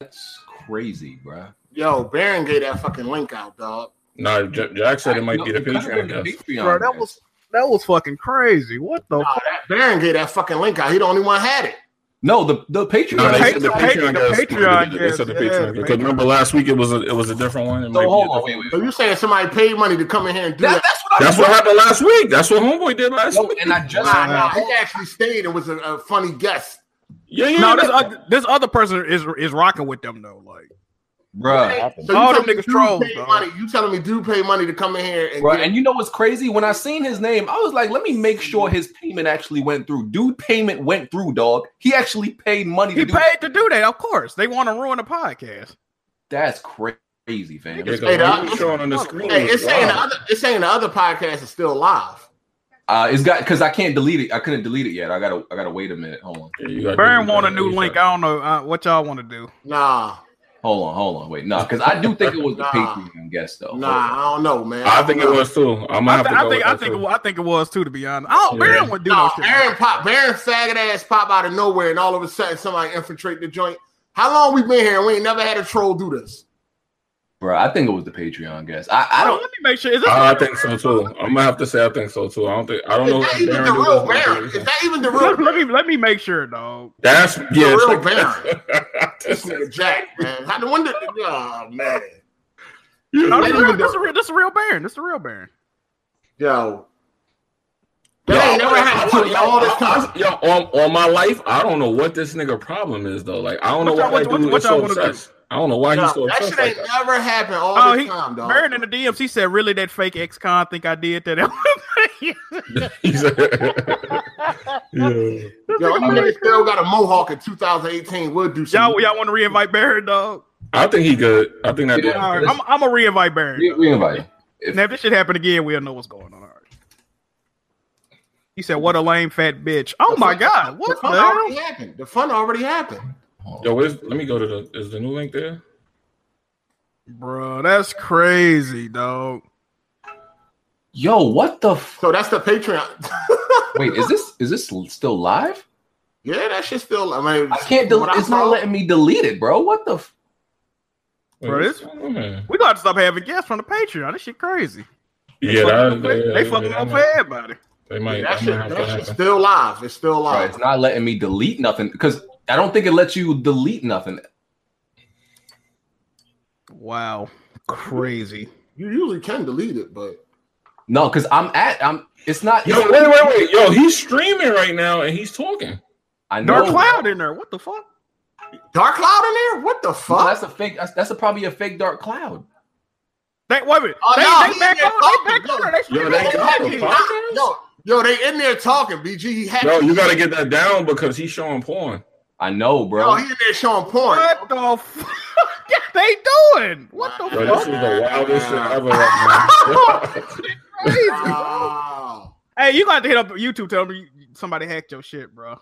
That's crazy, bro. Yo, Baron gave that fucking link out, dog. No, J- Jack said it might be the Patreon guest. Bro, that was that was fucking crazy. What the? Nah, fuck? that Baron gave that fucking link out. He the only one had it. no the the Patreon. No, they The said the Patreon- Patreon the guest. Patreon They said the guest, yeah, Patreon guest. Patreon. Because remember last week it was a, it was a different one. It might be so a hold on, different- wait, wait. So you saying somebody paid money to come in here and do That, that? that's what I That's what happened last week. That's what Homeboy did last No, week. and I just Nah, nah, he actually stayed and was a, a funny guest. Yeah, yeah. No, yeah. this other, this other person is is rocking with them though. Like, Bruh. So you All them telling me niggas dude trolls, paid dog. money- You telling me dude pay money to come in here and Bruh, get- and you know what's crazy? When I seen his name, I was like, let me make sure his payment actually went through. Dude, payment went through, dog. He actually paid money he to do paid to do that. Of course, they want to ruin the podcast. That's crazy, fam. Yeah, 'cause Hey, what that- you showing on the screen Hey, was it's saying the wild. other it's saying the other podcast is still live. Uh, it's got because I can't delete it. I couldn't delete it yet. I gotta, I gotta wait a minute. Hold on, Yeah, you gotta Baron do want a that. new You link. gotta- I don't know uh, what y'all want to do. Nah, hold on, hold on. Wait, no, because I do think it was the Nah. Patreon guest though. nah, I don't know, man. I think it Nah. was too. I might I, have thi- to I go think with I that, think it too. wa- I think it was too. To be honest, Oh, I don't. Yeah. Baron would do Nah, no shit. Baron pop, Baron faggot ass pop out of nowhere, and all of a sudden somebody infiltrate the joint. How long we been here? and We ain't never had a troll do this. bro, I think it was the Patreon guest. I, I Hold on, don't. Let me make sure. Is this I, I think so too. I'm gonna have to say I think so too. I don't think I don't Is know. that if even Baron the do real this, but Baron? Is that even the real let, let me let me make sure, dog. That's yeah. real check Baron. that. this nigga Jack, man? How the wonder? Oh man, No, this, Let is real, me- this, is real, this is real Baron. This is real Baron. yo, that ain't never happened to me all this time. Yo, on, on my life, I don't know what this nigga problem is though. Like, I don't know What why y'all- that what- dude what is y'all so wanna do? obsessed. I don't know why he's so Yo, that obsessed shit like ain't that. never happened all Oh, this he time, dog. Baron in the DMs. He said, "Really, that fake ex con think I did that?" He's yeah. Yo, that nigga still got a mohawk in 2018. We'll do some. y'all y'all want to reinvite Baron, dog? I think he good. I think that. Yeah. dude- All right, I'm, I'm gonna reinvite Baron. We, we invite him. Now, if this shit happen again, we'll know what's going on. All right. He said, "What a lame fat bitch!" Oh my god, the what the fun hell? already happened. The fun already happened. Yo, where's, let me go to the. Is the new link there? bro? That's crazy, dog. Yo, what the? F- So that's the Patreon. Wait, is this is this still live? yeah, that shit's still. I mean, I can't. from what Del- I it's not saw- letting me delete it, bro. What the? F- Wait, Bro, what's this- going on there? We gotta stop having guests from the Patreon. This shit crazy. Yeah, Fucking that, up- yeah, they yeah, fucking yeah, up that for might- everybody. They Yeah, might. that That might shit, have to that shit's happen. still live. It's still Bro, live. it's not letting me delete nothing because I don't think it lets you delete nothing. Wow, crazy. you usually can delete it, but No, because I'm at. I'm. It's not. Yo, wait, wait, wait. Yo, he's streaming right now and he's talking. I know. Dark cloud in there. What the fuck? Dark Cloud in there? What the No, fuck? that's a fake. That's, that's a, probably a fake dark cloud. They wait a minute. Oh, they, no, they he back in there on. They back talking. on. They Yo, streaming. they They got back him. in. Fuck. yo, yo, they in there talking. BG, he hacked. Yo, you gotta get that down because he's showing porn. I know, Yo, Oh, bro. Oh, he in there showing porn. What the fuck? they doing? What the Yo, this is fuck? the wildest shit ever. Right Crazy. Wow. Hey, you got to hit up YouTube. Tell me you- somebody hacked your shit, bro.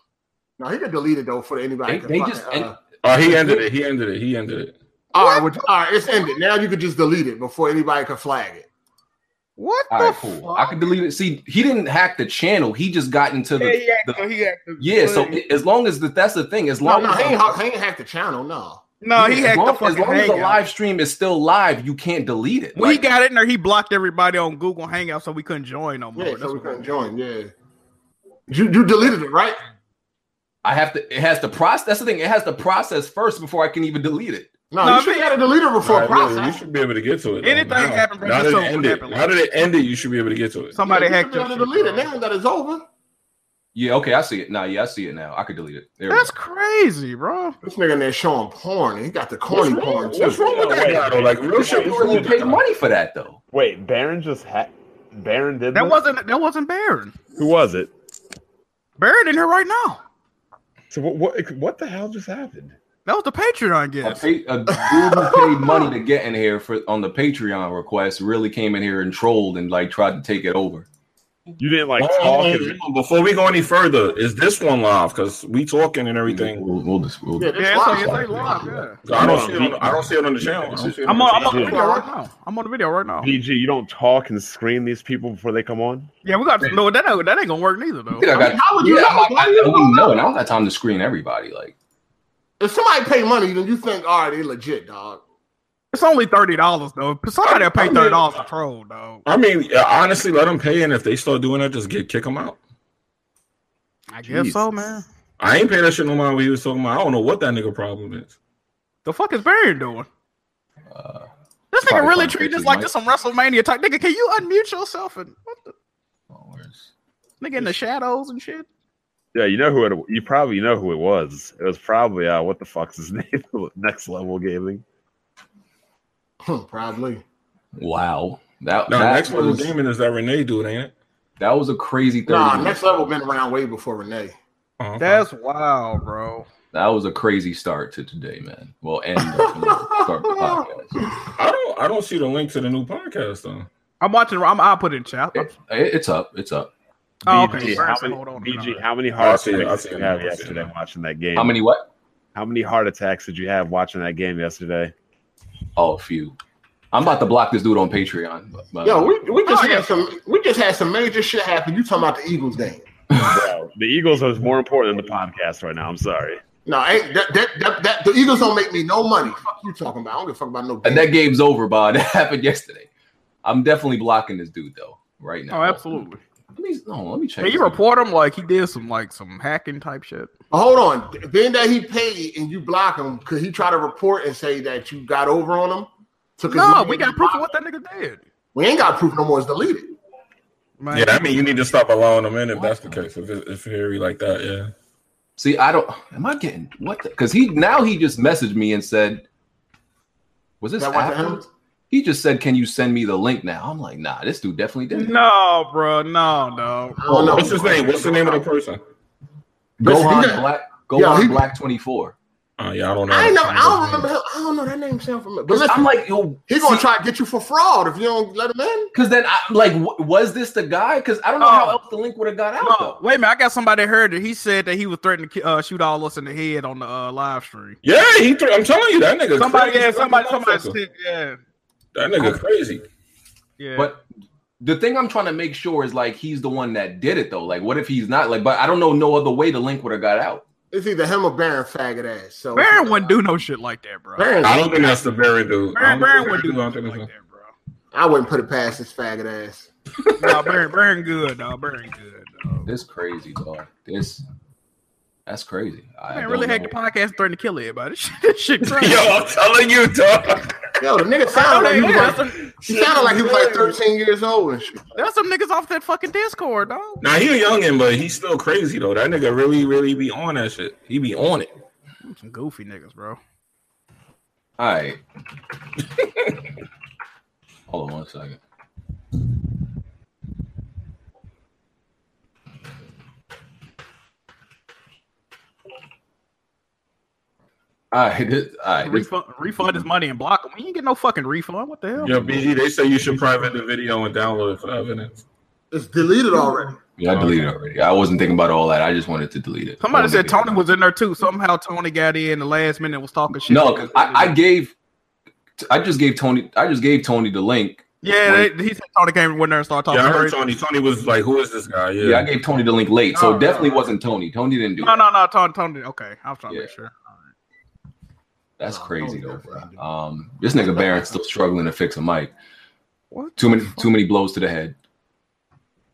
No, he can delete it though for anybody. They- can they fucking, just- uh, and- now. oh, he ended it. He ended it. He ended it. all right, well, all right, it's ended. Now you could just delete it before anybody can flag it. What All the right, cool. fuck? I could delete it. See, he didn't hack the channel. He just got into the. yeah, he the- hacked, he hacked the- yeah, so i- as long as the, that's the thing, as No, long no, as he the- ain't, ha- he ain't hacked the channel. No, no, he as hacked the long, as fucking long as the hangout. live stream is still live, you can't delete it. when he Like, got in there, he blocked everybody on Google Hangout, so we couldn't join no more. yeah, That's so we what- couldn't join. Yeah, you you deleted it, right? I have to. It has to process. That's the thing. It has to process first before I can even delete it. No, No, you should I have deleted it before Alright, process. yeah, you should be able to get to it. though, Anything now. happened, bro, Now just that it something ended, happened, like- now that it ended, you should be able to get to it. somebody Yeah, you hacked should your be shit. able to delete it bro. now that it's over. Yeah, okay, I see it. Nah, yeah, I see it now. I could delete it. There we That's go. crazy, bro. This nigga in there showing porn. and He got the What's corny porn wrong, too. what's wrong with that guy? Though? Like real shit. You don't really paid money for that though. Wait, Baron just had Baron did That this? wasn't that wasn't Baron. who was it? Baron in here right now. So what, what? What the hell just happened? That was the Patreon A, guest. pa- a dude who paid money to get in here for on the Patreon request really came in here and trolled and like tried to take it over. You didn't like talk. and- Before we go any further, is this one live? Because we talking and everything. We'll, we'll just. We'll, Yeah, this Yeah, live. it's, it's, it's live. Yeah. I don't see it. On, I don't see it on the channel. I don't see it I'm on, I'm on the Yeah. video right now. I'm on the video right now. BG, you don't talk and screen these people before they come on. Yeah, we got no. That ain't, that ain't gonna work neither though. I think I got. How would you yeah, know? I'm like, Why I you don't know? know, and I don't got time to screen everybody. Like, If somebody pay money, then you think, all right, they legit, dog. It's only thirty dollars though. Somebody will pay thirty dollars for troll, though. I mean, uh, honestly, let them pay, and if they start doing that, just get kick them out. I guess so, man. I ain't paying that shit no mind what he was talking about. I don't know what that nigga problem is. The fuck is Baron doing? this nigga probably really fine treating pictures, this like Mike. this some WrestleMania type nigga. Can you unmute yourself and what the Oh, where's- nigga in the shadows and shit? Yeah, you know who it. You probably know who it was. It was probably uh, what the fuck's his name? Next level gaming. Probably. Wow. That, Now, that, next level was, gaming is that Renee dude, ain't it? that was a crazy 30 Nah, minutes. next level been around way before Renee. Oh, okay. That's wild, bro. That was a crazy start to today, man. Well, and definitely start the podcast. I don't. I don't see the link to the new podcast though. I'm watching. I'm. I'll put it in chat. It- it- it's up. It's up. Oh, okay. BG, Sorry, how so many, hold on. BG, how many Oh, I heart see it, I attacks see did it you now, I have see it yesterday now. watching that game? How many what? How many heart attacks did you have watching that game yesterday? Oh, a few. I'm about to block this dude on Patreon. But, but- Yo, we, we just Oh, had yeah. some we just had some major shit happen. You talking about the Eagles game? Bro, the Eagles are more important than the podcast right now. I'm sorry. No, ain't that, that, that, that the Eagles don't make me no money. Fuck you talking about? I don't give a fuck about no. and game. that game's over, bud. That happened yesterday. I'm definitely blocking this dude though, right now. Oh, absolutely. Let me, no, let me check. Can you this. report him like he did some like some hacking type shit? But hold on. Then that he paid and you block him, could he try to report and say that you got over on him? Took his No, money we and got you proof of blocked what that nigga did. him? We ain't got proof no more. It's deleted. Man. Yeah, I mean, you need to stop allowing them in if What? that's the case. If it, if Harry like that, yeah. See, I don't. Am I getting what? Because he now he just messaged me and said, "Was this That wasn't afterwards?" him? He just said, "Can you send me the link now?" I'm like, "Nah, this dude definitely did." not No, bro. No, no. I don't know. What's his name? What's the name of the person? Listen, he Gohan got- Black. Gohan Yeah, he- Black 24. Uh, yeah, I don't know. I ain't never, I don't remember. Him. I don't know that name sound familiar. But listen, I'm like, yo, he gonna try to get you for fraud if you don't let him in. Because then I'm like, w- was this the guy? Because I don't know No. how else the link would have got out. Oh. No, though. wait a minute. I got somebody heard that he said that he was threatening to ki- uh, shoot all us in the head on the uh, live stream. Yeah, he. Th- I'm telling you, that nigga. Somebody, crazy. yeah, somebody, somebody, That said- yeah, nigga crazy. yeah. But the thing I'm trying to make sure is like he's the one that did it though. Like, what if he's not? Like, but I don't know no other way the link would have got out. It's either him or Baron faggot ass. So Baron wouldn't do no shit like that, bro. Baron, Baron, I don't think that's the Barry dude. I Baron, don't think wouldn't do no that's the shit Barry like dude. I don't think that's that, bro. I wouldn't put it past his faggot ass. No, Baron, Baron good, dog. Baron good, dog. This crazy dog. This that's crazy. I Man, don't really hacked know. the podcast threatening to kill everybody. This shit, this shit him. crazy. Yo, I'm telling you, dog. Yo, the nigga I know sounded they like he was is. That's like, some- he sounded like he was like 13 years old and shit. There's some niggas off that fucking Discord, dog. Now he a youngin, but he's still crazy though. That nigga really, really be on that shit. He be on it. Some goofy niggas, bro. All right. Hold on one second. All right, this, all right. This, Refund, refund his money and block him. He ain't get no fucking refund. What the hell? Yo, BG, they say you should private the video and download it for evidence. It's deleted already. yeah, I deleted it already. I wasn't thinking about all that. I just wanted to delete it. I Somebody wanted said to get it Tony was in there too. Somehow Tony got in the last minute and was talking shit. No, 'cause I, I gave, I just gave Tony, I just gave Tony the link. yeah, they, he said Tony came in there and started talking. Yeah, I heard crazy. Tony. Tony was like, "Who is this guy?" Yeah, I Yeah, gave Tony the link late, so No, it definitely no. wasn't Tony. Tony didn't do No, it. no, no, Tony, Tony. Okay, I was trying Yeah. to make sure. That's No, crazy Tony though. definitely Bro. Um, this nigga Barron's still struggling to fix a mic. What? Too many, too many blows to the head.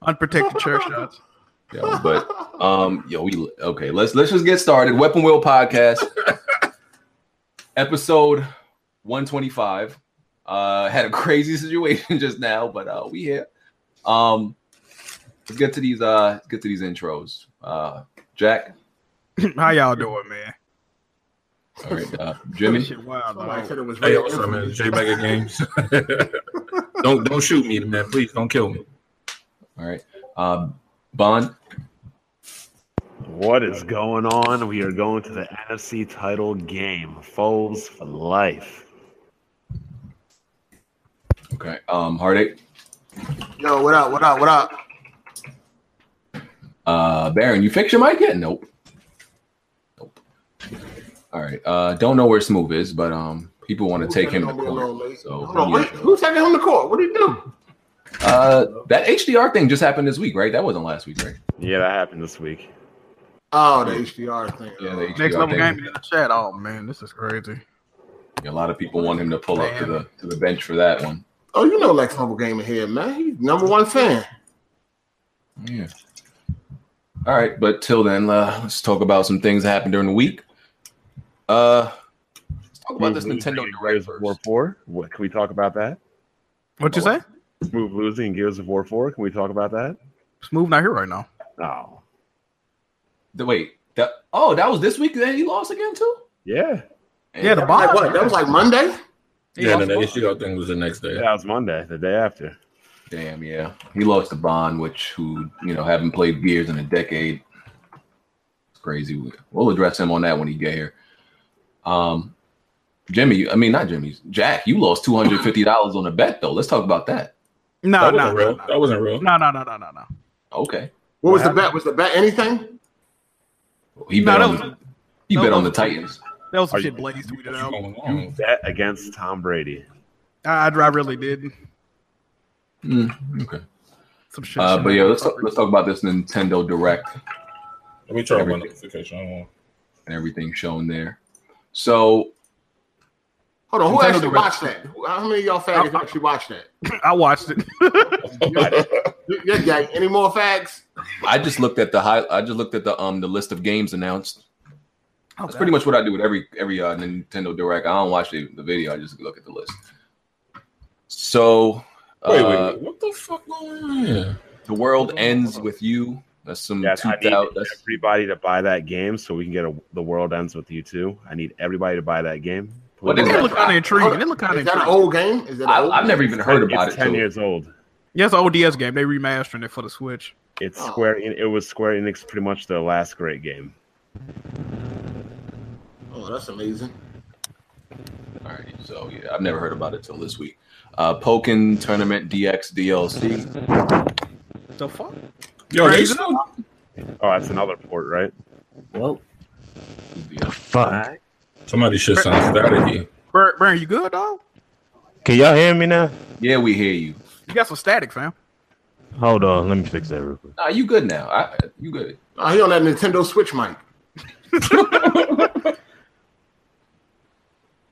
Unprotected chair shots. Yo, but um, yo, we okay. Let's let's just get started. Weapon Wheel Podcast, episode one twenty five. Uh, had a crazy situation just now, but uh, we here. Um, let's get to these uh, let's get to these intros. Uh, Jack, How y'all doing, man? all right, uh, That Jimmy. shit wild, Somebody dog. said it was Hey, real. what's up, man? J Mega Games. don't don't shoot me, man. Please don't kill me. All right, uh, Bond. What is going on? We are going to the NFC title game. Foes for life. Okay, um, Heartache. Yo, what up? What up? What up? Uh, Baron, you fix your mic yet? Nope. Nope. All right. Uh, don't know where Smooth is, but um, people want to take him to Who's gonna be court. late? So Hold on, wait, who's taking him to court? What do you do? uh, that HDR thing just happened this week, right? That wasn't last week, right? Yeah, that happened this week. Oh, the HDR thing. Yeah, the Next Yeah, level thank game in the chat. Oh man, this is crazy. A lot of people want him to pull up to the to the bench for that one. oh, you know Lex Humble Gamer here, man. He's number one fan. Yeah. All right, but till then, uh, let's talk about some things that happened during the week. Uh, let's talk about this Move losing Nintendo in Direct Gears of War first. Four. What, can we talk about that? What you say? Move losing in Gears of War Four. Can we talk about that? Smooth not here right now. No. The, wait, that oh, that was this week that he lost again too. Yeah, Yeah, the Hey, boss. Like, what? That was like Monday. he Yeah, lost and the the HDR bond. thing was the next day. that was Monday, the day after. Damn, yeah, he lost to Bond, which who you know haven't played Gears in a decade. It's crazy. We'll address him on that when he get here. Um, Jimmy, I mean not Jimmy, Jack. You lost two hundred fifty dollars on a bet though. Let's talk about that. No, That no, wasn't no, real. That wasn't real. no, no, no, no, no, no. Okay, What was What the bet? Was the bet anything? he No, bet that on was- the, he that bet was- on the Titans. That was some Are shit you- Blaze tweeted out. What's going You on? bet against Tom Brady. I, I really did. Mm, okay. Some shit. Uh, but yeah, let's talk, let's talk about this Nintendo Direct Let me turn on my notification. I don't want- and everything shown there. So Hold on, who Nintendo actually Direct. watched that? Who- How many of y'all faggots actually watched that? I watched it. You- you- yeah, any more fags? I just looked at the high. I just looked at the um the list of games announced. That's pretty much what I do with every every uh, Nintendo Direct. I don't watch the, the video. I just look at the list. So Wait, wait, uh, wait. What the fuck going on here? the world ends with you. That's some Yes, I two need thousand. That's everybody to buy that game so we can get a, the world ends with you too. I need everybody to buy that game. What It is Please. that? looked kind of intriguing. It looked kind of Is that an intriguing. old game? Is that an I, old I've game? never even heard about it's it. ten till- years old. Yes, an ODS game. They remastering it for the Switch. It's Oh. Square. En- It was Square Enix, pretty much the last great game. Oh, that's amazing. All right, so yeah, I've never heard about it till this week. Uh, Pokken Tournament DX DLC. The fuck? Yo, they Crazy. still, Oh, that's another port, right? Well, Yeah. fuck. somebody should sound static. Burn, Burn, you good, dog? Can y'all hear me now? Yeah, we hear you. You got some static, fam. Hold on, let me fix that real quick. Nah, you good now. I, you good. Oh, he on that Nintendo Switch mic.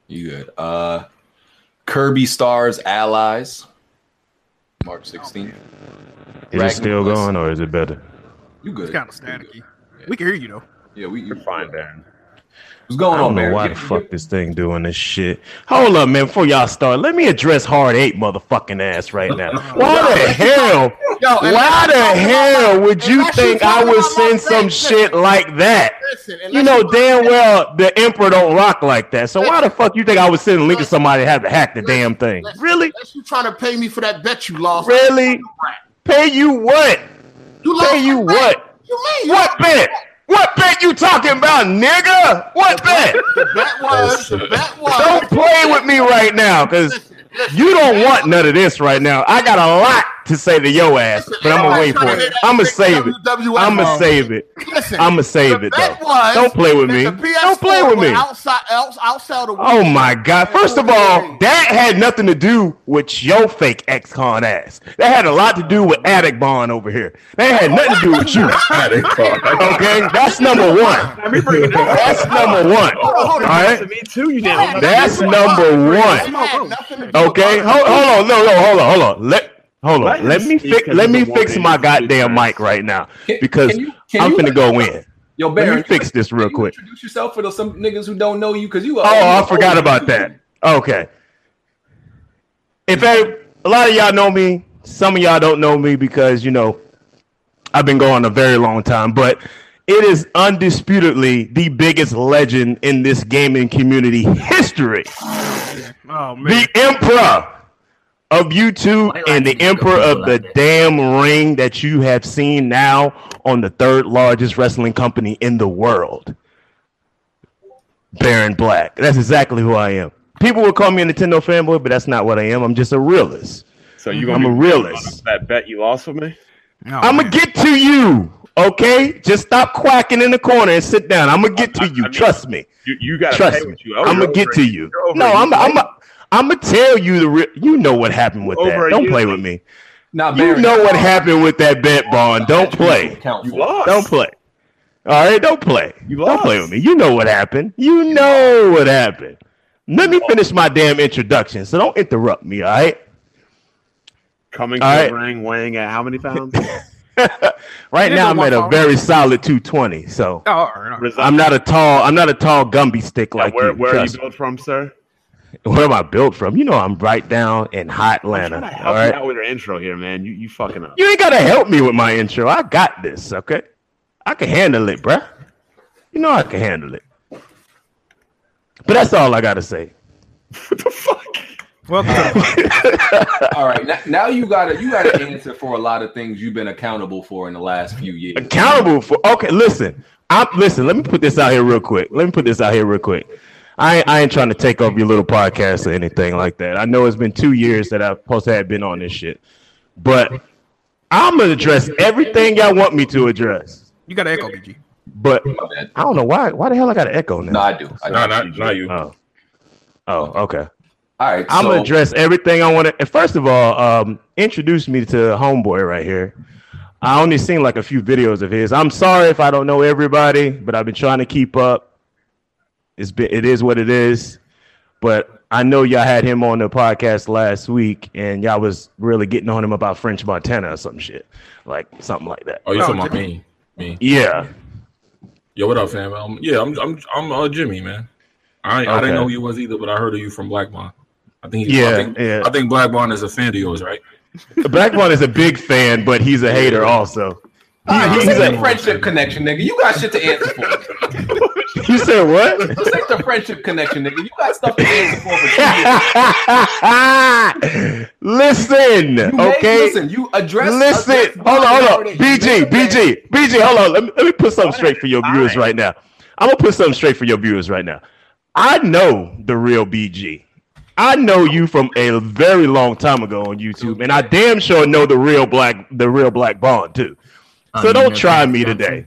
You good. Uh Kirby Stars Allies. March 16th. Is Ragnar it still Plus. going or is it better? You good. It's kind of You good. staticky. We can hear you though. Yeah, we You're fine, Baron. What's going I don't on, know Barry? why the Get- fuck this thing doing this shit. Hold up, man. Before y'all start, let me address hard eight motherfucking ass right now. Why the hell? Yo, and- Why the hell would you unless you think I talking would about send Las some Vegas. shit like that? Listen, unless You know damn well the emperor don't rock like that. So why the fuck you think I would send a link to somebody to have to hack the damn thing? unless- Really? Unless you trying to pay me for that bet you lost. Really? Pay you what? You lost Pay you that bet. what? You mean What bet? What bet you talking about, nigga? What bet? The bet was. The bet was. Don't play with me right now, cause you don't want none of this right now. I got a lot to say to your ass, but I'm gonna wait for it. I'm gonna save it. I'm gonna save it. Listen, I'm gonna save the it bet though. was Don't play with that me. the PS4 Don't play with went me. Outside, outs- outside the Oh my god! First of all, that had nothing to do with your fake ex-con ass. That had a lot to do with Attic Bond over here. That had nothing to do with you. Static. Okay, that's number one. That's number one. All right, me too. You That had that's nothing to do with- number that one. had nothing Oh, to do with- Okay, hold, hold on, no, no, hold on, hold on. Let hold Let on. him Let me speak fix. 'cause Let he's me the one fix that my needs to be goddamn first. mic right now Can- because can you- can I'm you- finna go in. Yo, Barry, Let me you- fix this real you quick. Introduce yourself for those some niggas who don't know you because you. are- Oh, I forgot about that. Okay. If any, a lot of y'all know me, some of y'all don't know me because you know I've been going a very long time, but it is undisputedly the biggest legend in this gaming community history. Oh man. the emperor of YouTube Why do I and the need to emperor go of the like that? damn ring that you have seen now on the third largest wrestling company in the world. Baron Black. That's exactly who I am. People will call me a Nintendo fanboy, but that's not what I am. I'm just a realist. So you I'm gonna a be realist. that bet you lost with me? Oh, I'm gonna get to you, okay? Just stop quacking in the corner and sit down. I'm gonna get I- to I you. mean- Trust me. You you gotta Trust pay me. what you owe. I'm You're gonna get over to it. you. You're over No, it. I'm. I'm. I'm gonna tell you the. Re- you know what happened with Over that. a Don't year play ago. with me. Nah, You Barry, know what happened with that bet, Bond. Don't play. Count You for. lost. Don't play. All right, don't play. You Don't play with me. You know what happened. You know what happened. Let me finish my damn introduction. So don't interrupt me. All right. Coming All to right. the ring, weighing at how many pounds? right It now, isn't I'm at a one very solid 220. So Oh, all right, all right. Reside- I'm not a tall. I'm not a tall Gumby stick Now, like where you. where are you Trust me. built from, sir? Where am I built from? You know, I'm right down in hot I'm Atlanta. trying to help All you right. out with your intro here, man. You you fucking up. You ain't gotta help me with my intro. I got this. Okay. I can handle it, bruh. You know I can handle it. But that's all I gotta say. what the fuck? Welcome to the- All right, now, now you got to you got to answer for a lot of things you've been accountable for in the last few years. accountable for. Okay, listen. I'm listen. Let me put this out here real quick. Let me put this out here real quick. I ain't- I ain't trying to take over your little podcast or anything like that. I know it's been two years that I've supposed to have been on this shit, but I'm gonna address everything y'all want me to address. you got an echo, BG. But My bad. I don't know why. Why the hell I got an echo No, now? I do. I do. No, not not you. Oh, oh, okay. All right, I'm so, gonna address everything I want to. And first of all, um, introduce me to homeboy right here. I only seen like a few videos of his. I'm sorry if I don't know everybody, but I've been trying to keep up. It's been it is what it is. But I know y'all had him on the podcast last week, and y'all was really getting on him about French Montana or some shit, like something like that. Oh, you No, talking about Jimmy. me? Me? Yeah, Yo, what up, fam? Um, yeah, I'm I'm I'm uh, Jimmy, man. I I Okay. didn't know who you was either, but I heard of you from Black Bond. I think he, I Yeah, think, yeah. I think Black Bond is a fan of yours, right? Black One is a big fan, but he's a hater also. All right, He- this he's ain't the a, friendship connection, nigga. You got shit to answer for. you said what? This ain't the friendship connection, nigga. You got stuff to answer for. for two years. listen, You made- okay. listen, you address. Listen, address- hold on, hold on. You BG, made a man. BG, BG, hold on. Let me, let me put something straight for your viewers right now. I'm gonna put something straight for your viewers right now. I know the real BG. I know you from a very long time ago on YouTube, and I damn sure know the real black, the real black bond too. Oh, So don't try me today.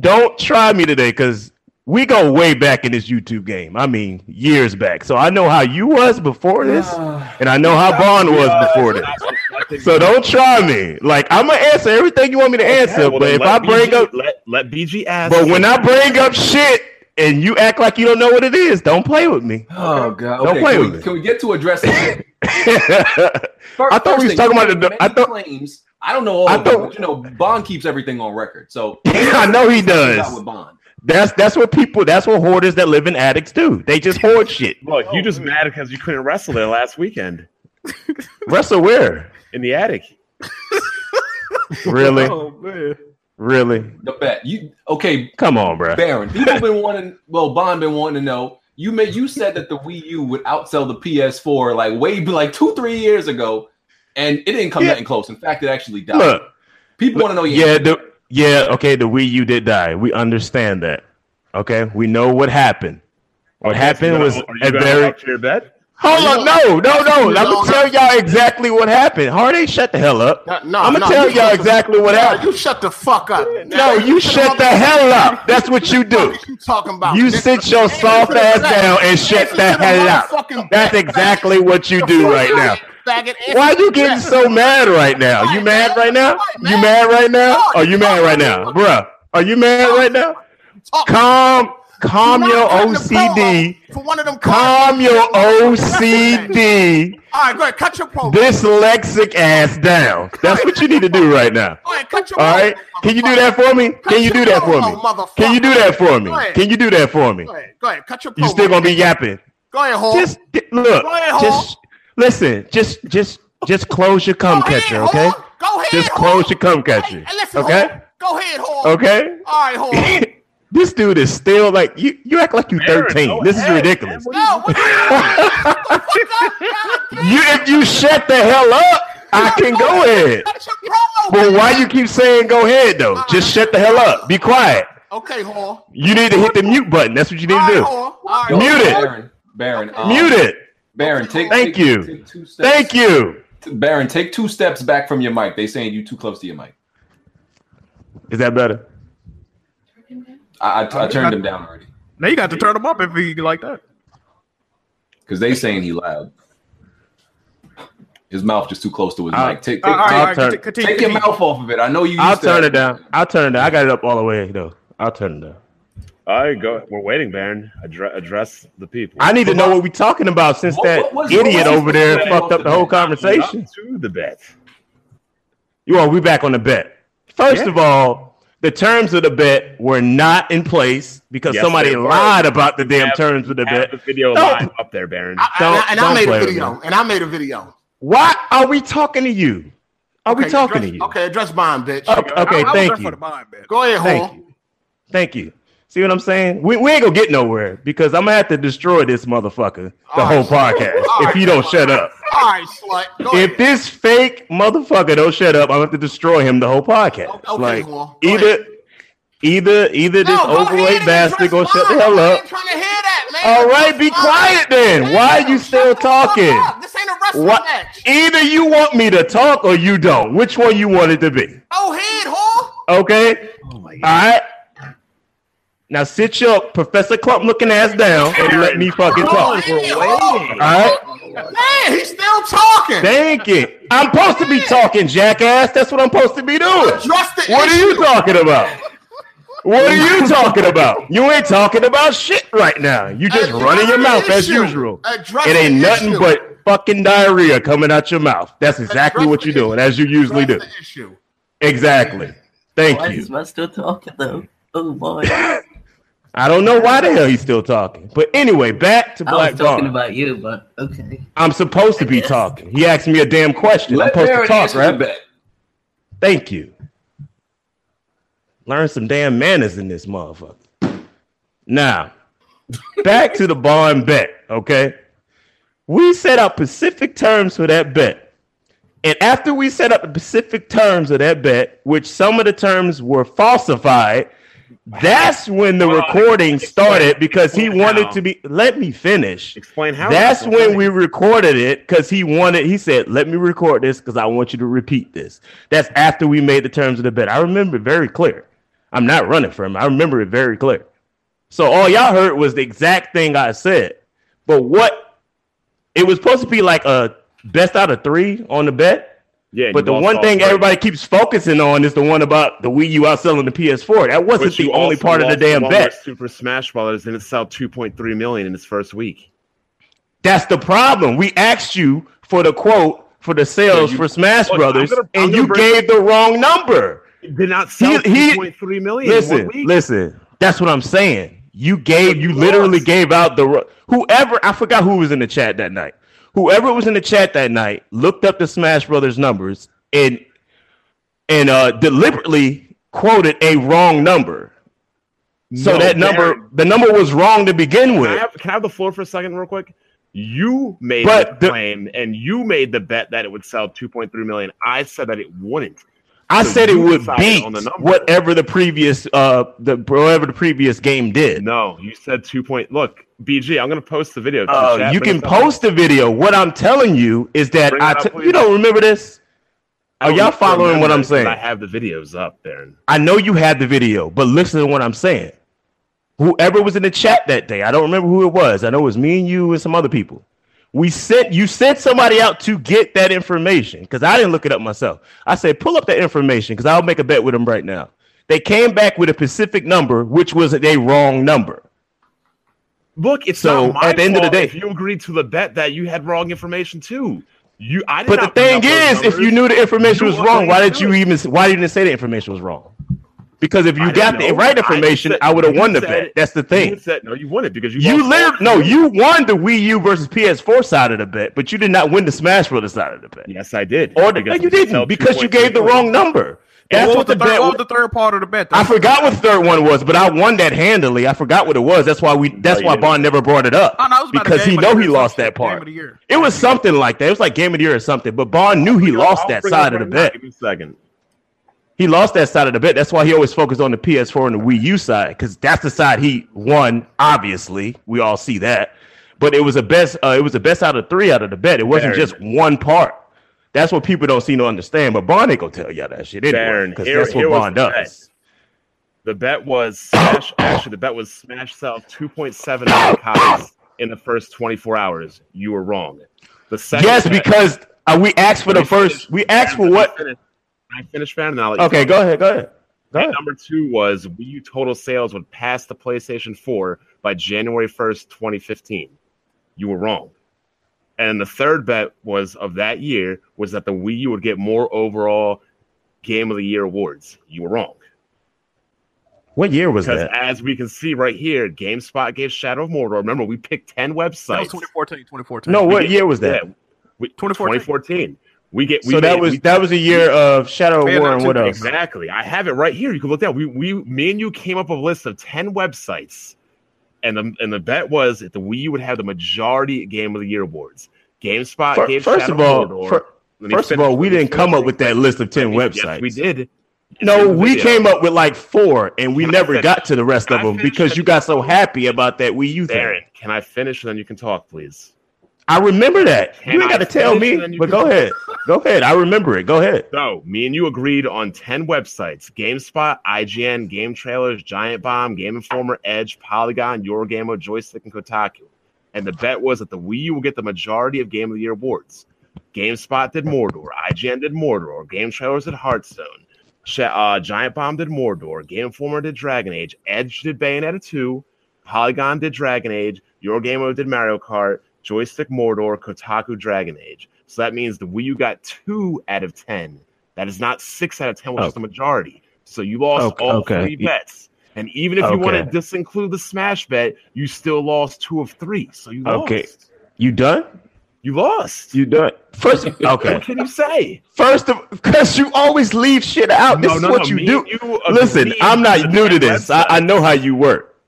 Don't try me today, cause we go way back in this YouTube game. I mean, years back. So I know how you was before this, and I know how Bond was before this. So don't try me. Like I'm gonna answer everything you want me to answer, Yeah, well, but then if let I bring BG up, let, let BG ask. but when I bring up shit and you act like you don't know what it is, don't play with me. Oh god. Don't Okay, play can with we, me. Can we get to addressing? it? I Fir- I thought we was thing, talking you about made the- many I thought- claims. I don't know all I of them, thought- but you know Bond keeps everything on record. So know he Got does. with Bond. That's that's what people. That's what hoarders that live in addicts do. They just hoard shit. look, you just mad because you couldn't wrestle there last weekend Wrestle where? in the attic. Really, Oh man. really? The bet. You okay, Come on, bro. Baron? People been wanting. Well, Bond been wanting to know. You made you said that the Wii U would outsell the PS4 like way like two three years ago, and it didn't come Yeah. nothing close. In fact, it actually died. Look, People want to know. yeah, the, yeah. Okay, the Wii U did die. We understand that. Okay, we know what happened. What happened was Are Oh, you a gonna very walk to your bed? Hold on, no, no, no. I'm You gonna don't tell have- y'all exactly what happened. Hardy, shut the hell up. No, no, I'm gonna no, tell you- y'all exactly what Yeah, happened. you shut the fuck up. No, you shut the hell up. That's what you do. What you talking about? You nigga? sit your Answer soft to the ass fact. down and shut Answer the to hell up. motherfucking That's fact. exactly what you The do fuck right you now. faggot. Answer Why are you to getting that. so mad right now? You mad right now? You mad right now? Are you mad right now, bruh? Are you mad right now? Talk. Calm, calm You're your not cutting the OCD. promo For one of them Calm cars. your OCD. All right, go ahead. Cut your promo. dyslexic ass down. That's what you need to do right now. Go ahead, cut your All right? Can you do that for me? Can you do that for me? Can you do that for me? Can you do that for me? Go ahead. Go ahead. Cut your promo. You still gonna be yapping? Go ahead, Hall. Just di- look. Just listen. Just just just close your cum Go ahead, catcher, okay? Hall. Go ahead. Just Hall. close your cum Hey, catcher, hey, listen, okay? Hall. Go ahead, Hall. Okay. All right, Hall. This dude is still like you. You act like you Aaron, thirteen. go This is ahead, ridiculous. No, what the fuck up? God damn. You if you shut the hell up, I can go ahead. Cut your promo. But man. why you keep saying go ahead though? Just shut the hell up. Be quiet. Okay, Hall. You need to hit the mute button. That's what you need All to right, do. Hall. All right. Yo, Mute it. Baron. Baron. um, Mute it. Baron, take. Thank take- you. Take two steps. Thank you. Baron, take two steps back from your mic. They saying you too close to your mic. Is that better? I, I, I turned him down already Now you got to turn him up if he like that. because they saying he loud. His mouth just too close to his Uh, mic. Take, take, All right, all I'll right, turn- conti- continue. take your continue. Oh, mouth off of it. I know you. I'll used to turn that. it down. I'll turn it down. I got it up all the way though. I'll turn it down. All right, go. We're waiting, Baron. Addre- address the people. I need to know what we're talking about since What- that what was- what idiot was- over there fucked up the whole Up conversation. to the bet. You are. We back on the bet. First Yeah. of all, the terms of the bet were not in place because Yes, somebody they were. lied about the damn Have- terms of the Have bet. the video Don't- live up there, Baron. I, I- Don't- and I don't made play a with video. me. And I made a video. Why are we talking to you? Are we Okay, talking address- to you? Okay, address Bond, bitch. Okay, okay, I, I was there thank For the you. mind, bitch. Go ahead, Thank Horn. you. Thank you. See what I'm saying? We, we ain't gonna get nowhere because I'm gonna have to destroy this motherfucker the All whole right. podcast All if right. you don't shut up. All right, slut. Go If ahead. this fake motherfucker don't shut up, I'm gonna have to destroy him the whole podcast. Okay, like Juan, go either, either, either No, this go ahead overweight and bastard address gonna shut the Bond. hell I up. ain't trying to hear that, man. All right, be Bond. quiet then. Why are Damn, you shut still the fuck talking? up. This ain't a wrestling What? match. Either you want me to talk or you don't. Which one you want it to be? Go ahead, Horn. Okay. oh my All right. Now sit your Professor Clump looking ass down and let me fucking Go talk. ahead, All Horn. right. Oh, Man, he's still talking. Thank you. I'm supposed to be talking, jackass. That's what I'm supposed to be doing. Address the What are issue. you talking about? What are you talking about? You ain't talking about shit right now. You just Address running your the mouth as issue. usual. Address It ain't the nothing issue. but fucking diarrhea coming out your mouth. That's exactly Address what the you're doing, issue. as you usually do. Address the issue. Exactly. Why Thank is you. man still talking though? Oh boy. I don't know why the hell he's still talking. But anyway, back to I was Black talking Bond. about you, but okay. I'm supposed to be talking. He asked me a damn question. I'm Let supposed to Baron talk, answer the right? bet. Thank you. Learn some damn manners in this motherfucker. Now, back to the bond bet, okay? We set up specific terms for that bet. And after we set up the specific terms of that bet, which some of the terms were falsified, that's when the Wow. recording started because he Wow. wanted to be. Let me finish. Explain how. That's when we recorded it because he wanted. He said, "Let me record this because I want you to repeat this." That's after we made the terms of the bet. I remember it very clear. I'm not running from. It. I remember it very clear. So all y'all heard was the exact thing I said. But what it was supposed to be like a best out of three on the bet. Yeah, But you the lost one all thing three. everybody keeps focusing on is the one about the Wii U outselling the PS4. That But wasn't you the only also part of the lost damn one where bet. Super Smash Brothers and it sell 2.3 million in its first week. That's the problem. We asked you for the quote for the sales So you- for Smash Look, I'm Brothers, gonna- I'm and gonna you bring- gave the wrong number. It did not sell He- he- 2.3 million. in Listen, one week. listen. That's what I'm saying. You gave, you you literally lost. gave out the ro- whoever. I forgot who was in the chat that night. Whoever was in the chat that night looked up the Smash Brothers numbers and and uh deliberately quoted a wrong number. So No, that number, Baron, the number was wrong to begin Can I, with. have, can I have the floor for a second, real quick? You made But the the- claim, and you made the bet that it would sell 2.3 million. I said that it wouldn't. I So said it you would decided beat on the number. whatever the previous uh the whatever the previous game did. No, you said two point. Look, BG, I'm gonna post the video. To the Uh, chat, you bring can it up. post the video. What I'm telling you is that Bring it I up, t- please. you don't remember this. I don't Are y'all remember following what I'm because saying? I have the videos up, Baron. I know you had the video, but listen to what I'm saying. Whoever was in the chat that day, I don't remember who it was. I know it was me and you and some other people. We sent you sent somebody out to get that information because I didn't look it up myself. I said, pull up that information because I'll make a bet with them right now. They came back with a specific number, which was a wrong number. Look, it's So, not my at the end of the fault day- if you agreed to the bet that you had wrong information too. You, I did But the not bring thing up those is, if you numbers. knew the information You was weren't wrong, why gonna did do you it. even why didn't you say the information was wrong? Because if I you don't got the know. right I information, said- I would have you won the said- bet. That's the You thing. said no, you won it because you You lost literally all no, three. you won the Wii U versus PS4 side of the bet, but you did not win the Smash Brothers side of the bet. Yes, I did. Or the, Because no, you we sell didn't because you gave the 2.3 million. wrong number. And That's what, the third, what bet. Was. was the third part of the bet? though? I forgot what the third one was, but I won that handily. I forgot what it was. That's why we. That's you why didn't. Bond never brought it up Oh, no, it was about a because he game of know the he year, lost some that shit, Game of part. the year. It was something like that. It was like Game of the Year or something. But Bond knew he lost I'll that bring it up side of the right now. bet. Give me a second. He lost that side of the bet. That's why he always focused on the PS4 and the Wii U side because that's the side he won. Obviously, we all see that. But it was the best. Uh, it was the best out of three out of the bet. It wasn't Baron. just one part. That's what people don't seem to understand. But Bond ain't gonna tell y'all that shit anyway Baron, because here- that's what here was Bond the does. The bet was smash. actually, the bet was smash sell 2.7 million copies in the first 24 hours. You were wrong. The second Yes, bet- because uh, we asked for Let the me finish. first. We asked for what? Let me finish. Can I finished, Baron. and I'll let you Okay, talk. go ahead. Go ahead. All And right. number two was Wii U total sales would pass the PlayStation 4 by January 1st, 2015. You were wrong. And the third bet was of that year was that the Wii U would get more overall Game of the Year awards. You were wrong. What year was Because that? as we can see right here, GameSpot gave Shadow of Mordor. Remember, we picked 10 That was websites. 2014, 2014. No, what get- year was that? Yeah, we- 2014. 2014. We get we so that made- was we- that was a year of Shadow Man, of War that's and a what big else? Exactly. I have it right here. You can look down. We we me and you came up with a list of ten websites, and the and the bet was that the Wii U would have the majority Game of the Year awards. GameSpot Fir- gave First Shadow of all, Mordor. fir- Let me first of finish. all, we Let me didn't come finish. up with that list of ten Yes, websites. we did. It's in No, the we video. came up with like four, and we Can I never finish? got to the rest Can of I them finish? because you got so happy about that Wii U thing. Darren, can I finish and then you can talk, please? I remember that. Can you ain't I got to tell finish and then me, you but can- go ahead. Go ahead. I remember it. Go ahead. So, me and you agreed on 10 websites GameSpot, IGN, Game Trailers, Giant Bomb, Game Informer, Edge, Polygon, Eurogamer, Joystick, and Kotaku. And the bet was that the Wii U will get the majority of Game of the Year awards. GameSpot did Mordor, IGN did Mordor, Game Trailers did Hearthstone, Sh- uh, Giant Bomb did Mordor, Game Informer did Dragon Age, Edge did Bayonetta 2, Polygon did Dragon Age, Eurogamer did Mario Kart, Joystick Mordor, Kotaku Dragon Age. So that means the Wii U got two out of 10. That is not six out of 10, which is Okay. the majority. So you lost Oh. Okay, all okay. three bets. And even if you want Okay. to disinclude the smash bet, you still lost two of three. So you lost. Okay. You done? You lost. You done? First, What okay. can you say? First of, because you always leave shit out. This is what me you do. and you Listen, agreed I'm on not new to that this. I, website. I know how you work.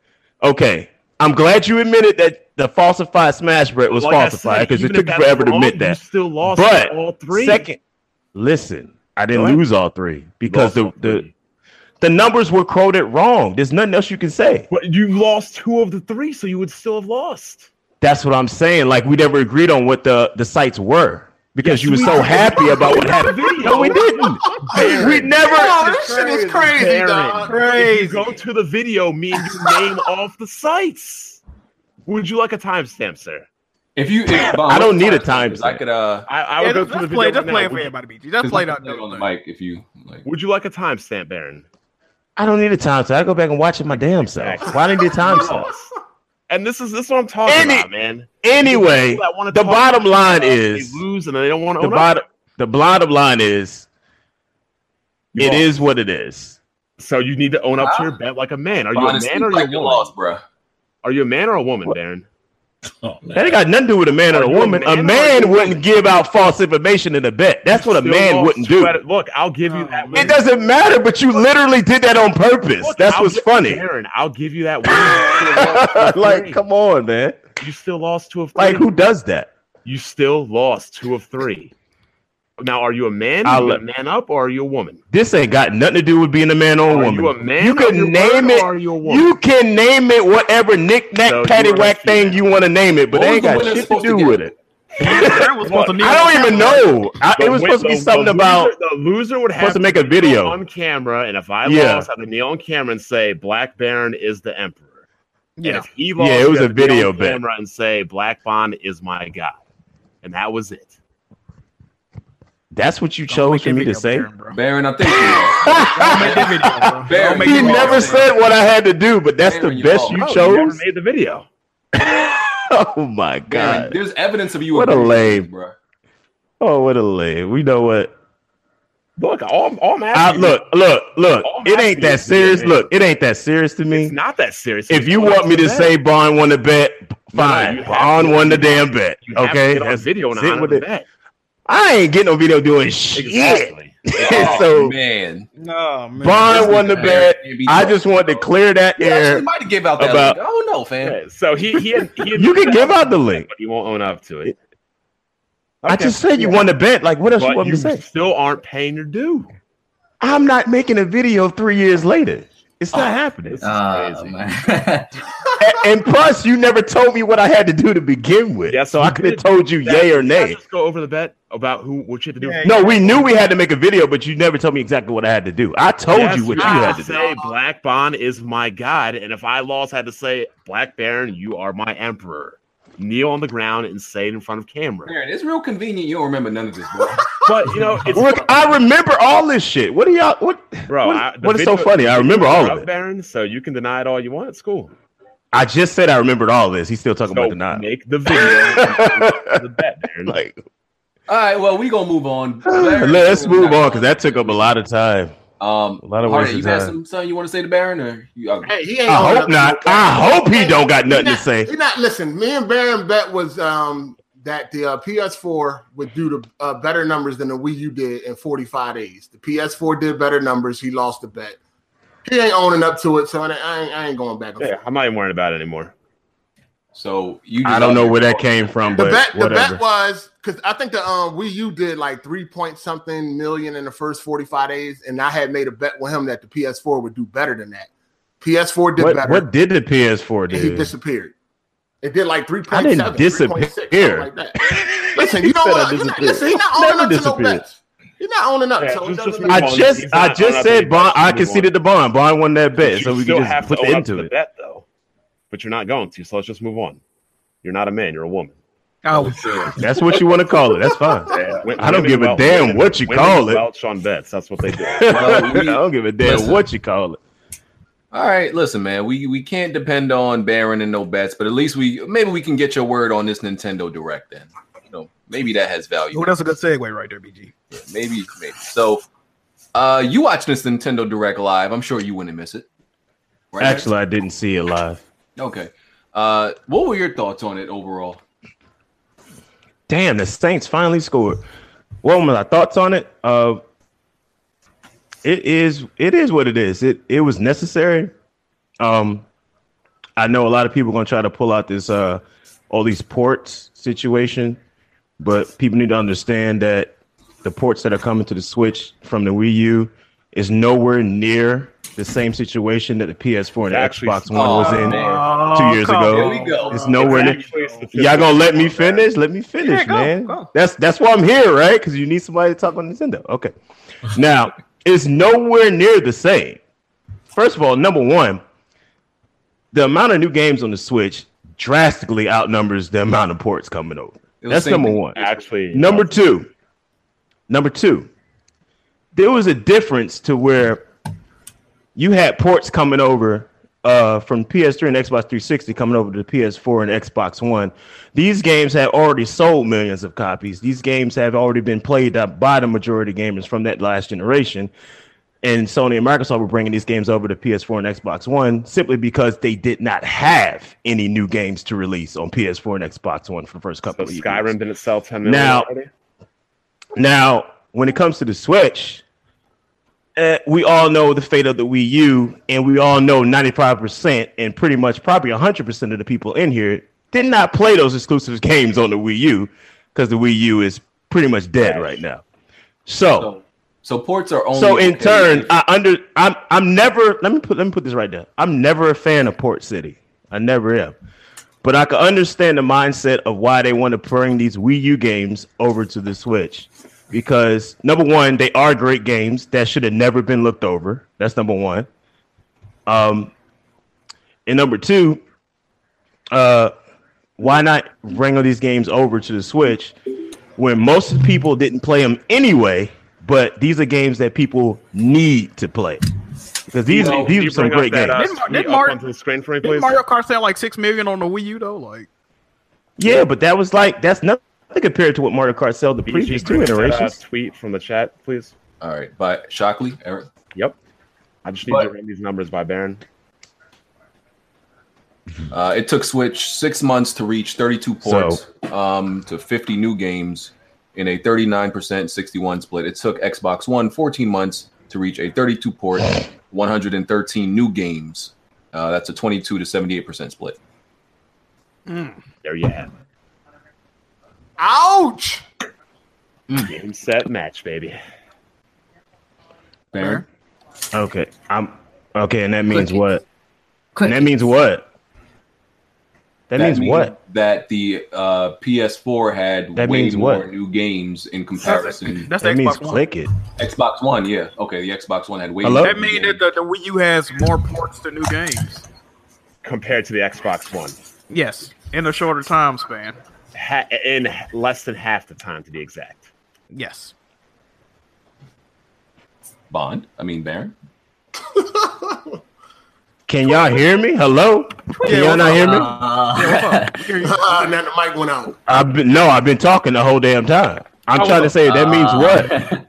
Okay. I'm glad you admitted that the falsified smash bread was Like I falsified said, because it even took if you that's forever to wrong, admit You that. still lost But all three. Second, listen, I Go didn't ahead. lose all three You because lost the, all the three. the numbers were quoted wrong. There's nothing else you can say. But you lost two of the three, so you would still have lost. That's what I'm saying. Like we never agreed on what the the sites were because Yes, you were we so did. happy about what happened. No, Oh, we didn't. we never. Yo, this shit is crazy, Darren, dog. If you Crazy. go to the video, me and you name off the sites. Would you like a timestamp, sir? If you, if, Bond, I don't what's need a the timestamp? I timestamp. could uh, I, I Yeah, would go just to the just video. play, right just now. play it Would for you- everybody, BG. Just just play it put out. it on the mic if you like. Would you like a timestamp, Baron? I don't need a timestamp. I go back and watch it my damn self. Why didn't need a timestamp? And this is this is what I'm talking Any- about, man. Anyway, People that wanna the talk bottom about line stuff, is they lose and they don't want to the bottom the bottom line is You it lost. is what it is. So you need to own up to your bet like a man. Are you Bond, a it man seems or you a like you woman? lost, bro. Are you a man or a woman, What? Baron? Oh, man. That ain't got nothing to do with a man or Are a you a woman. man or A are man you a wouldn't woman? give out false information in a bet. That's what a Still man lost wouldn't two do. out of- Look, I'll give you Oh, that. man. win. It doesn't matter, but you literally did that on purpose. Look, That's I'll what's give- funny. Baron, I'll give you that. Win. like, come on, man. you still lost two of three. Like, who does that? you still lost two of three. Now, are you a man? I'll Are you a let- man up, or are you a woman? This ain't got nothing to do with being a man or a Are woman. you a man? You of can your name word, it- Or are you a woman? You can name it whatever knick-knack, No, you are a paddywhack thing female. you want to name it, but What it was ain't the got winner shit to supposed to do get? with it. Darren was supposed to kneel I don't even know. I, The it was win- supposed to be the- something the about loser, the loser would have supposed to make a video. on camera, and if I Yeah. lost, I have to kneel on camera and say Black Baron is the emperor. And Yeah. if he Yeah, lost, it you was have to a kneel video on bet. camera and say Black Bond is my god, and that was it. That's what you Don't chose make for that me to video, say. Darren, bro. Baron, I think you lost. Don't make that video, bro. Baron, Don't make he that video. never said what I had to do, but that's the Baron, you lost. best you No, Oh, never chose. made the video. Oh my Baron, god! there's evidence of you. What a abusing lame. me, bro. Oh, what a lame. We know what. Look, all, all I'm I, asking you- look, look, look. All It my ain't that feelings Oh, is serious. hurt. Look, it ain't that serious to it's me. not that serious. If you It's want me to just a bet. say Bond won the bet, No, no, fine. you have Bond to- won the damn bet. you have Okay, to get on That's- video and sit honor with the it. bet. I ain't getting no video doing shit. Exactly. Oh, so man, No, man. Bond won the Baron bet. can't be I lost, just wanted to bro. clear that You actually air. might give out that. about- About, I don't know, fam. Okay, So he he, he You can give out the link. but he won't own up to it. I Okay. just said you won the bet. Like, what else you But want you me to say? still aren't paying your due. I'm not making a video three years later. It's Oh. not happening. Ah, Crazy. man. A- and plus, you never told me what I had to do to begin with. Yeah, so so I you could have did told you yay or Can I nay. just go over the bet about who what you had to do. Yeah, No, we knew we had to make a video, but you never told me exactly what I had to do. I told Yes, you what you I had to do. say. Black Bond is my god, and if I lost, I had to say Black Baron, you are my emperor. Kneel on the ground and say it in front of camera. Baron, it's real convenient. You don't remember none of this, bro. But you know, it's Rick, I remember all this shit. What are y'all? What? bro. what- I- the what is so video- funny? I remember all of Rob it. Baron, so you can deny it all you want. It's cool. I just said I remembered all this. He's still talking So about denial. make the video. and the bet, Baron. Like, All right, well, we gonna move on. Baron, let's we're move not- on because that took up a lot of time. Um, A lot of Hardy, wasted you got time. some something you want to say to Baron, or you, uh, Hey, he ain't I on hope nothing. not. I hope he don't got He nothing to not- say. He not listen. Me and Baron bet was um that the uh, PS4 would do the uh, better numbers than the Wii U did in 45 days. The PS4 did better numbers. He lost the bet. He ain't owning up to it, so I ain't, I ain't going back. and Yeah, forth. I'm not even worrying about it anymore. so you? I just- don't know where that came from, The but bet, the whatever. bet was because I think the um, Wii U did like three point something million in the first 45 days, and I had made a bet with him that the PS4 would do better than that. PS4 did what, better. what did the PS4 and he do? disappeared. It did like three I point didn't seven. disappear. Like that. Listen, you know said I what? You're not, disappeared. listen, he's not owning Never up to no disappeared. bets. He's not owning up. Yeah, so it just- doesn't just matter. move I on. just He's not I just on said update. Bond. I Move on. conceded to Bond. Bond won that bet, so we still can just have put to the own up end to to the it. bet though. But you're not going to, so let's just move on. You're not a man, you're a woman. Oh, That's what you want to call it. That's fine. Women- I don't give a wel- damn women- what you women call it. Welch on bets. That's what they do. Well, we- I don't give a damn listen. what you call it. All right, listen, man. We we can't depend on Baron and no bets, but at least we maybe we can get your word on this Nintendo Direct. Then, you know, maybe that has value. Ooh, that's a good segue right there, BG. Maybe, maybe. So, uh, you watch this Nintendo Direct live? I'm sure you wouldn't miss it. Right? Actually, I didn't see it live. okay. Uh, what were your thoughts on it overall? Damn, the Saints finally scored. What were my thoughts on it? Uh, it is it is what it is. It it was necessary. Um, I know a lot of people gonna try to pull out this uh all these ports situation, but people need to understand that the ports that are coming to the Switch from the Wii U is nowhere near the same situation that the PS4 and the Actually, Xbox One was oh, in. man. Two years come ago. Here we go. It's nowhere near. Y'all gonna let me finish? Let me finish, Yeah, go, man. go. That's that's why I'm here, right? Because you need somebody to talk on Nintendo. Okay. Now it's nowhere near the same. First of all, number one, the amount of new games on the Switch drastically outnumbers the amount of ports coming over. It was That's same number thing. one. Actually, Number two. Number two. There was a difference to where you had ports coming over uh, from PS3 and Xbox 360 coming over to the PS4 and Xbox One. These games have already sold millions of copies. These games have already been played up by the majority of gamers from that last generation. And Sony and Microsoft were bringing these games over to PS4 and Xbox One simply because they did not have any new games to release on PS4 and Xbox One for the first so couple of years. uh, Skyrim didn't sell 10 million. Now- already? Now, when it comes to the Switch, uh, we all know the fate of the Wii U, and we all know 95% and pretty much probably 100% of the people in here did not play those exclusive games on the Wii U because the Wii U is pretty much dead right now. So, So, so ports are only. so in okay turn, if- I under I'm I'm never let me put let me put this right there. I'm never a fan of Port City. I never am. But I can understand the mindset of why they want to bring these Wii U games over to the Switch. Because number one, they are great games that should have never been looked over. That's number one. Um and number two, uh why not bring all these games over to the Switch when most people didn't play them anyway? But these are games that people need to play because these Well, can these you are some bring up great that, games. Didn't Mar- uh, tweet didn't up Mar- onto the screen for me, Didn't please? Mario Kart sell like six million on the Wii U though? Like, yeah, but that was like that's nothing compared to what Mario Kart sold the BG, previous two bring up that, uh, iterations. tweet from the chat, please. all right, by Shockley, Eric. Yep. I just need But- to run these numbers by Baron. Uh, it took Switch six months to reach 32 ports um, to 50 new games in a 39% 61 split. It took Xbox One 14 months to reach a 32 port 113 new games. Uh, that's a 22 to 78% split. Mm. There you have Ouch! Hmm. it. Game set match, baby. Baron? Okay, I'm okay, and that means Quick. what? Quick. And that means what? That, means, what? That the uh, PS4 had That way means more what? new games in comparison. that's the That Xbox means One. click it. Xbox One, yeah. Okay, the Xbox One had way Hello? more. That means that the, the Wii U has more ports to new games. Compared to the Xbox One. Yes, in a shorter time span. Ha- in less than half the time, to be exact. Yes. Bond. I mean Baron. Can y'all hear me? Hello? Can y'all not hear me? Uh, now the mic went out. I've been no, I've been talking the whole damn time. I'm Oh, trying to say that uh, means what?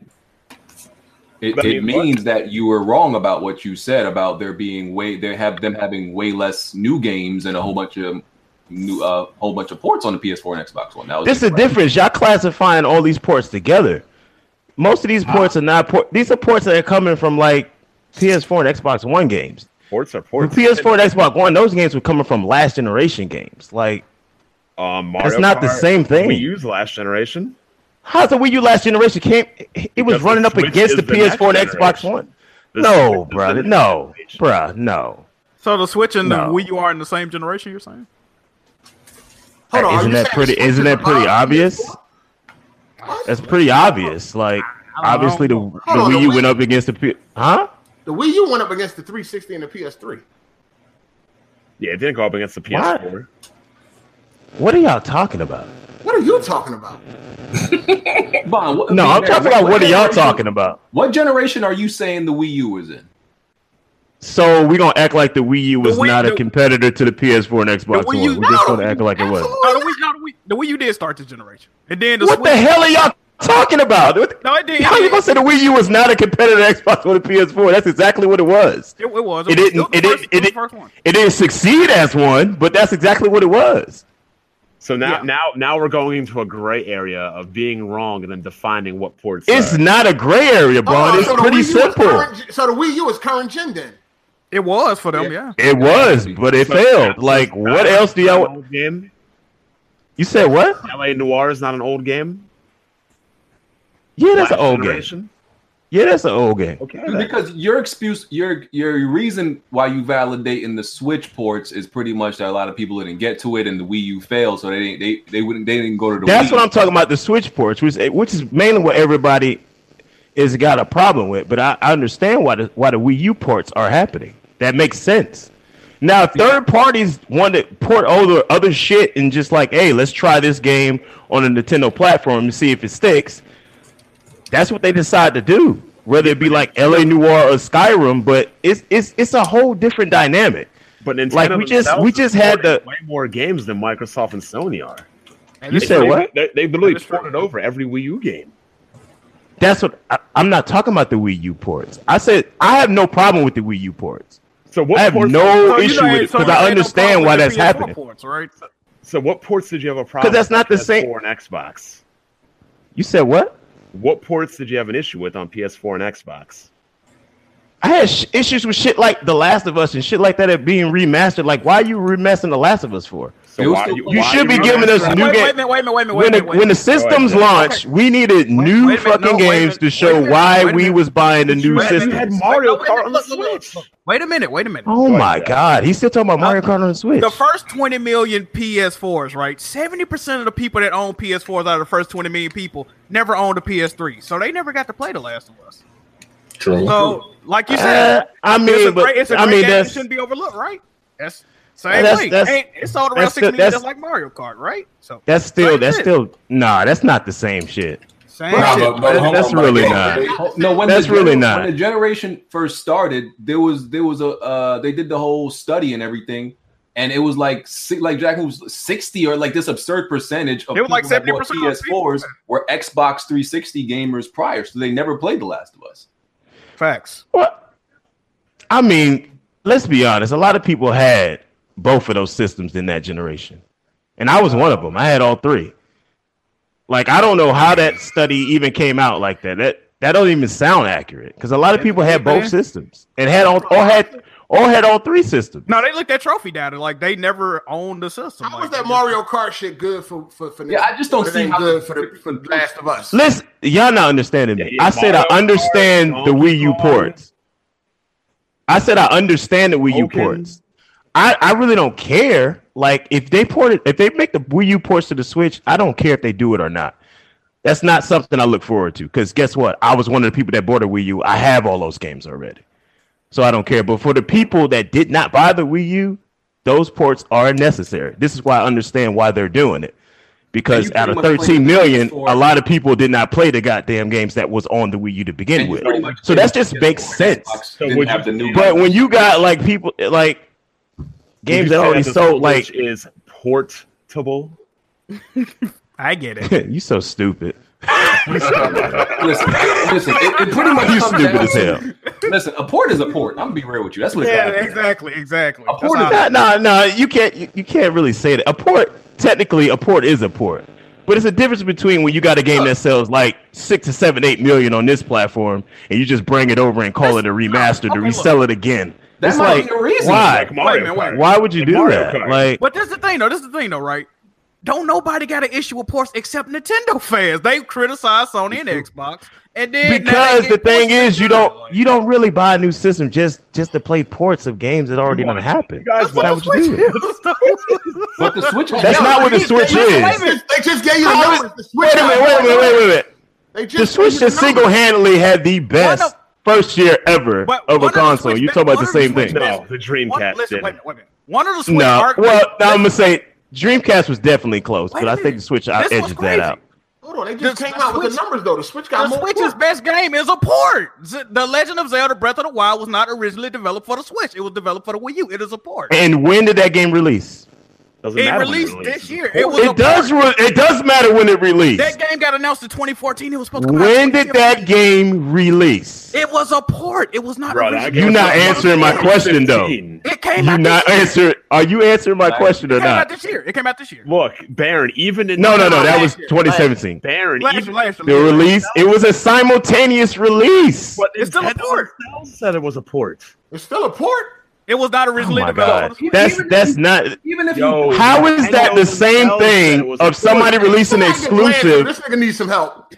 It, That it means what? means that you were wrong about what you said about there being way they have them having way less new games and a whole bunch of new uh whole bunch of ports on the PS4 and Xbox One. That was This is the difference. Y'all classifying all these ports together. Most of these ports are not port. These are ports that are coming from like PS4 and Xbox One games. Ports are From ports. PS4 and Xbox One, those games were coming from last generation games. Like, Um, Mario that's not the Kart, same thing. We use last generation. How's the Wii U last generation came? It was Because the running up Switch against is the the next PS4 and Xbox generation. One. The no, Switch is brother. the No, next generation. bruh. No. So the Switch and the No. Wii U are in the same generation. You're saying? Hold on. are isn't you that saying pretty? Switch Isn't is that pretty Bond? obvious? That's pretty obvious. Like, obviously the, the Hold on, Wii the U Wii- went up against the P- huh? The Wii U went up against the 360 and the PS3. Yeah, it didn't go up against the What? PS4. What are y'all talking about? What are you talking about? Bond, what, No, I mean, I'm Baron, talking about what are y'all generation- talking about. What generation are you saying the Wii U was in? So we gonna act like the Wii U was The Wii- not a the- competitor to the PS4 and Xbox Wii One. U We're just no, gonna act like it was. absolutely. No, the Wii, no, the Wii, the Wii U did start this generation, and then the What Switch. the hell are y'all talking about? What- No, it did. How you gonna say the Wii U was not a competitor to Xbox One and PS4? That's exactly what it was. It, it was. It was- didn't- was the first- it didn't- it was the didn't- first one. It didn't succeed as one, but that's exactly what it was. So now, Yeah. now, now we're going into a gray area of being wrong and then defining what ports. It's are. not a gray area, bro. Hold on, it's so the pretty Wii U is simple. current gen- so the Wii U is current gen then. It was for them. Yeah. It was, but it So- failed. so Like, it's what not- else do it's not an y'all? old game? You said what? LA Noir is not an old game. Yeah, that's an Last old game. generation? Yeah, that's an old game. Okay. Because your excuse, your your reason why you validating the Switch ports is pretty much that a lot of people didn't get to it and the Wii U failed, so they didn't they, they wouldn't they didn't go to the. That's Wii. what I'm talking about. The switch ports, which eh, which is mainly what everybody is got a problem with. But I, I understand why the why the Wii U ports are happening. That makes sense. Now, if third parties want to port over other shit and just like, hey, let's try this game on a Nintendo platform and see if it sticks. That's what they decide to do. Whether it be like LA Noir or Skyrim, but it's it's it's a whole different dynamic. But Nintendo Like, we just- themselves we just is had porting the- way more games than Microsoft and Sony are. And You they- said They- what? They, they literally That is true. ported over every Wii U game. That's what I, I'm not talking about the Wii U ports. I said I have no problem with the Wii U ports. So what I have ports, no you issue know, with it so because you had I no understand problem why with the that's PS4 happening. Ports, right? So what ports did you have a problem? that's not the with on same- PS4 and Xbox. You said what? What ports did you have an issue with on PS4 and Xbox? I had sh- issues with shit like The Last of Us and shit like that at being remastered. Like, why are you remastering The Last of Us for? So It was why still- you, You why should you be giving us remastering- new wait, game- wait a minute, wait a minute, wait a minute, When wait the, a minute. when the systems Go ahead, Jeff. launched, we needed new wait a minute, fucking no, wait a games minute, to show wait a minute, why wait a we minute. was buying the new Wait a minute, You system. had Mario Wait, no, wait, Kart on the look, look, look, Switch. Wait a minute, wait a minute. Oh Go ahead, my Jeff. god, he's still talking about Mario Kart on the Switch. The first 20 million PS4s, right? 70% of the people that own PS4s out of the first 20 million people never owned a PS3. So they never got to play The Last of Us. True. So, like you Uh, said, I it's a mean, great, but it's a I great mean game that that's shouldn't be overlooked, right? That's same That's- way. that's- Ain't- it's all around that's six the- million that's- just like Mario Kart, right? So that's still Same that's shit. still nah, that's not the same shit. same Nah, shit. but- but That- hold that's on, but- really yeah, not. they- No, when That's the gener- really not. When the generation first started, there was there was a uh, they did the whole study and everything, and it was like si- like Jack was sixty or like this absurd percentage of It was like people that bought 70% of PS4s were Xbox 360 gamers prior, so they never played The Last of Us. Facts. Well, I mean, let's be honest. A lot of people had both of those systems in that generation, and I was one of them. I had all three. Like, I don't know how that study even came out like that. That that don't even sound accurate because a lot of people had both systems and had all all had all had all three systems. No, they looked at trophy data like they never owned the system. How like, was that Mario Kart shit good for for, for Yeah, I just don't It see ain't how good the- for the for the Last of Us. Listen, y'all not understanding me. Yeah, I said Mario I understand Kart, the Wii U Donkey Kong. ports. I said I understand the Wii U Okay. ports. I, I really don't care. Like if they port it, if they make the Wii U ports to the Switch, I don't care if they do it or not. That's not something I look forward to. Because guess what? I was one of the people that bought a Wii U. I have all those games already. So I don't care. But for the people that did not buy the Wii U, those ports are necessary. This is why I understand why they're doing it. because And you out of pretty much played 13 the million, PS4. a lot of people did not play the goddamn games that was on the Wii U to begin And you with. pretty much So did that's just PS4 makes and sense. Xbox So didn't would have you- the new But when you got like people like games that already sold, like is portable. I get it. you so stupid. listen, listen, it, it pretty much You comes stupid down as to- hell. Listen, a port is a port. I'm gonna be real with you. That's what it's Yeah, gotta be. exactly, exactly. A That's port how- is- No, no, no. You can't. You, you can't really say that. A port, technically, a port is a port, but it's a difference between when you got a game that sells like six to seven, eight million on this platform, and you just bring it over and call it a remastered to okay, look. resell it again. That it's might like be a reason. why? Wait a minute, wait. Why would you do Mario that? Kart. Like, But this is the thing, though. This is the thing, though, right? Don't nobody got an issue with ports except Nintendo fans. They criticize Sony and Xbox, and then now they because the get thing ports is, you Nintendo. don't you don't really buy a new system just just to play ports of games that already done happened. guys That's not want- what you do. But the Switch was That's Yo, not what the they- Switch they- is. They just- they just gave you the I know numbers. The Switch Wait a minute! Wait a minute! Wait a minute! They The just gave Switch you the just numbers. single handedly had the best One of- first year ever But of one a of the console. Switch You ba- talking about one the of the same Switch thing? ba- No, the Dreamcast One, did. listen, wait a minute, wait a minute. One of the Switch. No, arc- well, now I'm gonna say Dreamcast was definitely close, Wait but a I think the minute. Switch out This was edges that crazy. out. Hold on, they just The came out with the Switch- numbers though. The Switch got The more. Switch's ports. best game is a port. Z- The Legend of Zelda: Breath of the Wild was not originally developed for the Switch. It was developed for the Wii U. It is a port. And when did that game release? Doesn't It matter when released released. this year. It was. a It does. port. Re- it does matter when That it released. game got announced in 2014. It was supposed to come out. in When did that 2015. game release? It was a port. It was not. Bro, that original. game You not was answering my question though. 2015. It came You out. not this year. answer. Are you answering my question It or came out not? this year. It came out this year. Look, Baron, even in No, no, no. That was Last year. 2017. Baron, Last even last The release. It was a simultaneous release. but It's still a Nintendo port. themselves said it was a port. It's still a port. It was not Oh originally my developed. god. for the Switch. That's that's not. Even if Yo, you How is that the Nintendo themselves same said it thing was a of somebody port. releasing Who an I get blamed for? exclusive? This nigga needs some help.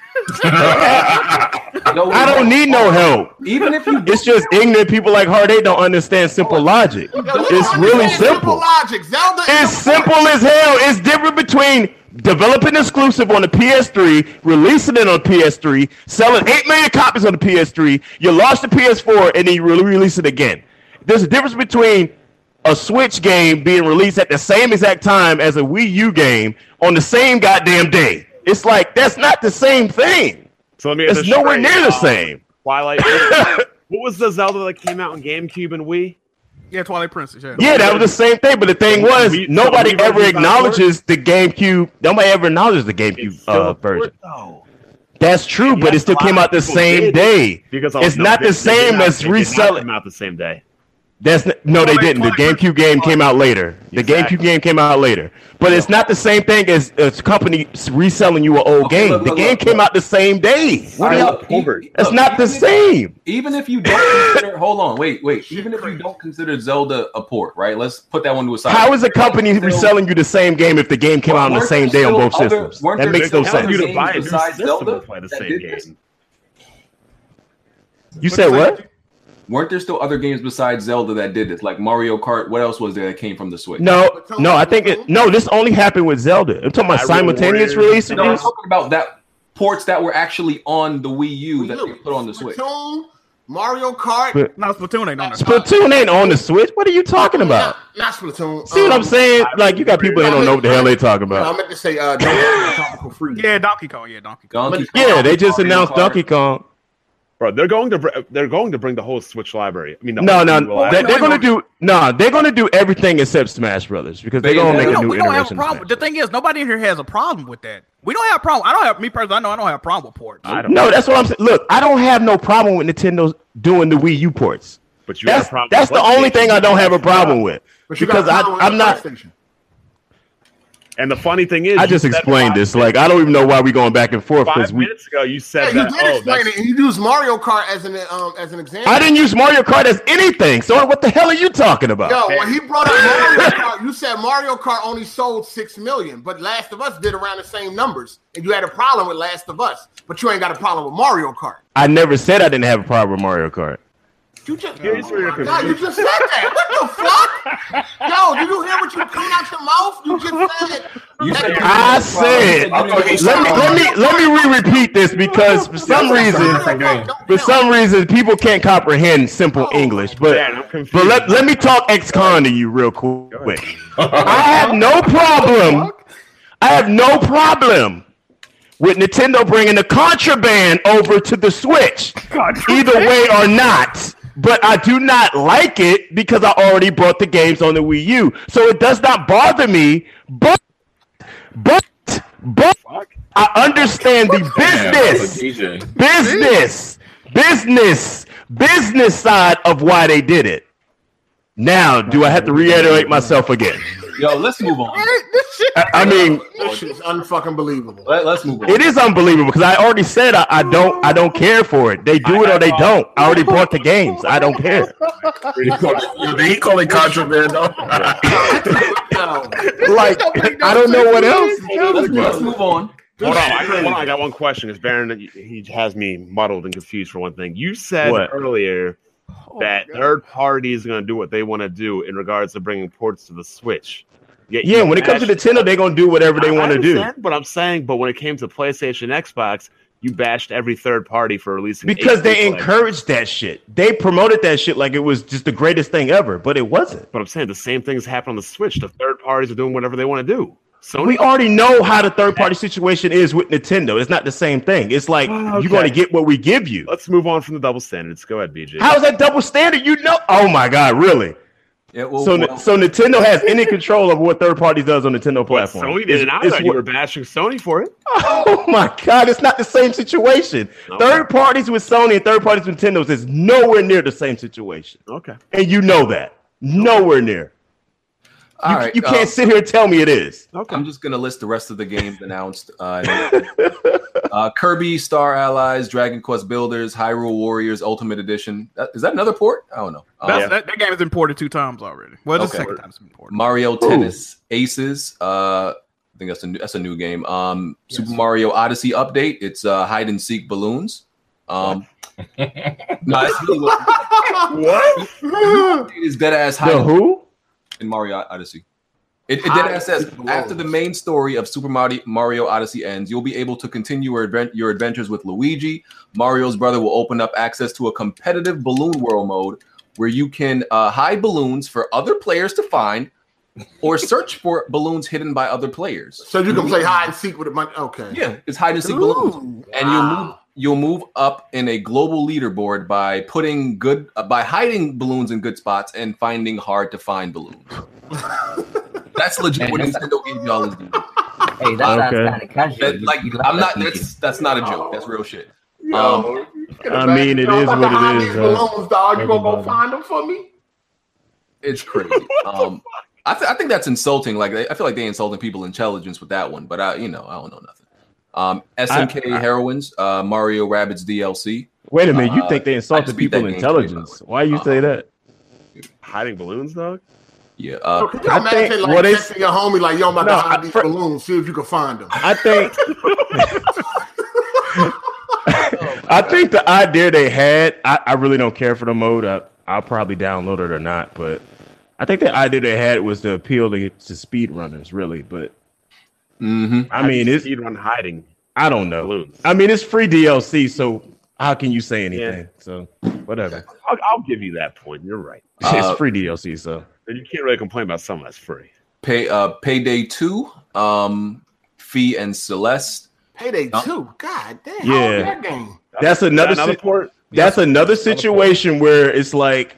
yo, I don't need no help. Even if you It's just ignorant people like her. They don't understand simple logic. Yo, you It's don't really understand simple. Logic. Zelda. is It's a port. simple as hell. It's different between developing exclusive on the PS3, releasing it on PS3, selling 8 million copies on the PS3, you launch the PS4, and then you re- release it again. There's a difference between a Switch game being released at the same exact time as a Wii U game on the same goddamn day. It's like, that's not the same thing. So let me get It's this straight. nowhere near the Uh, same. Twilight. what was the Zelda that came out on GameCube and Wii? Yeah, Twilight Princess. Yeah. Yeah, that was the same thing. But the thing was, We- so nobody we were ever released on board? acknowledges the GameCube. Nobody ever acknowledges the It's GameCube still uh, a port, version. though. That's true, And but it yes, still a lot came of out the people same did. day. Because It's no, not the they- they same did not- as they did not reselling- Come out the same day. That's n- no, they Twilight- didn't. The Twilight GameCube game came out later. The Exactly. GameCube game came out later, but it's not the same thing as a company s- reselling you an old Okay, game. look, the look, game look, came look. out the same day. All What right, are look, y'all over? e- That's look, not the even if- same. Even if you don't consider, hold on, wait, wait. Even if you don't consider Zelda a port, right? Let's put that one to a side. How is a company Still- reselling you the same game if the game came Well, out on the weren't same there day on still both other- systems? weren't That there makes still no Telling other you sense. to buy a new Games besides system to Zelda play the that same did this? game. You said what? Weren't there still other games besides Zelda that did this? Like Mario Kart. What else was there that came from the Switch? No, no, I think it. No, this only happened with Zelda. I'm talking about Hyrule Warriors. simultaneous release. No, I'm talking about that ports that were actually on the Wii U that they put on the Switch. Splatoon, Mario Kart. But- No, Splatoon ain't on that. Splatoon ain't on the Switch. What are you talking about? Not, not Splatoon. See what um, I'm saying? Like you got people that don't know what the hell they talking I about. meant to say uh, Donkey Kong Tropical Freeze. Yeah, Donkey Kong. Yeah, Donkey Kong. Donkey Kong, Yeah, they just Mario announced Kart. Donkey Kong. Bro, they're going to br- they're going to bring the whole Switch library. I mean, the No, whole no, Wii library. they- they're gonna do no, they're gonna do everything except Smash Brothers because they're Bayonetta. gonna make We a don't, new we don't have a iteration. of problem. The Smash. thing is, nobody in here has a problem with that. We don't have a problem. I don't have me personally. I know I don't have a problem with ports. I don't know, No, that's what I'm saying. Look, I don't have no problem with Nintendo doing the Wii U ports. but you That's have a problem that's the with only PlayStation. thing I don't have a problem with But you got because a I problem with I'm not. PlayStation. And the funny thing is, I you just said explained five- this. Like I don't even know why we're going back and forth Five because we. minutes ago, you Yeah, said you that. did Oh, explain it, that's and you used Mario Kart as an um as an example. I didn't use Mario Kart as anything. So what the hell are you talking about? Yo, when he brought up Mario Kart, you said Mario Kart only sold six million, but Last of Us did around the same numbers, and you had a problem with Last of Us, but you ain't got a problem with Mario Kart. I never said I didn't have a problem with Mario Kart. You just, Here's where you're Oh my God, you just said that. What the fuck? Yo, did you hear what you coming out your mouth? You just said. You said- I said, Okay, let me let me let me re-repeat this because for some reason, for some reason, people can't comprehend simple Man, English. But I'm confused. but let let me talk ex-con to you real quick. I have no problem. I have no problem with Nintendo bringing the contraband over to the Switch, either way or not. But I do not like it because I already bought the games on the Wii U, so it does not bother me. But, but, but, I understand the business DJ. business, business, business side of why they did it. Now, do I have to reiterate myself again? Yo, let's move on. I, I mean, This shit's unfucking believable. Let, us move on. it is unbelievable because I already said I, I don't, I don't care for it. They do it or they don't. I already bought the games. I don't care. Did he call it contraband? though? No. Like, I don't know what else. Let's, let's move on. Hold on, I got, hold on, I got one question because Baron he has me muddled and confused for one thing. You said What? earlier that third parties are going to do what they want to do in regards to bringing ports to the Switch. Yet Yeah, you when it comes to bashed- Nintendo, they're gonna do whatever they I- I want to do. understand What I'm saying, but when it came to PlayStation, Xbox, you bashed every third party for releasing Because eight they people. encouraged that shit. They promoted that shit like it was just the greatest thing ever, but it wasn't. But I'm saying the same things happen on the Switch. The third parties are doing whatever they want to do. Sony, We already know how the third party situation is with Nintendo. It's not the same thing. It's like Oh, you're going okay. to get what we give you. let's move on from the double standards. Go ahead, BJ. How is that double standard? You know? Oh my god, really? Yeah, well, so, well, so Nintendo has any control of what third party does on Nintendo But platform? Sony didn't It's- either. it's you what- were bashing Sony for it. oh my god, it's not the same situation. Okay. Third parties with Sony and third parties with Nintendo's is nowhere near the same situation, Okay. and you know that. Nowhere near. all right, You uh, can't sit here and tell me it is. I'm just gonna list the rest of the games announced. Uh, uh, Kirby, Star Allies, Dragon Quest Builders, Hyrule Warriors Ultimate Edition. That- Is that another port? I don't know. Um, Oh, That's, that, that game has been ported two times already. Well, the Okay. second time it's been ported. Mario Tennis Aces. Uh, I think that's a new, that's a new game. Um, Super Mario Odyssey update. It's uh, hide and seek balloons. Um, no, it's really what What? it is dead ass hide The who? in Mario Odyssey. It, it did Odyssey ask says belongs. after the main story of Super Mario, Mario Odyssey ends, you'll be able to continue your, advent, your adventures with Luigi. Mario's brother will open up access to a competitive balloon world mode where you can uh, hide balloons for other players to find or search for balloons hidden by other players. So you can play hide and seek with a bunch. Okay. Yeah, it's hide and seek balloons Ooh, and you'll move you'll move up in a global leaderboard by putting good uh, by hiding balloons in good spots and finding hard to find balloons. That's legit what Nintendo gave y'all is doing. Hey, that sounds Okay. kind of casual. That, You- like you I'm not that, Oh. don't that's that's not a joke. That's real shit. Um, Yo, I mean, it is what it is, These though. balloons, dog. You gonna go Everybody. find them for me? It's crazy. Um I, th- I think that's insulting. Like they, I feel like they insulting people intelligence with that one, but I you know, I don't know nothing. Um SMK Heroines, uh Mario Rabbids DLC. Wait a minute. You Uh, think they just insulted beat that people game intelligence? three, by the Uh-huh. Why you say that? Hiding balloons, dog. Yeah, So uh Oh, Can you I imagine think like what is- texting your homie like, yo, I'm about No, to hide I- these for- balloons, see if you can find them. I think. I think the idea they had, I, I really don't care for the mode. I, I'll probably download it or not, but I think the idea they had was to appeal to, to speedrunners, really. But mhm. I mean, it's you'd run hiding I don't know. balloons. I mean, it's free DLC, so how can you say anything? So whatever, I'll, I'll give you that point. You're right. Uh, it's free DLC. So And you can't really complain about something that's free. Pay uh Payday 2, um Fee and Celeste. Payday No. two. God damn. Yeah. Yeah. That game. that's another another si- port. that's another situation where it's like.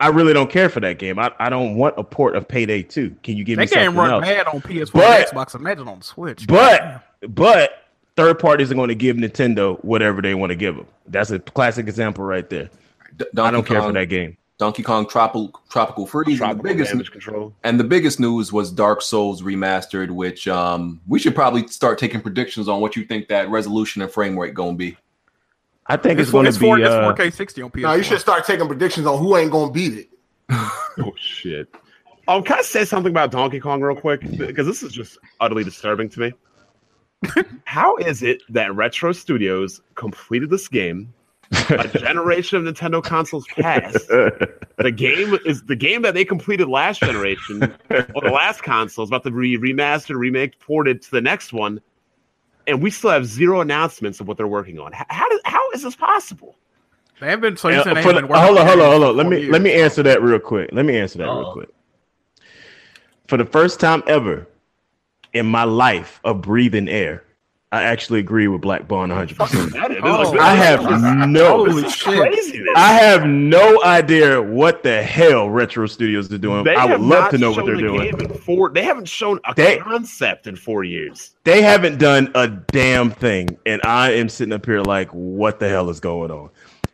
I really don't care for that game. I, I don't want a port of Payday 2. Can you give me That something game run else? mad on PS4 But- and Xbox. Imagine on the Switch. But but third parties are going to give Nintendo whatever they want to give them. That's a classic example right there. D- I don't Donkey care Kong- for that game. Donkey Kong Tropical Tropical Freeze. and the Tropical biggest damage control. and the biggest news was Dark Souls remastered, which um we should probably start taking predictions on what you think that resolution and frame rate gonna be. I think it's, it's, going it's to be. four- it's uh, 4K 60 on PS4. Now you should start taking predictions on who ain't gonna beat it. Oh shit. Um, can I say something about Donkey Kong real quick? Because this is just utterly disturbing to me. How is it that Retro Studios completed this game? A generation of Nintendo consoles passed. The game is the game that they completed last generation or the last console is about to be remastered, remake, ported to the next one, and we still have zero announcements of what they're working on. How how, do, how is this possible? They have been so you uh, said they for haven't the- been working hold on on, hold on, games hold for on. Let four me let years. me answer that real quick. Let me answer that real quick. For the first time ever, in my life of breathing air. I actually agree with Black Bond 100. percent That is- Oh, like, I have this is no, Holy shit. craziness. I have no idea what the hell Retro Studios is doing. They I have would love not to know what shown they're the doing. game in Four, they haven't shown a They- concept in four years. They haven't done a damn thing, and I am sitting up here like, what the hell is going on?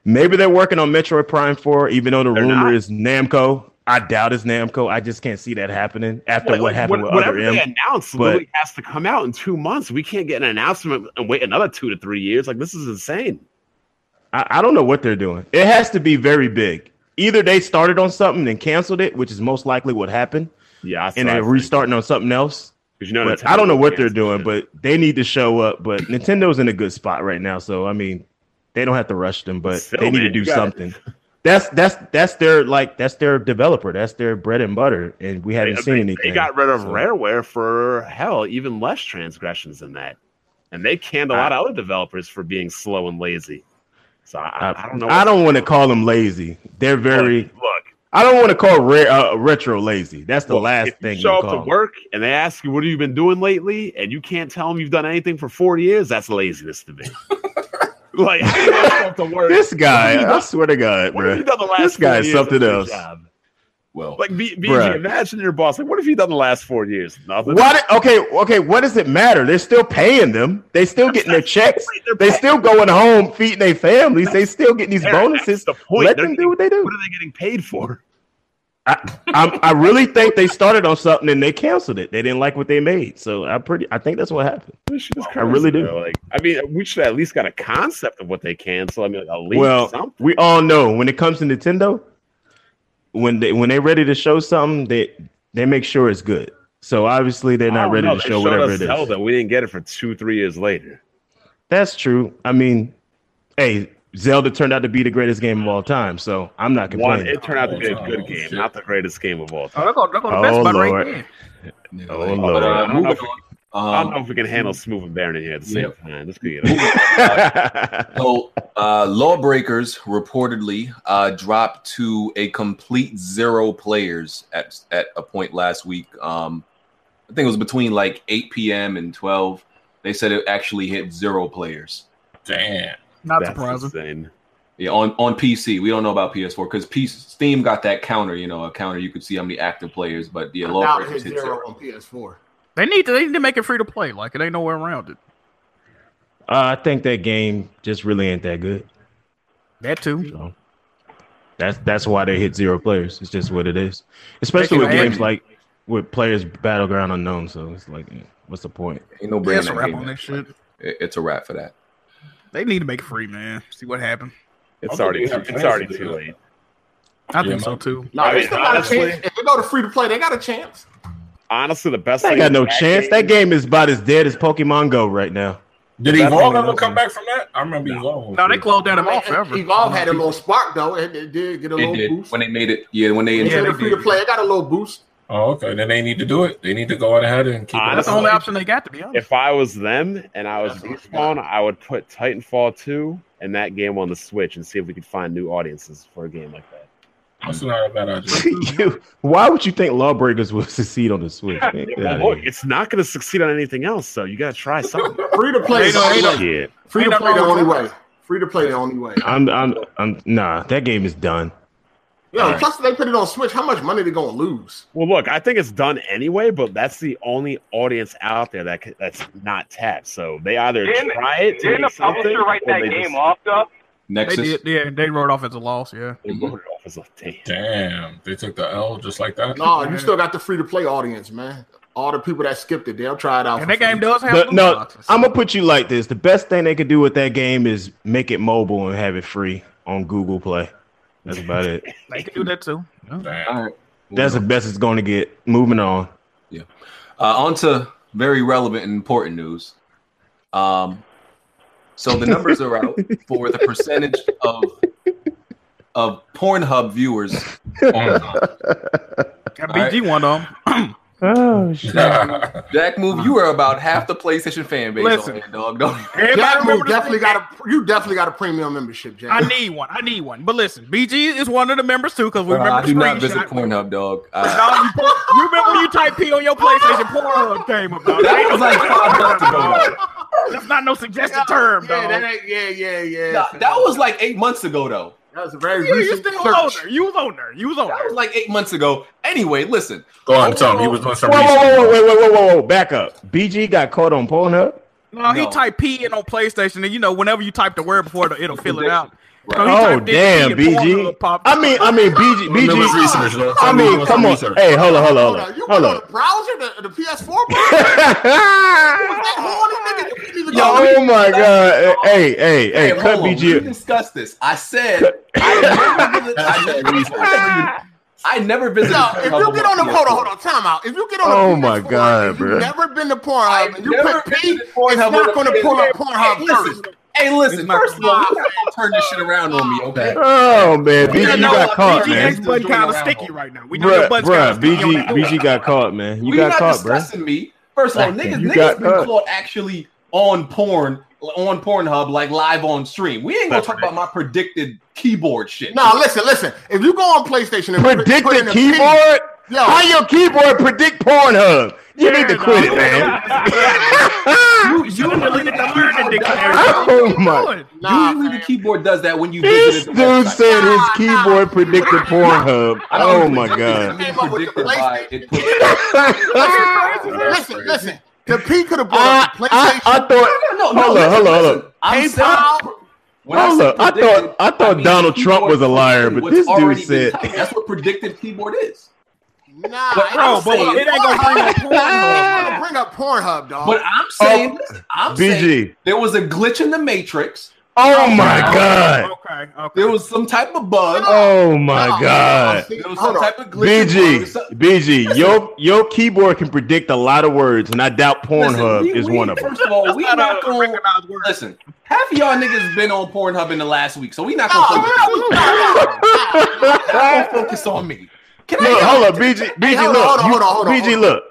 Maybe they're working on Metroid Prime 4, even though the They're rumor not. is Namco. I doubt it's Namco. I just can't see that happening after Like, what happened what- with Other whatever they M. announced but- literally has to come out in two months. We can't get an announcement and wait another two to three years. Like this is insane. I, I don't know what they're doing. It has to be very big. Either they started on something and canceled it, which is most likely what happened, Yeah, that's and what I they're think. restarting on something else, 'Cause you know but Nintendo I don't know what they're cancels doing, shit. but they need to show up. But Nintendo's in a good spot right now, so I mean, they don't have to rush them, but Still, they need man, to do you gotta- something. That's that's that's their like that's their developer, that's their bread and butter, and we haven't they, seen they- anything. They got rid of so. Rareware for hell, even less transgressions than that, and they canned a lot of other developers for being slow and lazy. So I, I, I don't know. I what's don't want to call them lazy. They're going on. very. look. I don't want to call rare, uh, retro lazy. That's the Look, last if thing. You you show call. up to work and they ask you, "What have you been doing lately?" and you can't tell them you've done anything for four years. That's laziness to me. like I don't show up to work. What have This you guy, I done- swear to God, what have you bro. done the last? this guy four is years of something your else. job? Well, Like, B- BG, Bruh. imagine your boss. Like, what have you done the last four years? Nothing. Why? do- Okay, okay. What does it matter? They're still paying them. They still getting their checks. They're They paying- still going home, feeding their families. They still getting these Yeah, bonuses. That's the point. Let They're them getting- do what they do. What are they getting paid for? I, I really think they started on something and they canceled it. They didn't like what they made, so I pretty I think that's what happened. This shit is I really crazy, do. bro. Like, I mean, we should at least got a concept of what they cancel. I mean, like, at least well, something. we all know when it comes to Nintendo, when they when they're ready to show something, they they make sure it's good. So obviously they're I not don't ready know. to They show showed whatever us it is. Zelda. We didn't get it for two, three years later. That's true. I mean, hey, Zelda turned out to be the greatest game of all time, so I'm not One, complaining. it turned out to be a Oh, good shit. game, not the greatest game of all time. Oh, they're going, they're going Oh, to Best Buy right Lord. then. yeah, oh, like- Lord. but, uh, I don't know moving if- I on. don't Um, know if we can handle Smooth and Baron in here at the same time. This could get So, uh, lawbreakers reportedly uh, dropped to a complete zero players at at a point last week. Um, I think it was between like 8 p.m. and 12. They said it actually hit zero players. Damn. Not That's surprising. insane. Yeah, on, on PC. We don't know about PS4 because Steam got that counter. You know, a counter you could see how many active players. But yeah, Now it hit lawbreakers hit zero zero. on PS4. They need to they need to make it free to play. Like it ain't nowhere around it. Uh, I think that game just really ain't that good. That too. So that's that's why they hit zero players. It's just what it is. Especially with They can games add- like with players battleground unknown. So it's like, eh, what's the point? Ain't no Yeah, bringing it's a that wrap game on back. that shit. It- it's a wrap for that. They need to make it free, man. See what happens. It's think already we too, have it's already plans to too do late. I Yeah, think so man. too. No, I they mean, still got honestly- a chance. If they go to free to play, they got a chance. Honestly, the best They thing got is no chance. That game is about as dead as Pokemon Go right now. Did That's Evolve the ever only come one. back from that? I remember Evolve. No, they closed down them I mean, all forever. Evolve had a little spark though. It, it did get a It little did boost. when they made it. Yeah, when they They Yeah, yeah, they the free to did. play, it got a little boost. Oh, okay. Then they need to do it. They need to go out ahead and keep. it That's the Honestly, up. only option they got to be honest. If I was them and I was That's what I Respawn, I would put Titanfall 2 and that game on the Switch and see if we could find new audiences for a game like that. That's not a bad idea. You- why would you think Lawbreakers will succeed on the Switch? Man, get Well, outta look, here. it's not going to succeed on anything else, so you got to try something. Free to play, They don't- they don't- Shit. free to ain't play the nothing wrong only with way. Free to play the only way. I'm, I'm, I'm, nah, that game is done. Yo, plus if they put it on Switch. How much money they gonna lose? Well, look, I think it's done anyway, but that's the only audience out there that c- that's not tapped. So they either Didn't- try it, to Didn't the make something, publisher write or that they game just- off though? They did, Nexus. yeah, they wrote off as a loss, yeah. They wrote it off as a damn. Damn, they took the L just like that. No, you still got the free to play audience, man. All the people that skipped it, they'll try it out. And for that game free. does have The- loot no, boxes. I'm gonna put you like this: the best thing they could do with that game is make it mobile and have it free on Google Play. That's about it. they can do that too. Yeah. Damn. All right. That's the best it's going to get. Moving on. Uh, on to very relevant and important news. Um, so the numbers are out for the percentage of of Pornhub viewers. Oh, Got BG one of them. Oh shit. Jack move. You are about half the PlayStation fan base. Listen. on here, dog. Don't Everybody Jack remember Move the definitely thing? got a you definitely got a premium membership, Jack. I need one. I need one. But listen, BG is one of the members too, because we Bro, remember I the do not visit screenshot. Pornhub, dog. Uh, I, Dog, you, you remember when you type P on your PlayStation Pornhub came up, dog. That that was like five months ago. That's not no suggested term, yeah, dog. that ain't- yeah, yeah, yeah. Nah, that was like eight months ago, though. that was a very you, you recent still search. on there. You was on there. You was on That there. was like eight months ago. Anyway, listen. Go on, tell me. He was doing Whoa, some whoa, research. whoa, whoa, wait, wait, whoa, whoa, whoa! Back up. BG got caught on Pornhub. No, he No. typed P in on PlayStation, and you know, whenever you type the word before it, it'll fill it out. Right. So he Oh typed in damn, P and BG. Pornhub popped I mean, I mean, BG, It was BG. research, though. I Tell me he mean, was come doing on. research. Hey, hold on, hold on, Hold hold on, you on. went Hold on on. the browser, the, the PS4 browser. that horny nigga. You didn't even go oh my god. Hey, hey, hey! Hey, cut hold on. We BG. discussed this. I said I never visit. I never, I never visit. No, if you get on the hold on, hold on, time out. If you get on Oh the my PS4, God, if you've bruh. never been to I've Pornhub and you never put P, visited it's Pornhub with a not gonna pull up Pornhub Hey, listen. first. Hey, listen. It's not- First of all, you're not gonna turn this shit around on me, okay? Oh man, BG know got what? caught, BG man. next button kind Still doing of the sticky round. right now. We know Bruh, your button's kind bruh, of sticky. on BG, that door. BG got caught, man. You We're got not caught, bruh. discussing me. First of all, Thank you. niggas, You niggas got been caught. caught actually on porn on Pornhub, like live on stream. We ain't gonna That's talk right. about my predicted keyboard shit. No, listen, listen. If you go on PlayStation and Predict put in the a P, keyboard? yo, How your keyboard predict Pornhub? You need to Yeah, dog. quit it, man. you, you You deleted the learning dictionary. Oh, What you my- doing? nah, Usually the man. keyboard does that when you This visit the dude website. said his keyboard predicted Pornhub. I don't Oh think my it's god. been predicted by it put- listen, listen. The P could have brought I, up the I, PlayStation. I thought No, no, no, Hold no, up, listen, hold up, hold listen. up. I'm Hey, saying- Tom. when I Hold said up, I predicted, thought- I thought mean Donald Trump keyboard was a liar, but what's this dude already been said- typed. that's what predicted keyboard is. Nah, But bro, I'm but saying- it ain't gonna bring up Pornhub. It'll bring up Pornhub, dog. Oh, But I'm saying, listen, I'm saying BG. there was a glitch in the matrix. Oh my god. Okay, okay. There was some type of bug. Oh my Nah, god. see, There was some Hold on. type of glitch. in- BG, BG, your your keyboard can predict a lot of words, and I doubt Listen, Pornhub we- is we- one of them. First of all, we That's not not a going. recognized word. Listen, half of y'all niggas been on Pornhub in the last week, so we not No, gonna focus, no, no, no, no. we not gonna focus on me. Can I? Look, hold up, BG, BG, hold on, look, hold on, you- hold on, hold on, BG, hold on. look,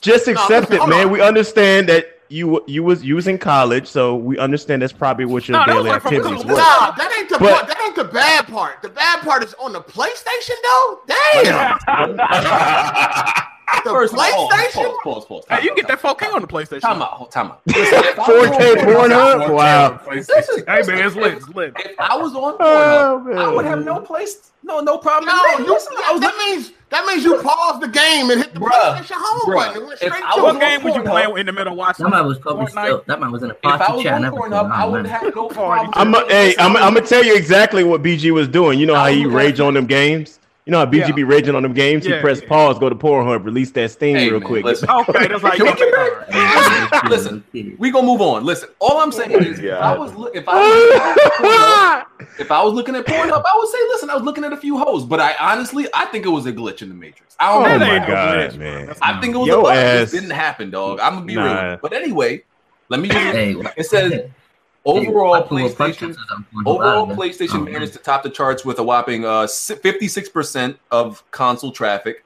just accept listen, it, hold man. on. We understand that you you was you was in college, so we understand that's probably what your No, that was daily like from activities school. were. Nah, that ain't the But- part, that ain't the bad part. The bad part is on the PlayStation though. Damn, the First of all, PlayStation. Pause, pause, pause. Hey, you can get that 4K on the PlayStation. Time out. hold- Time out. Listen, if I was on Oh, 4K Pornhub, wow. Listen, Hey man, it's listen, lit. If, It's lit. if I was on Oh, Pornhub, I would have man. no place, no, no problem. No, you, Listen, I was that means that means you paused the game and hit the Bruh, PlayStation home bruh, button. It if went straight I was to What it. game was you Pornhub. playing in the middle of watching? That man was probably Fortnite? still. That man was in a If I was party chat on and everything. Pornhub, I would man. have no problem. I'm a, hey, I'm I'm gonna tell you exactly what BG was doing. You know how I he was- rage on them games. You know how BG Yeah. be raging on them games. Yeah, he pressed yeah. pause, go to Pornhub, release that steam Hey, real man, quick. listen. Okay, that's like Can we get back? Alright. Listen, we gonna move on. Listen, all I'm saying is, if I God. was look, if I was, if I was looking at Pornhub, I would say, listen, I was looking at a few hoes, but I honestly, I think it was a glitch in the matrix. I Oh don't know. That ain't my no God, glitch, man. bro. I think it was Yo a bug. It ass. just didn't happen, dog. I'm gonna be Nah. real. But anyway, let me. Hey, It says overall PlayStation. Overall, PlayStation Oh. man. managed to top the charts with a whopping uh, si- 56% of console traffic.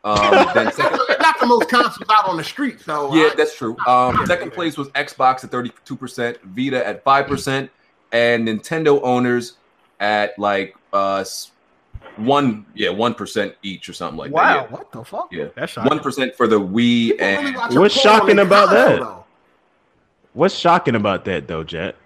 Um, then second, It's not the most consoles out on the street, so uh, yeah, I- that's true. Um, second place was Xbox at 32%, Vita at 5%, and Nintendo owners at like uh, s- one, yeah, 1% each or something like Wow, that. what the fuck? Yeah. That's Yeah. shocking. 1% for the Wii people really and watch a What's porn on shocking their about console, that? though. What's shocking about that though, Jet?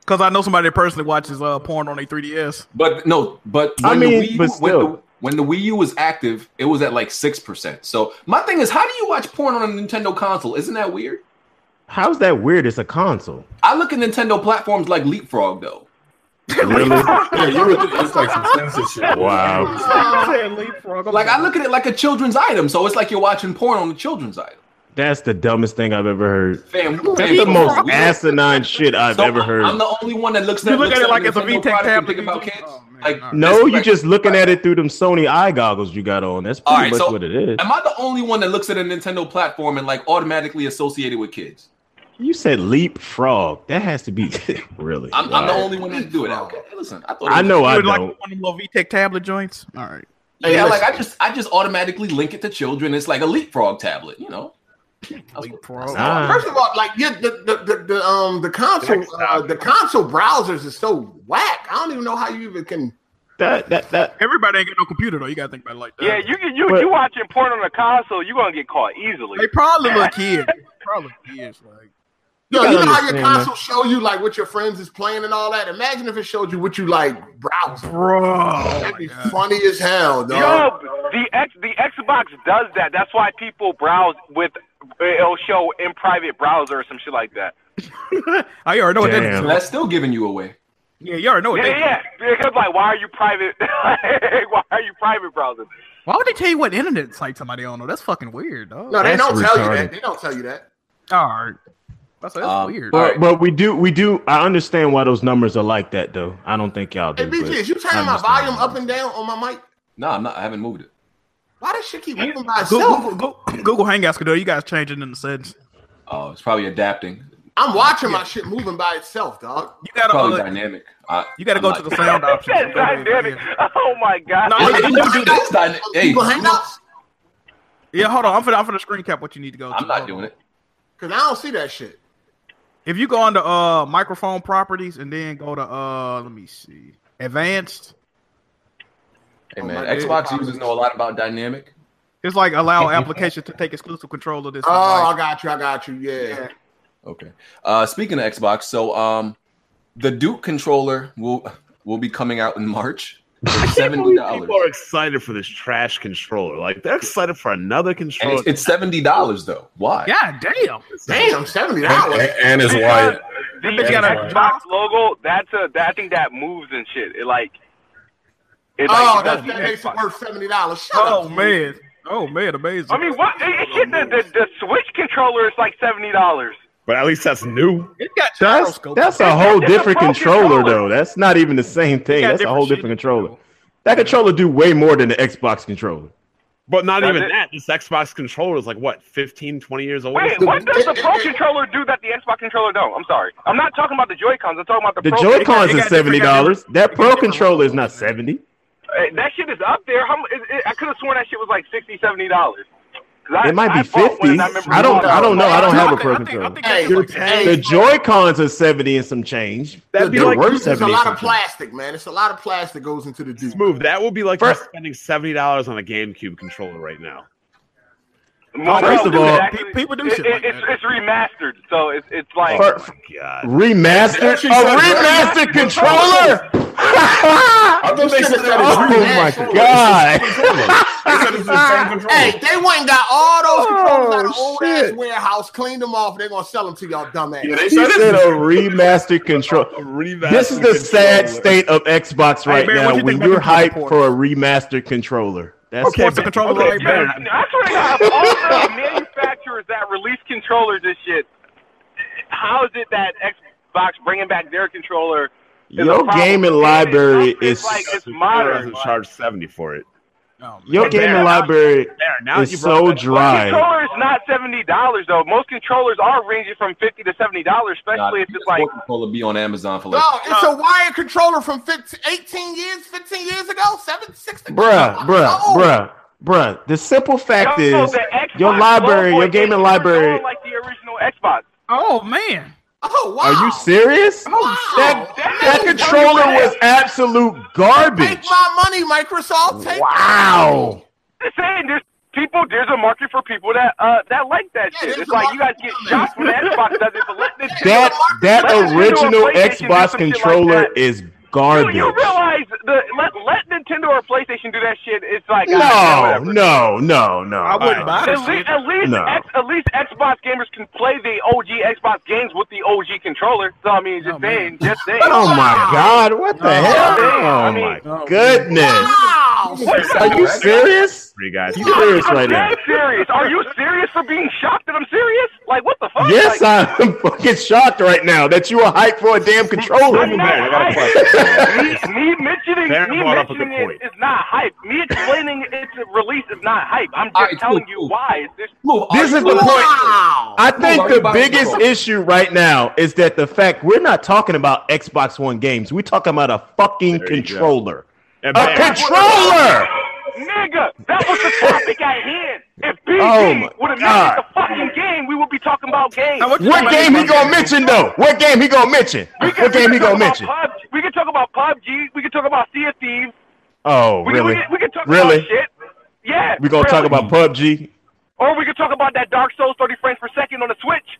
Because I know somebody that personally watches uh, porn on a 3DS. But no, but I when mean, the Wii U, but when, the, still. when the Wii U was active, it was at like six percent. So my thing is, how do you watch porn on a Nintendo console? Isn't that weird? How's that weird? It's a console. I look at Nintendo platforms like Leapfrog though. Really? Yeah, you were it's like some censorship. Wow. Like I look at it like a children's item, so it's like you're watching porn on a children's item. That's the dumbest thing I've ever heard. Fam, That's fam, the we- most we- asinine shit I've so ever heard. I'm the only one that looks. You look looks at it like it's a VTech Nintendo product and tablet, Think about you- kids. oh, man, like all right. no, that's you like- just looking at it through them Sony eye goggles you got on. That's All pretty right, much so what it is. Am I the only one that looks at a Nintendo platform and like automatically associated with kids? You said leapfrog. That has to be really. I'm, I'm the Wow. only one that do it. Okay, listen, I thought it I was- know I would don't. like one of them little VTech tablet joints. All right. Hey, yeah, like listen. I just I just automatically link it to children. It's like a leapfrog tablet, you know. Leapfrog. Nah. First of all, like yeah, the, the, the, the um the console uh, the console browsers is so whack. I don't even know how you even can. That that that Everybody ain't got no computer though. You gotta think about it like that. Yeah, you can you But- you watching porn on a console, you're gonna get caught easily. They probably look kids. probably kids. Like Yo, You you, gotta know how your understand, console show you like what your friends is playing and all that. Imagine if it showed you what you like browsing. bro. That'd be funny as hell, dog. Yo, the X the Xbox does that. That's why people browse with uh, it'll show in private browser or some shit like that. I already know what that Damn. is. That's still giving you away. Yeah, you already know what Yeah, that is. yeah. Because like, why are you private? why are you private browsing? Why would they tell you what internet site somebody on though? That's fucking weird, dog. no, they that's don't tell you retarded. that. They don't tell you that. All right. That's, that's Um, weird. but, All right. but we do we do I understand why those numbers are like that though. I don't think y'all Hey, do. BG, but is you turning I my understand. volume up and down on my mic? No, I'm not. I haven't moved it. Why does shit keep moving by Google, itself? Google, Google, Google Hangouts could do. it. You guys changing in the sense. Oh, it's probably adapting. I'm watching my shit moving by itself, dog. You gotta Probably uh, dynamic. I, you gotta go I'm to not- the sound That's options. and go to- dynamic. yeah. Oh my god. No, It's- it's- it's dyna- Hey, Google Hangouts? Yeah, hold on. I'm finna, I'm finna screen cap what you need to go. to. I'm not Hold on. doing it. Because I don't see that shit. If you go under uh microphone properties and then go to uh let me see advanced, Hey Oh, man, my Xbox dude. users know a lot about dynamic. it's like allow application to take exclusive control of this. Oh, I device. got you. I got you. Yeah. Okay. Uh, speaking of Xbox, so um, the Duke controller will will be coming out in March for seventy dollars. People are excited for this trash controller. Like they're excited for another controller. It's, it's seventy dollars though. Why? God damn! Damn, seventy And, dollars. and, and it's wired. The bitch got a- Xbox logo. That's a. That, I think that moves and shit. It like. It Oh, like, that's, does that the makes it Xbox. worth seventy dollars. Shut Oh up. man! Oh man! Amazing. I mean, what? It, it, shit, the, the, the Switch controller is like seventy dollars. but at least that's new. it got That's gyroscope. that's It a whole It's a different pro controller controller. though. That's not even the same thing. got That's a whole shit in different it, controller. though. That controller do way more than the Xbox controller. But not Does even it? that. This Xbox controller is like what 15, 20 years old. Wait, what does the Pro controller do that the Xbox controller don't? I'm sorry. I'm not talking about the Joy Cons. I'm talking about the, The Pro. Joy got- Cons it is got different- seventy dollars. That it got Pro different controller levels. is not seventy. Eh, That shit is up there. How, mu- it, it, I could have sworn that shit was like sixty, seventy dollars. It might be fifty. I don't. I don't know. I don't have a Pro controller. Hey, The hey, Joy Cons are seventy and some change. That'd be They're like- worth it's a seventy. lot some of change. plastic, man. It's a lot of plastic goes into the Duke. Move. That would be like First- you're spending seventy dollars on a GameCube controller right now. First of all- people do shit It, like it, it's, that. it's remastered, so it's it's like. Fir- God. Remastered? Actually, A so- remastered controller? I thought they said that oh it's my remastered. god! They said it's the same controller. Hey, they went and got all those controllers out of Oh, old ass shit. warehouse, cleaned them off, and they're gonna sell them to y'all dumb ass. Yeah, they He said said it's a remastered control. A remastered This is the sad controller. state of Xbox Hey, right man, what now. you When think about you're the controller hyped port? for a remastered controller, that's Of course, the controller Okay, like better. man. I swear to God, of all the manufacturers that release controllers and shit, how is it that Xbox bringing back their controller? is a your problem? gaming It's library something is like it's Controller modern. doesn't charge seventy for it. Oh, man. your gaming library There, now you is brought so that- dry. Controller is not seventy dollars though. Most controllers are ranging from fifty to seventy dollars, God, especially if this it's like port controller be on Amazon for No, like. it's a wired controller from 15, 18 years, 15 years ago, 7, 16 Bruh, bruh, Oh, bruh, bruh. The simple fact Yo, is, the Xbox your library, logo your is gaming original, library. like the original Xbox. Oh man! Oh, wow. Oh, Are you serious? Wow. That, that Damn, controller tell you was absolute Take garbage. my money, Microsoft. Take Wow. Just saying, there's people. There's a market for people that uh that like that Yeah, shit. there's It's a like you guys market get for shocked when the Xbox does it, but let this That that Let Nintendo original or PlayStation do Xbox some shit like controller that. is Do garbage. you realize the let let Nintendo or PlayStation do that shit? It's like uh, yeah, No, whatever. no, no, no. I wouldn't buy At this shit. least, at least, No. X, at least Xbox gamers can play the OG Xbox games with the OG controller. So I mean, just Oh, man. saying, just saying. Oh my god, what the No. hell? I Oh mean- my No. goodness. Wow. Are you serious? for you guys. You serious I'm right now? dead serious. Are you serious for being shocked that I'm serious? Like what the fuck? Yes, like, I'm fucking shocked right now that you are hyped for a damn controller. I'm not I got a hyped. me, me mentioning, Baron me brought up a good mentioning it point. is not hype. Me explaining its release is not hype. I'm just All right, telling cool, you cool. why. It's just Move, This are is you- the point. Wow. I think Nobody the buys biggest Xbox. issue right now is that the fact we're not talking about Xbox One games. We're talking about a fucking There you go. controller. And A Baron, controller! Nigga, that was the topic at hand. If BG Oh, my would have God. mentioned the fucking game, we would be talking about games. What game he gonna mention though? What game he gonna mention? What game he gonna mention? PUBG. We can talk about PUBG. We can talk about Sea of Thieves. Oh, We, really? can, we, can, we can talk Really? about shit. Yeah. We gonna talk really. about PUBG? Or we could talk about that Dark Souls 30 frames per second on the Switch.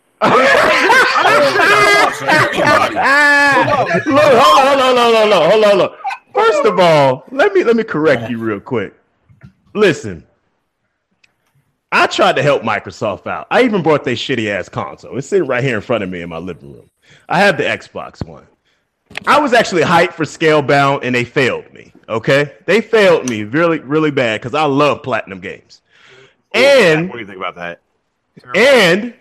Ah, Look, hold on, hold on, hold on, hold on, hold on, hold on. First of all, let me let me correct you real quick. Listen, I tried to help Microsoft out. I even brought their shitty ass console. It's sitting right here in front of me in my living room. I have the Xbox One. I was actually hyped for Scalebound, and they failed me. Okay, they failed me really, really bad because I love platinum games. And what do you think about that? and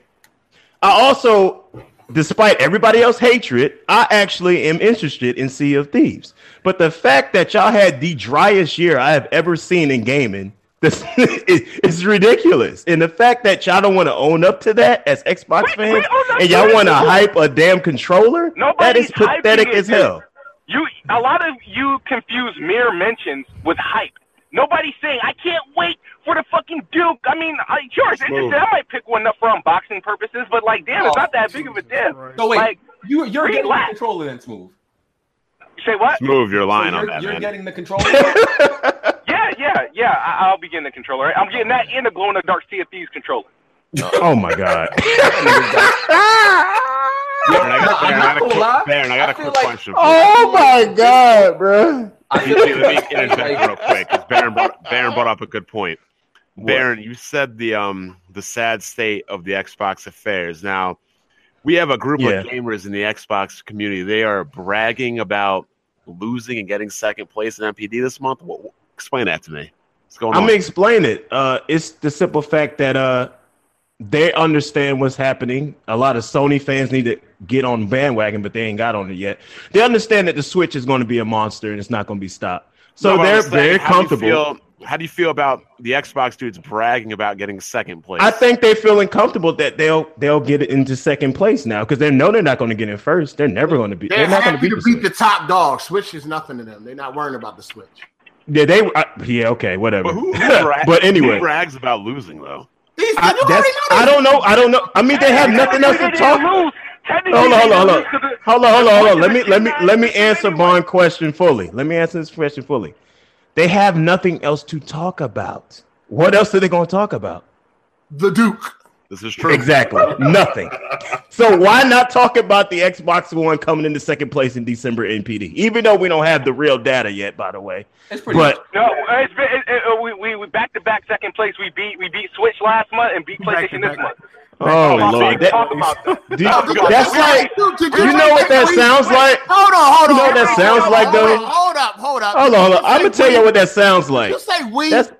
I also, despite everybody else's hatred, I actually am interested in Sea of Thieves. But the fact that y'all had the driest year I have ever seen in gaming this is is ridiculous. And the fact that y'all don't want to own up to that as Xbox fans, own up and to y'all it. want to hype a damn controller, that Nobody's is pathetic hyping it, as hell. You, a lot of you confuse mere mentions with hype. Nobody's saying, I can't wait for the fucking Duke. I mean, I, sure, it's interesting. I might pick one up for unboxing purposes, but like, damn, Oh, it's not that big of a deal. So wait, Like, you you're getting the relax. controller then smooth. say what? Smooth, you're lying so on you're, that, you're man. getting the controller. Yeah, yeah, yeah. I, I'll be getting the controller. I'm getting that in the glow in the dark Sea of Thieves controller. Oh my god. Baron, I got, I'm Baron, not gonna I got a quick, lie. Baron, I got I a feel quick like- question. for you. oh my god, bro. I feel Let me- like- let me interject real quick. 'cause Baron brought, Baron brought up a good point. Baron, you said the um the sad state of the Xbox affairs. Now, we have a group Yeah. of gamers in the Xbox community. They are bragging about losing and getting second place in MPD this month. Wh- wh- Explain that to me. What's going I'm on? gonna explain it. Uh, it's the simple fact that uh, they understand what's happening. A lot of Sony fans need to get on bandwagon, but they ain't got on it yet. They understand that the Switch is going to be a monster and it's not going to be stopped. So No, but I'm they're saying, how do very you comfortable. feel- how do you feel about the Xbox dudes bragging about getting second place? I think they're feeling comfortable that they'll they'll get it into second place now because they know they're not going to get in first. They're never going to be. They're, They're, not going happy to the beat Switch. the top dog. Switch is nothing to them. They're not worrying about the switch. yeah, they. I, yeah, okay, whatever. But But, who, who bra- anyway, who brags about losing though? These, I, you that's, already know I don't know. I don't know. I mean, they have nothing else to Technically, talk. they didn't lose. Technically, Hold on, hold they on, hold on. didn't lose to the- Hold on, hold on, hold on. the Let me let me let me United answer States anyway. Bond's question fully. Let me answer this question fully. They have nothing else to talk about. What else are they going to talk about? the Duke. This is true. Exactly, nothing. So why not talk about the Xbox One coming into second place in December NPD? Even though we don't have the real data yet, by the way. it's pretty. But No, it's been, it, it, uh, we we we back to back second place. We beat we beat Switch last month and beat PlayStation this Back-to-back. month. oh Talk lord, about- talk that- about that. do you- that's like you know what that sounds like. Hold on, hold on. You know what that sounds hold like, on, hold though? on, Hold up, hold up. Hold on, hold on. say I'm gonna tell you we- what that sounds like. You say we. That's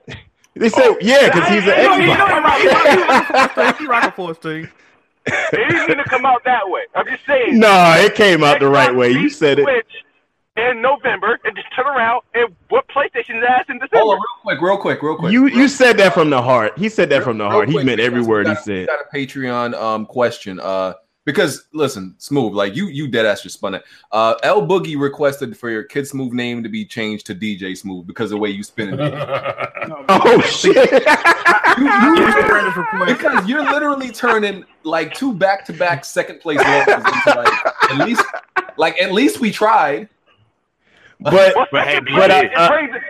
they say yeah, because he's an I- I know, you know, Xbox. you know, you know, He rocking for us, team. It didn't need to come out that way. I'm just saying. No, it came out the right Xbox way. You beat said it. Switch in November and just turn around and what PlayStation's ass in December. Hold on, real quick, real quick, real quick. You you said that from the heart. He said that from the Real heart. He quick, meant every because we word he got a- we said. Got a Patreon um question. Uh, because listen, smooth. Like you, you dead ass just spun it. Uh, L Boogie requested for your kid Smooth name to be changed to DJ Smooth because of the way you spin it. Oh shit! because you're literally turning like two back to back second place losses into like at least like at least we tried. but Well, But hey, second but, place, uh, uh, it brings,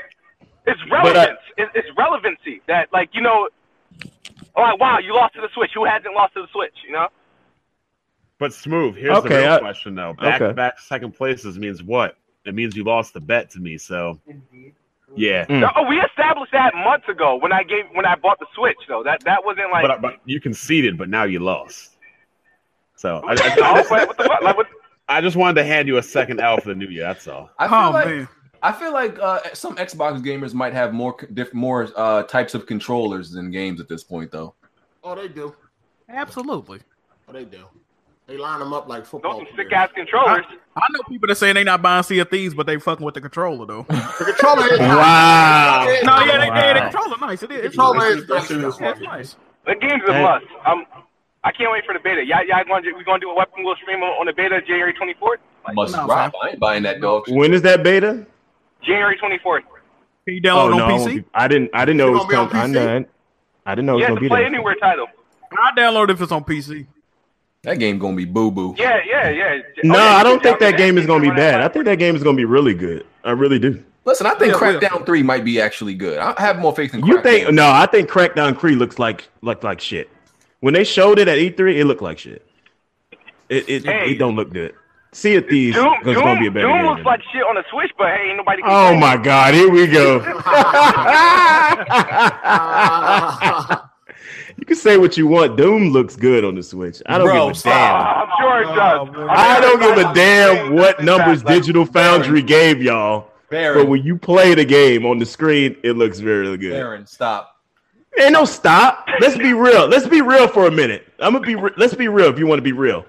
it's but, uh, relevance. It- it's relevancy that, like, you know, like, wow, you lost to the Switch. Who hasn't lost to the Switch? You know, But smooth. Here's Okay, the real I- question though. Back okay. to back second places means what? It means you lost the bet to me. So Indeed. yeah. Mm. oh, we established that months ago when I gave when I bought the Switch. Though that that wasn't like. But, but you conceded, but now you lost. So I, I, No, I, but just, what the fuck? Like, what, I just wanted to hand you a second L for the new year. That's all. I feel Oh like man, I feel like uh, some Xbox gamers might have more c- diff- more uh, types of controllers than games at this point, though. Oh, they do. absolutely. Oh, they do. They line them up like those football. some sick players. ass controllers. I know people that saying they not buying Sea of Thieves, but they fucking with the controller though. no, The controller is yeah, Wow. they, they, the Wow. controller nice. It is. It's Controller nice. is nice, though. Yeah, it's nice. The game's a Hey. must. Um, I can't wait for the beta. Y'all, y'all gonna do, we gonna do a weapon wheel stream on on the beta January 24th. Must no, drop. I ain't buying that dog. shit. When is that beta? January 24th. Can you download oh, it no, on I PC? won't be- I didn't. I didn't know it It's was gonna coming. be I on know. it. I didn't know it was yeah, gonna the be Play there. Anywhere title. I download it if it's on PC. That game gonna be boo boo. Yeah, yeah, yeah. No, Oh, yeah, I you can don't think download that game is gonna be on that bad. I think that game is gonna be really good. I really do. Listen, I think Yeah, Crackdown Three might be actually good. I have more faith in. You Crackdown. think? No, I think Crackdown Cree looks like like like shit. When they showed it at E3, it looked like shit. It it, Hey. it don't look good. Sea of Thieves Doom, is Doom, gonna be a better Doom game. looks than like it. shit on the Switch, but hey, ain't nobody. oh complaining. my god, here we go. you can say what you want. Doom looks good on the Switch. I don't Bro, give a damn. Ah, I'm sure it does. Oh, I don't give a damn what numbers Like, Digital Foundry gave y'all, Baron, but when you play the game on the screen, it looks very good. Baron, stop. Ain't no stop. Let's be real. Let's be real for a minute. I'm gonna be. Re- let's be real. If you want to be real,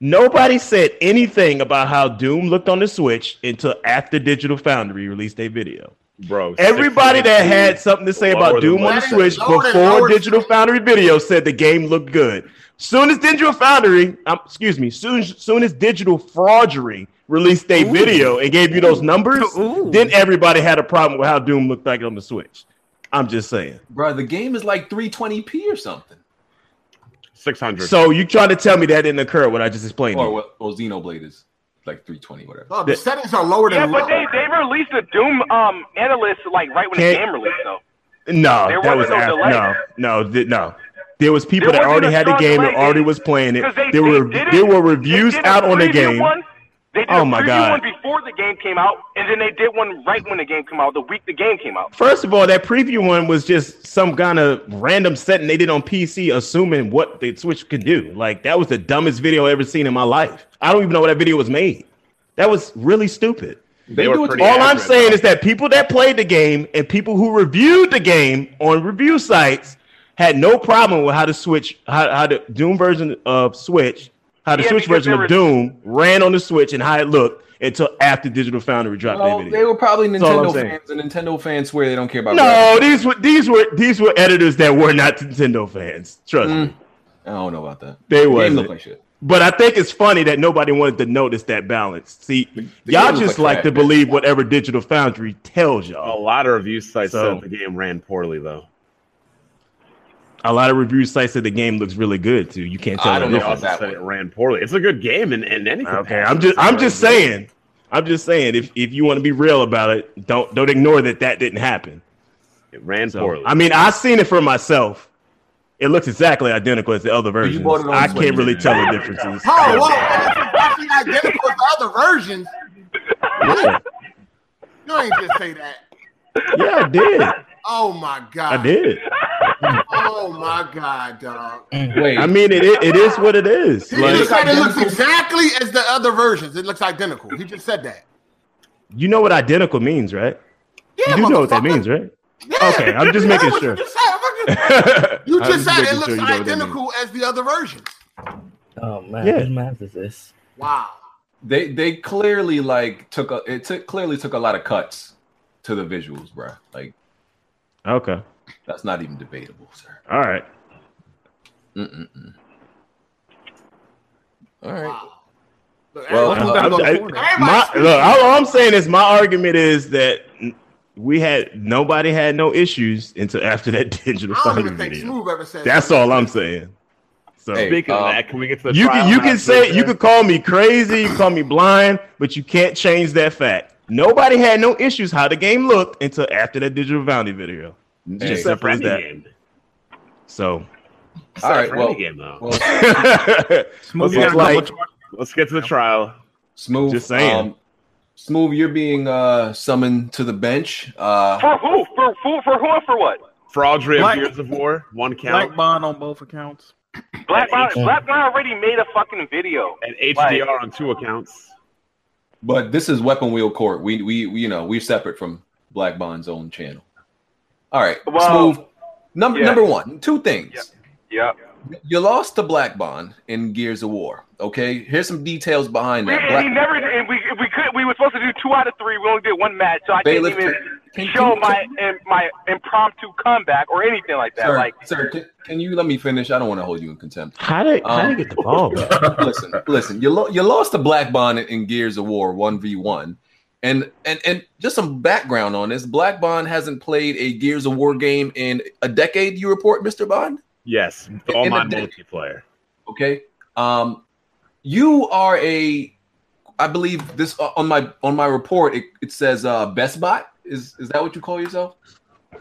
nobody said anything about how Doom looked on the Switch until after Digital Foundry released their video. bro. Everybody that had something to say Lower about than Doom on the what? Switch Lower than- before lower than- Digital Foundry video said the game looked good. Soon as Digital Foundry, um, excuse me, soon soon as Digital Fraudery released their video and gave you those numbers, Ooh. then everybody had a problem with how Doom looked like on the Switch. I'm just saying. Bro, the game is like 320p or something. six hundred. So you trying to tell me that didn't occur? What I just explained? to Or you? what well, Xenoblade is like 320, whatever. Oh, the settings are lower Yeah, than but they low. they released the Doom um analyst like right when the Can't- game released though. No, There that was wasn't no after, no, delay. no, th- no. There was people There that wasn't already a had the strong game and delay, already dude. was playing it. Because they, There they were did it- there were they reviews did a out on the preview game. One. They did Oh a my preview God. one before the game came out, and then they did one right when the game came out, the week the game came out. First of all, that preview one was just some kind of random setting they did on PC, assuming what the Switch could do. Like that was the dumbest video I've ever seen in my life. I don't even know where that video was made. That was really stupid. They, were do it pretty to All I'm accurate, saying is that people that played the game and people who reviewed the game on review sites had no problem with how the Switch, how, how the Doom version of Switch, how the Yeah, Switch because version they of were- Doom ran on the Switch and how it looked until after Digital Foundry dropped Well, their they video. were probably That's all I'm Nintendo saying. fans, and Nintendo fans swear they don't care about graphics. No, these were these were these were editors that were not Nintendo fans. Trust me, Mm. I don't know about that. they The game looked were. like shit. But I think it's funny that nobody wanted to notice that balance. See, the game y'all looked just like like, to trash. believe e, whatever Digital Foundry tells A y'all. lot of review sites So- said the game ran poorly though. a lot of review sites said the game looks really good too. You can't tell. I the don't know. They difference. also that said one. it ran poorly. It's a good game in, in any. Okay, capacity. I'm just I'm just It's a really saying. I'm just saying if if you want to be real about it, don't don't ignore that that didn't happen. good- It ran So poorly. I mean, I seen it for myself. It looks exactly identical as the other you versions. bought it on I Switch. can't really tell the differences. Oh, whoa, that's actually identical to other versions. yeah, You ain't just say that. yeah, I did. Oh my god. I did. Oh my god, dog. Mm. Wait, I mean, it it, it is what it is. He just Like, said it looks identical. exactly as the other versions. It looks identical. He just said that. you know what identical means, right? Yeah, You do know what that motherfucker. means, right? Yeah. Okay, I'm just You know making what You sure. just said, fucking- you I'm just said making it looks sure you know what that means. identical as the other versions. Oh man, Yeah. whose math is this? Wow. they they clearly like took a it took clearly took a lot of cuts to the visuals, bro. Like Okay, that's not even debatable, sir. all right. Uh, Mm-mm-mm. All right. Wow. Look, Well, everybody- uh, I- I- everybody my speaking. look, all, all I'm saying is my argument is that n- we had nobody had no issues until after that I digital don't foundry even think video. Smooth ever said That's all I'm saying. So Hey, Speaking um, of that, can we get to the you trial can you now, can say please, you sir? can call me crazy, you can call me blind, but you can't change that fact. Nobody had no issues how the game looked until after that digital foundry video. Hey, Just simple for as any that. game. So all right. For Well, any game though. well, Smooth Looks got a couple like- choices. Let's get to the trial. smooth. Just saying. Um, smooth, you're being uh summoned to the bench. Uh, For who? For who? For who? and For what? Fraudry Black- of Years of War, one count, Black Bond on both accounts. Black Bond, Yeah. Black Bond already made a fucking video. and HDR on two accounts. But this is Weapon Wheel Court. We, we, we you know, we're separate from Black Bond's own channel. All right. Well, Smooth. Number yeah. number one, two things. Yeah. You lost to Black Bond in Gears of War. Okay. Here's some details behind We, that. and he Black, never. And we we could. We were supposed to do two out of three. We only did one match, so I Bailiff, didn't even can- show can you- my in, my impromptu comeback or anything like that. sir, Like sir can, can you let me finish? I don't want to hold you in contempt. how did how Um, did you get the ball? back? listen, listen. You lo- you lost to Black Bond in Gears of War one v one, And and and just some background on this. Black Bond hasn't played a Gears of War game in a decade. You report, Mister Bond. Yes, all In my the day. multiplayer. Okay. Um, you are a, I believe this uh, on my on my report. It, it says uh, best bot. Is is that what you call yourself?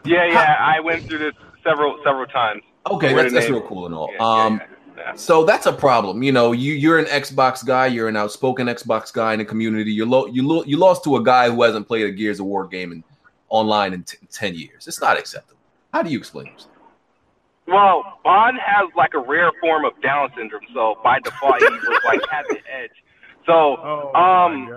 Yeah, yeah. I went through this several several times. Okay, Where that's, the that's name- real cool and all. Yeah, yeah, Um, yeah. so that's a problem. You know, you you're an Xbox guy. You're an outspoken Xbox guy in the community. You're lo- you lo- you lost to a guy who hasn't played a Gears of War game in, online in t- ten years. It's not acceptable. How do you explain this? Well, Bond has like a rare form of Down syndrome, so by default he was like at the edge. So um,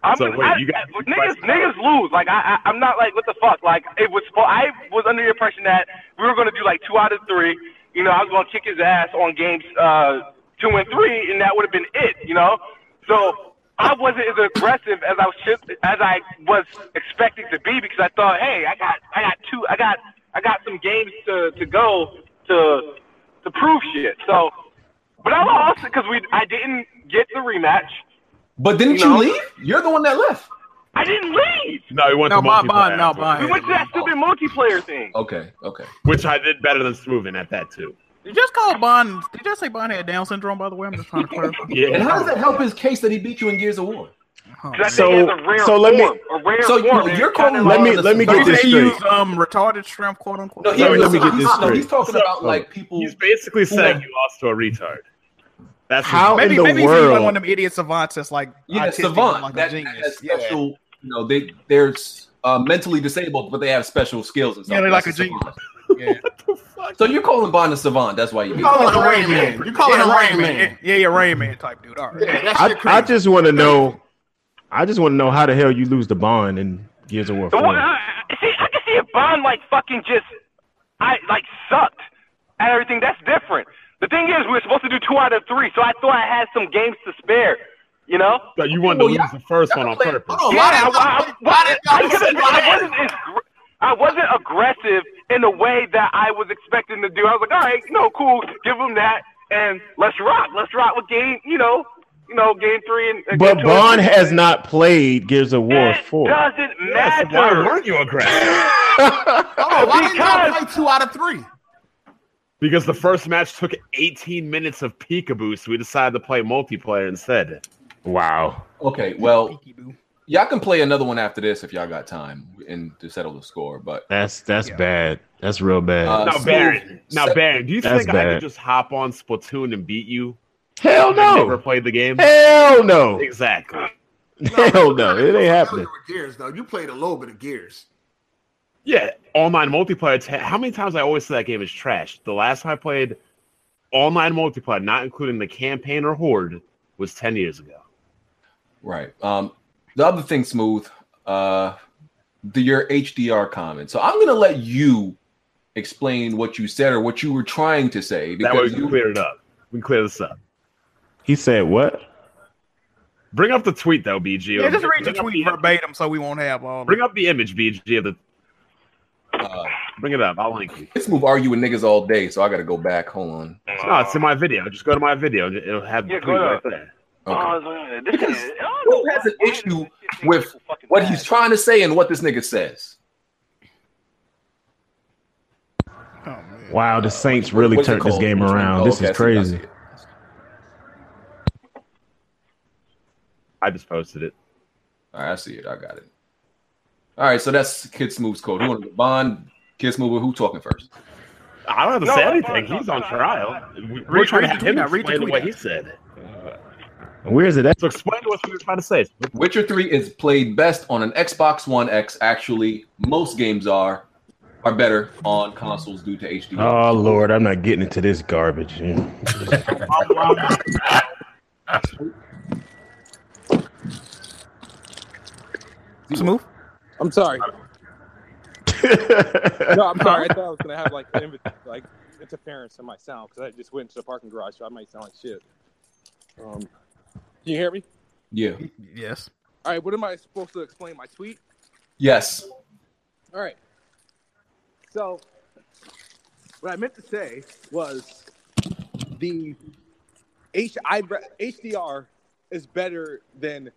I'm Oh, So gonna- wait, I- you got- I- niggas, niggas lose. Like I, I, I'm not like what the fuck. Like it was. spo- I was under the impression that we were gonna do like two out of three. You know, I was gonna kick his ass on games uh, two and three, and that would have been it. You know, so I wasn't as aggressive as I was should- as I was expecting to be because I thought, hey, I got, I got two, I got, I got some games to to go to to prove shit. So, but I lost because we, I didn't get the rematch. But didn't You know? you leave? You're the one that left. I didn't leave. No, we went No, to Bond, multiplayer. Bond, no, afterwards, Bond. We went to that stupid multiplayer thing. Okay, okay. Which I did better than Smoothing at that too. You just call Bond. Did you just say Bond had Down syndrome? By the way, I'm just trying to clarify. And Yeah. how does that help his case that he beat you in Gears of War? Oh, 'Cause I So- think it's a rare so let me- form, a rare So form. you- you're It's kinda calling like- Let me let me Bro, get They this straight. use um retarded strength, quote unquote. No, he, Let me- let me no, get he's, this no, he's talking So- about like people. He's basically saying you lost to a retard. That's How maybe in the maybe he's world? one of them idiot savants that's like yeah, autistic and savant. like that a has genius. Yeah. special, you know, they they're uh, mentally disabled, but they have special skills and stuff. Yeah, they're like That's a savant. Yeah. So you're calling Bond a savant? That's why you. You Beat call him. him Rain Man. You call him yeah, Rain Rain Man. Man. Yeah, yeah, Rain Man type dude. All right. Yeah, that I, shit I crazy. just want to know. I just want to know how the hell you lose the bond in Gears of War. The one, 4. I, I- see, I can see if Bond like fucking just, I like sucked at everything. That's different. The thing is, we were supposed to do two out of three, so I thought I had some games to spare. You know? but you wanted to Well, lose yeah. the first one on Hold purpose. on, Yeah, why- I, I, I, I, why did wasn't- y'all say I wasn't as, gr- I wasn't aggressive in the way that I was expecting to do. I was like, all right, no, cool, give him that, and let's rock, let's rock with game, you know, you know, game three and. and game But two and Bond three. has not played Gears of War It four. doesn't Yeah, so why matter. weren't you aggressive? Hold on, why didn't y'all Because- play two out of three? Because the first match took 18 minutes of peekaboo, so we decided to play multiplayer instead. Wow. Okay, well, Peeky boo. y'all can play another one after this if y'all got time and to settle the score. But That's that's Yeah. bad. That's real bad. Uh, Now, Smooth. Baron, now So- Baron, do you That's think I bad. could just hop on Splatoon and beat you? hell I never no. played the game. Hell no. Exactly. Hell no. It ain't happening. With Gears though, you played a little bit of Gears. Yeah, online multiplayer. T- how many times I always say that game is trash? The last time I played online multiplayer, not including the campaign or horde, was 10 years ago. right. Um, the other thing, smooth. Uh, the, your HDR comment. So I'm gonna let you explain what you said or what you were trying to say That way we because can you clear it up. We can clear this up. He said what? Bring up the tweet though, BG. Yeah, Or just bring- read the bring up tweet verbatim so we won't have um, all. Bring up the image, BG. Of the uh, bring it up. I'll link you. This move argue with niggas all day, so I gotta go back. Hold on. No, Ah, it's in my video. Just go to my video. and It'll have the Yeah, go tweet to- right there. Okay. Oh, this is, I Who don't know has an why this issue shit with makes people fucking What mad. he's trying to say and what this nigga says. Wow, the Saints really What's it turned this called? game What's it around. called? This Okay, I is see- I see crazy. it. I just posted it. All right, I see it. I got it. All right, so that's Kid Smooth's code. Who wanna go? Bond, Kid Smooth, who talking first? I don't have to No, say no, anything. no, no, He's no, on no, trial. We- We're Read- trying to read have the him tweet out, read the explain tweet what out. he said. Where is it at? So explain to us what you're trying to say. Witcher 3 is played best on an Xbox One X. Actually, most games are are better on consoles due to HDR. Oh Lord, I'm not getting into this garbage. Smooth. I'm sorry. No, I'm sorry. I thought I was gonna have like inv- like interference in my sound because I just went into the parking garage, so I might sound like shit. Um, can you hear me? Yeah. Yes. All right. What am I supposed to explain? My tweet. Yes. All right. So, what I meant to say was the H- I- HDR is better than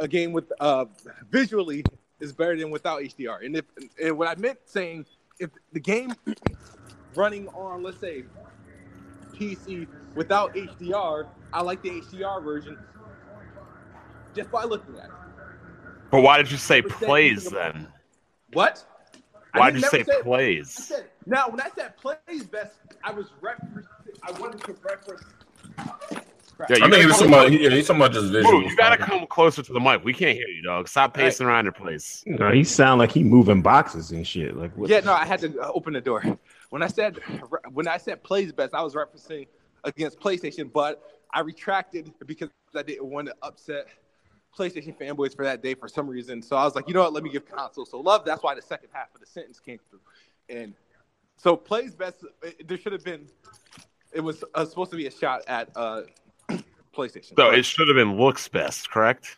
a game with uh, visually is better than without HDR. And if and what I meant saying, if the game running on, let's say, PC without HDR, I like the HDR version just by looking at it. But why did you say But then- plays then? What? I Why did you never say said- I plays? said, now, when I said plays best, I was referencing, I wanted to reference. Yeah, you I think it's somebody- yeah, he's talking about just Boo, visuals. you gotta come closer to the mic. We can't hear you, dog. Stop pacing around your place. No, he sound like he moving boxes and shit. Like what? Yeah, no, I had to uh, open the door. When I said when I said plays best, I was referencing against PlayStation, but I retracted because I didn't want to upset PlayStation fanboys for that day for some reason. So I was like, you know what? Let me give console. So love. That's why the second half of the sentence came through, and so plays best. it- there should have been. It was uh, supposed to be a shot at uh, PlayStation. So it should have been looks best, correct?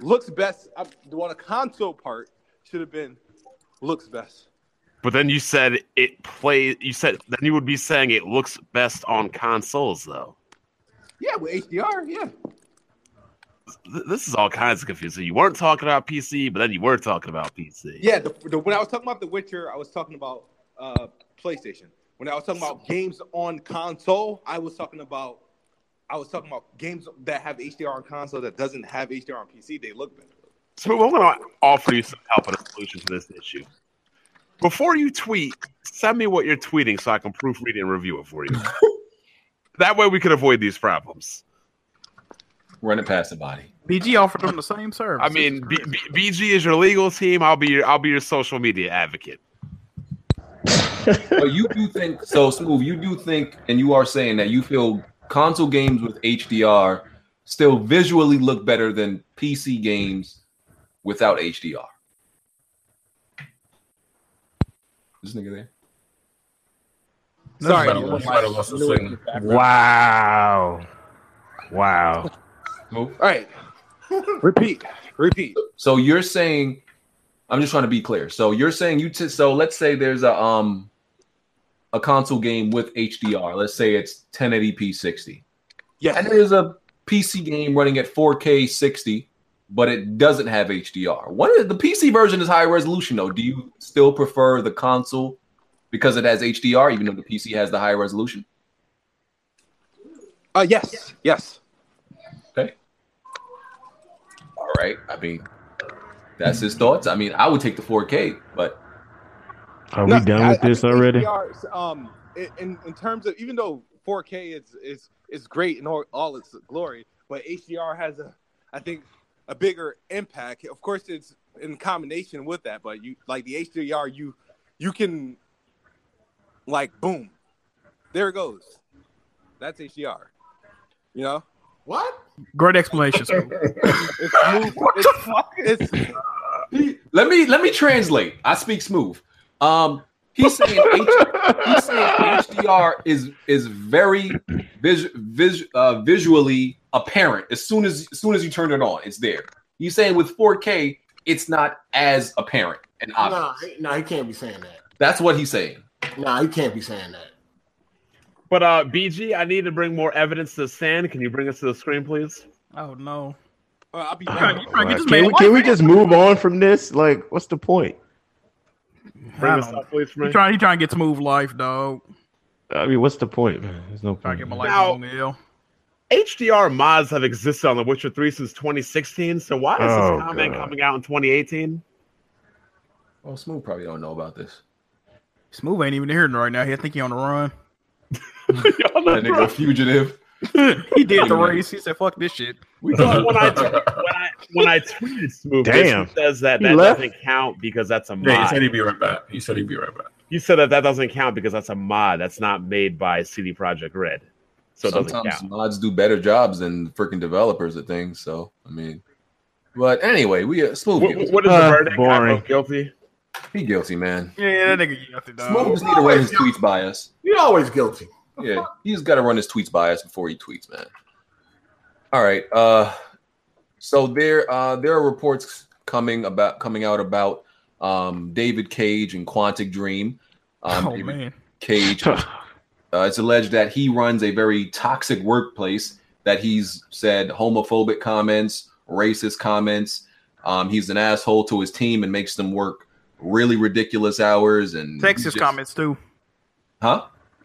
looks best. I, the one a console part should have been looks best. But then you said it plays. You said then you would be saying it looks best on consoles, though. Yeah, with HDR. Yeah. Th- This is all kinds of confusing. You weren't talking about PC, but then you were talking about PC. Yeah, the, the, when I was talking about The Witcher, I was talking about uh, PlayStation. When I was talking about games on console, I was talking about I was talking about games that have HDR on console that doesn't have HDR on PC. They look better. So I'm going to offer you some help and a solution to this issue. Before you tweet, send me what you're tweeting so I can proofread it and review it for you. that way we can avoid these problems. Run it past the body. BG offered them the same service. I mean, B- B- BG is your legal team. I'll be your I'll be your social media advocate. But you do think so, smooth. You do think, and you are saying that you feel console games with HDR still visually look better than PC games without HDR. This nigga there. Sorry, Might have lost- might have lost the signal. Wow. Wow. All right. Repeat. Repeat. So you're saying, I'm just trying to be clear. So you're saying you t- so let's say there's a um a console game with HDR. Let's say it's 1080p 60. Yeah. And there's a PC game running at 4K 60, but it doesn't have HDR. One of the, the PC version is high resolution though. Do you still prefer the console because it has HDR, even though the PC has the high resolution? Uh, yes, yes. Okay. All right. I mean, that's his thoughts. I mean, I would take the 4K, but Are No, we done I- with I this think already? HDR is, um, i- in, in terms of even though 4K is is is great in all, all its glory, but HDR has a I think a bigger impact. Of course, it's in combination with that, but you like the HDR, you you can like boom, there it goes. That's HDR. You know what? Great explanation. Smooth. It's smooth. it's, It's let me let me translate. I speak smooth. Um, he's saying, H- he's saying HDR is is very vis- vis- uh, visually apparent as soon as as soon as you turn it on, it's there. He's saying with 4K, it's not as apparent and obvious. Nah, he- nah, he can't be saying that. That's what he's saying. Nah, he can't be saying that. But uh, BG, I need to bring more evidence to the stand. Can you bring us to the screen, please? Oh no. Well, I'll be back. Like, can we, can we just move on from this? Like, what's the point? Bring us up, please, He man. trying, he trying to get smooth life, dog. I mean, what's the point, man? There's no Trying point. to get my life Now- on the hill. HDR mods have existed on The Witcher 3 since 2016. So why is Oh, this comment God. coming out in 2018? Well, Smooth probably don't know about this. Smooth ain't even hearing right now. He, I think he on the run. Y'all know, That nigga a fugitive. He did the race. He said, "Fuck this shit." We thought when I, t- when I when I tweeted Smooth, Damn. Damn. says that He that left? doesn't count because that's a mod. Yeah, he said he'd be right back. He said he'd be right back. you said that that doesn't count because that's a mod. That's not made by CD Projekt Red, so it doesn't Sometimes count. mods do better jobs than freaking developers at things. So I mean, but anyway, we uh, Smooth What, guilty. what is the Uh, verdict? I boring. vote guilty. he guilty man. Yeah, that nigga guilty, dog. Smooth just need to run his tweets by us. You're always guilty. Yeah, he's got to run his tweets by us before he tweets, man. All right. Uh, so there, uh, there are reports coming about coming out about um, David Cage and Quantic Dream. Um, oh David man. Cage. uh, it's alleged that he runs a very toxic workplace. That he's said homophobic comments, racist comments. Um, he's an asshole to his team and makes them work really ridiculous hours. And Texas just- comments too. huh?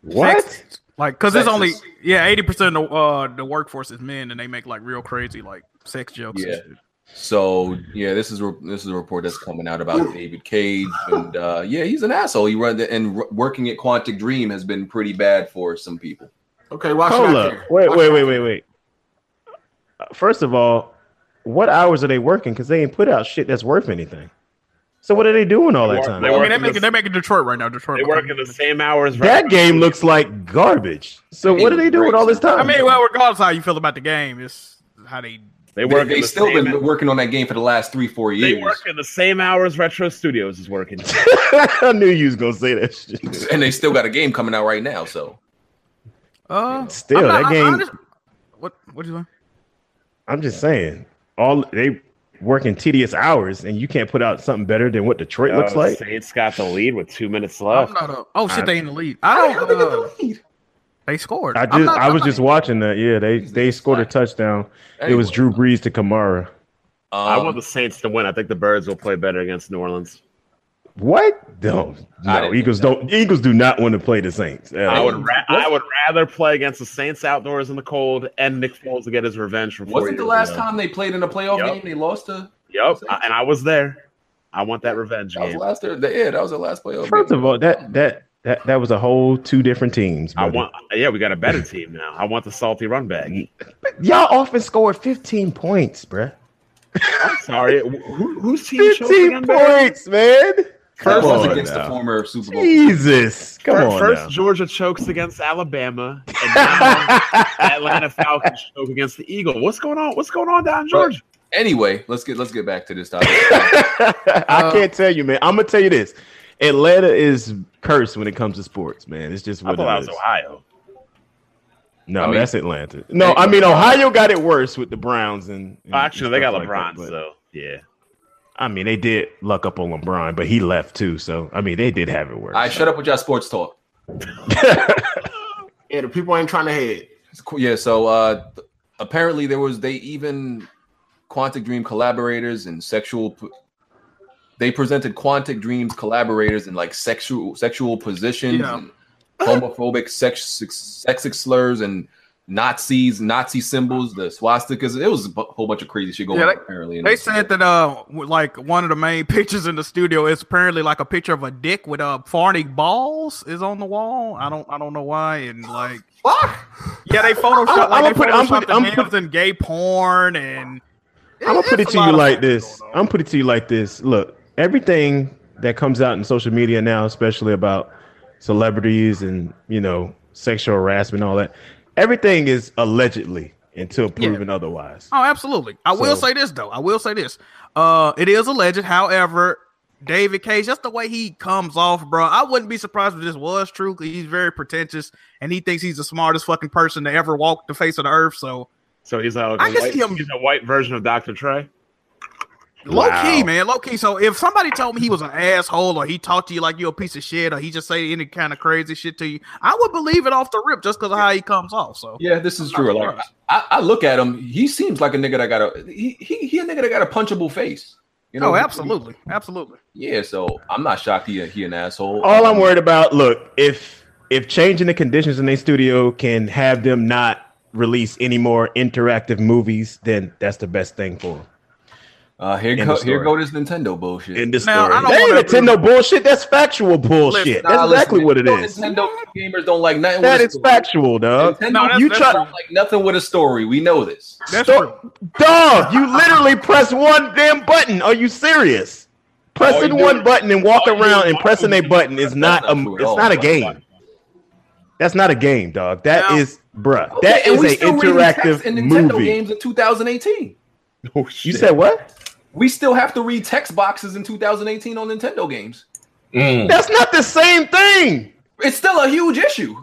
Texas. Like, cause it's only Texas. yeah, eighty percent of uh, the workforce is men, and they make like real crazy like sex jokes. Yeah. And shit. So yeah, this is re- this is a report that's coming out about David Cage, and uh, yeah, he's an asshole. He run the, and r- working at Quantic Dream has been pretty bad for some people. Okay, why should Hold I up. care? Wait, wait, wait, wait, wait. Uh, First of all, what hours are they working? Because they ain't put out shit that's worth anything. So what are they doing all that time? I mean, work they're in the- making they're making Detroit right now. Detroit. They work in the same hours. right? That game looks like garbage. So what are they doing all this time? I mean, well, regardless of how you feel about the game, it's how they. They, They work. they in the still same, been working on that game for the last three four They years, work in the same hours. Retro Studios is working. I knew you was gonna say that shit. and they still got a game coming out right now. So Uh, Still, I'm not- that I'm game- honest- what what you say? I'm just saying, all they working tedious hours, and you can't put out something better than what Detroit looks Uh, like. Saints got the lead with two minutes I'm left. not a, oh shit, I- they in the lead. I don't. uh, They scored. I I'm just, not- I I'm was not- just watching that. Yeah, they they scored a touchdown. It was Drew Brees to Kamara. I Um, want the Saints to win. I think the Birds will play better against New Orleans. What? No, I no. didn't Eagles don't. Eagles do not want to play the Saints. at I all. would ra- I would rather play against the Saints outdoors in the cold and Nick Foles to get his revenge from. four wasn't the years last ago. time they played in a playoff Yup. game they lost to? Yep, I- and I was there. I want that revenge That was game. last. Yeah, that was the last playoff. First game. of all, that that that that was a whole two different teams. I buddy. want. Yeah, we got a better team now. I want the salty run back. y'all often scored 15 points, bruh. I'm sorry. Who, whose team chose the 15 run back? points, man. First Come was on against now. the former Super Bowl. Jesus, come Fir- on First, now. Georgia chokes against Alabama, and now Atlanta Falcons choke against the Eagles. What's going on? What's going on down in Georgia? Anyway, let's get let's get back to this topic. Uh, I can't tell you, man. I'm gonna tell you this. Atlanta is cursed when it comes to sports, man. It's just I what thought I it was is. Ohio. No, I mean- that's Atlanta. No, They- I mean Ohio got it worse with the Browns and, and Oh, actually, they stuff got like LeBron, that, but- so yeah. I mean they did luck up on LeBron, but he left too. So I mean they did have it worse. I shut up with y'all sports talk. Yeah, the people ain't trying to head. It's cool. Yeah, so uh th- apparently there was they even Quantic Dream collaborators and sexual p- they presented Quantic Dream's collaborators in like sexual sexual positions Yeah. and homophobic sex sexic slurs and Nazis, Nazi symbols, the swastikas. It was a bu- whole bunch of crazy shit going Yeah, on apparently. in They this- said that uh, w- like one of the main pictures in the studio is apparently like a picture of a dick with uh farting balls is on the wall. I don't, I don't know why. And like, Fuck. yeah, they photoshopped. I'ma Like, they put- I'ma put- photoshopped the I'ma names put- and gay porn and. I'm gonna put it it's a to lot you of like things this. going I'm put it to you like this. Look, everything that comes out in social media now, especially about celebrities and you know sexual harassment, and all that, everything is allegedly until proven otherwise. Oh, absolutely. I will So- say this though. I will say this. Uh, it is alleged. However, David Cage, just the way he comes off, bro. I wouldn't be surprised if this was true. 'cause He's very pretentious, and he thinks he's the smartest fucking person to ever walk the face of the earth. So, So he's like, I a can white, see him- he's a white version of Dr. Trey. low Wow. key, man, low key. So, if somebody told me he was an asshole, or he talked to you like you're a piece of shit, or he just say any kind of crazy shit to you, I would believe it off the rip just because of how he comes off. So, Yeah, this is true. Like I, I look at him, he seems like a nigga that got a he, he he a nigga that got a punchable face. You know, no, absolutely, absolutely. Yeah, so I'm not shocked he he an asshole. All I'm worried about, look, if if changing the conditions in their studio can have them not release any more interactive movies, then that's the best thing for them. Uh, here End go, of here story. go this Nintendo bullshit. In this Now, story, I don't that wanna ain't Nintendo bullshit. That's factual bullshit. Listen, that's Nah, exactly listen, what it Nintendo- is. Nintendo gamers don't like nothing. That with a is story. factual, dog. Nintendo No, that's- you that's try, true. don't like nothing with a story. We know this. That's true. dog, dog. You literally press one damn button. Are you serious? Pressing All you one do- button and walking all you do around is and walk pressing a around. button is not a. not true at It's all. not a game. That's not a game, dog. That Now- is, bruh. Okay, that and is we an still reading text interactive in Nintendo movie. games in 2018. Oh, You said what? We still have to read text boxes in 2018 on Nintendo games. Mm. Hmm. That's not the same thing. It's still a huge issue.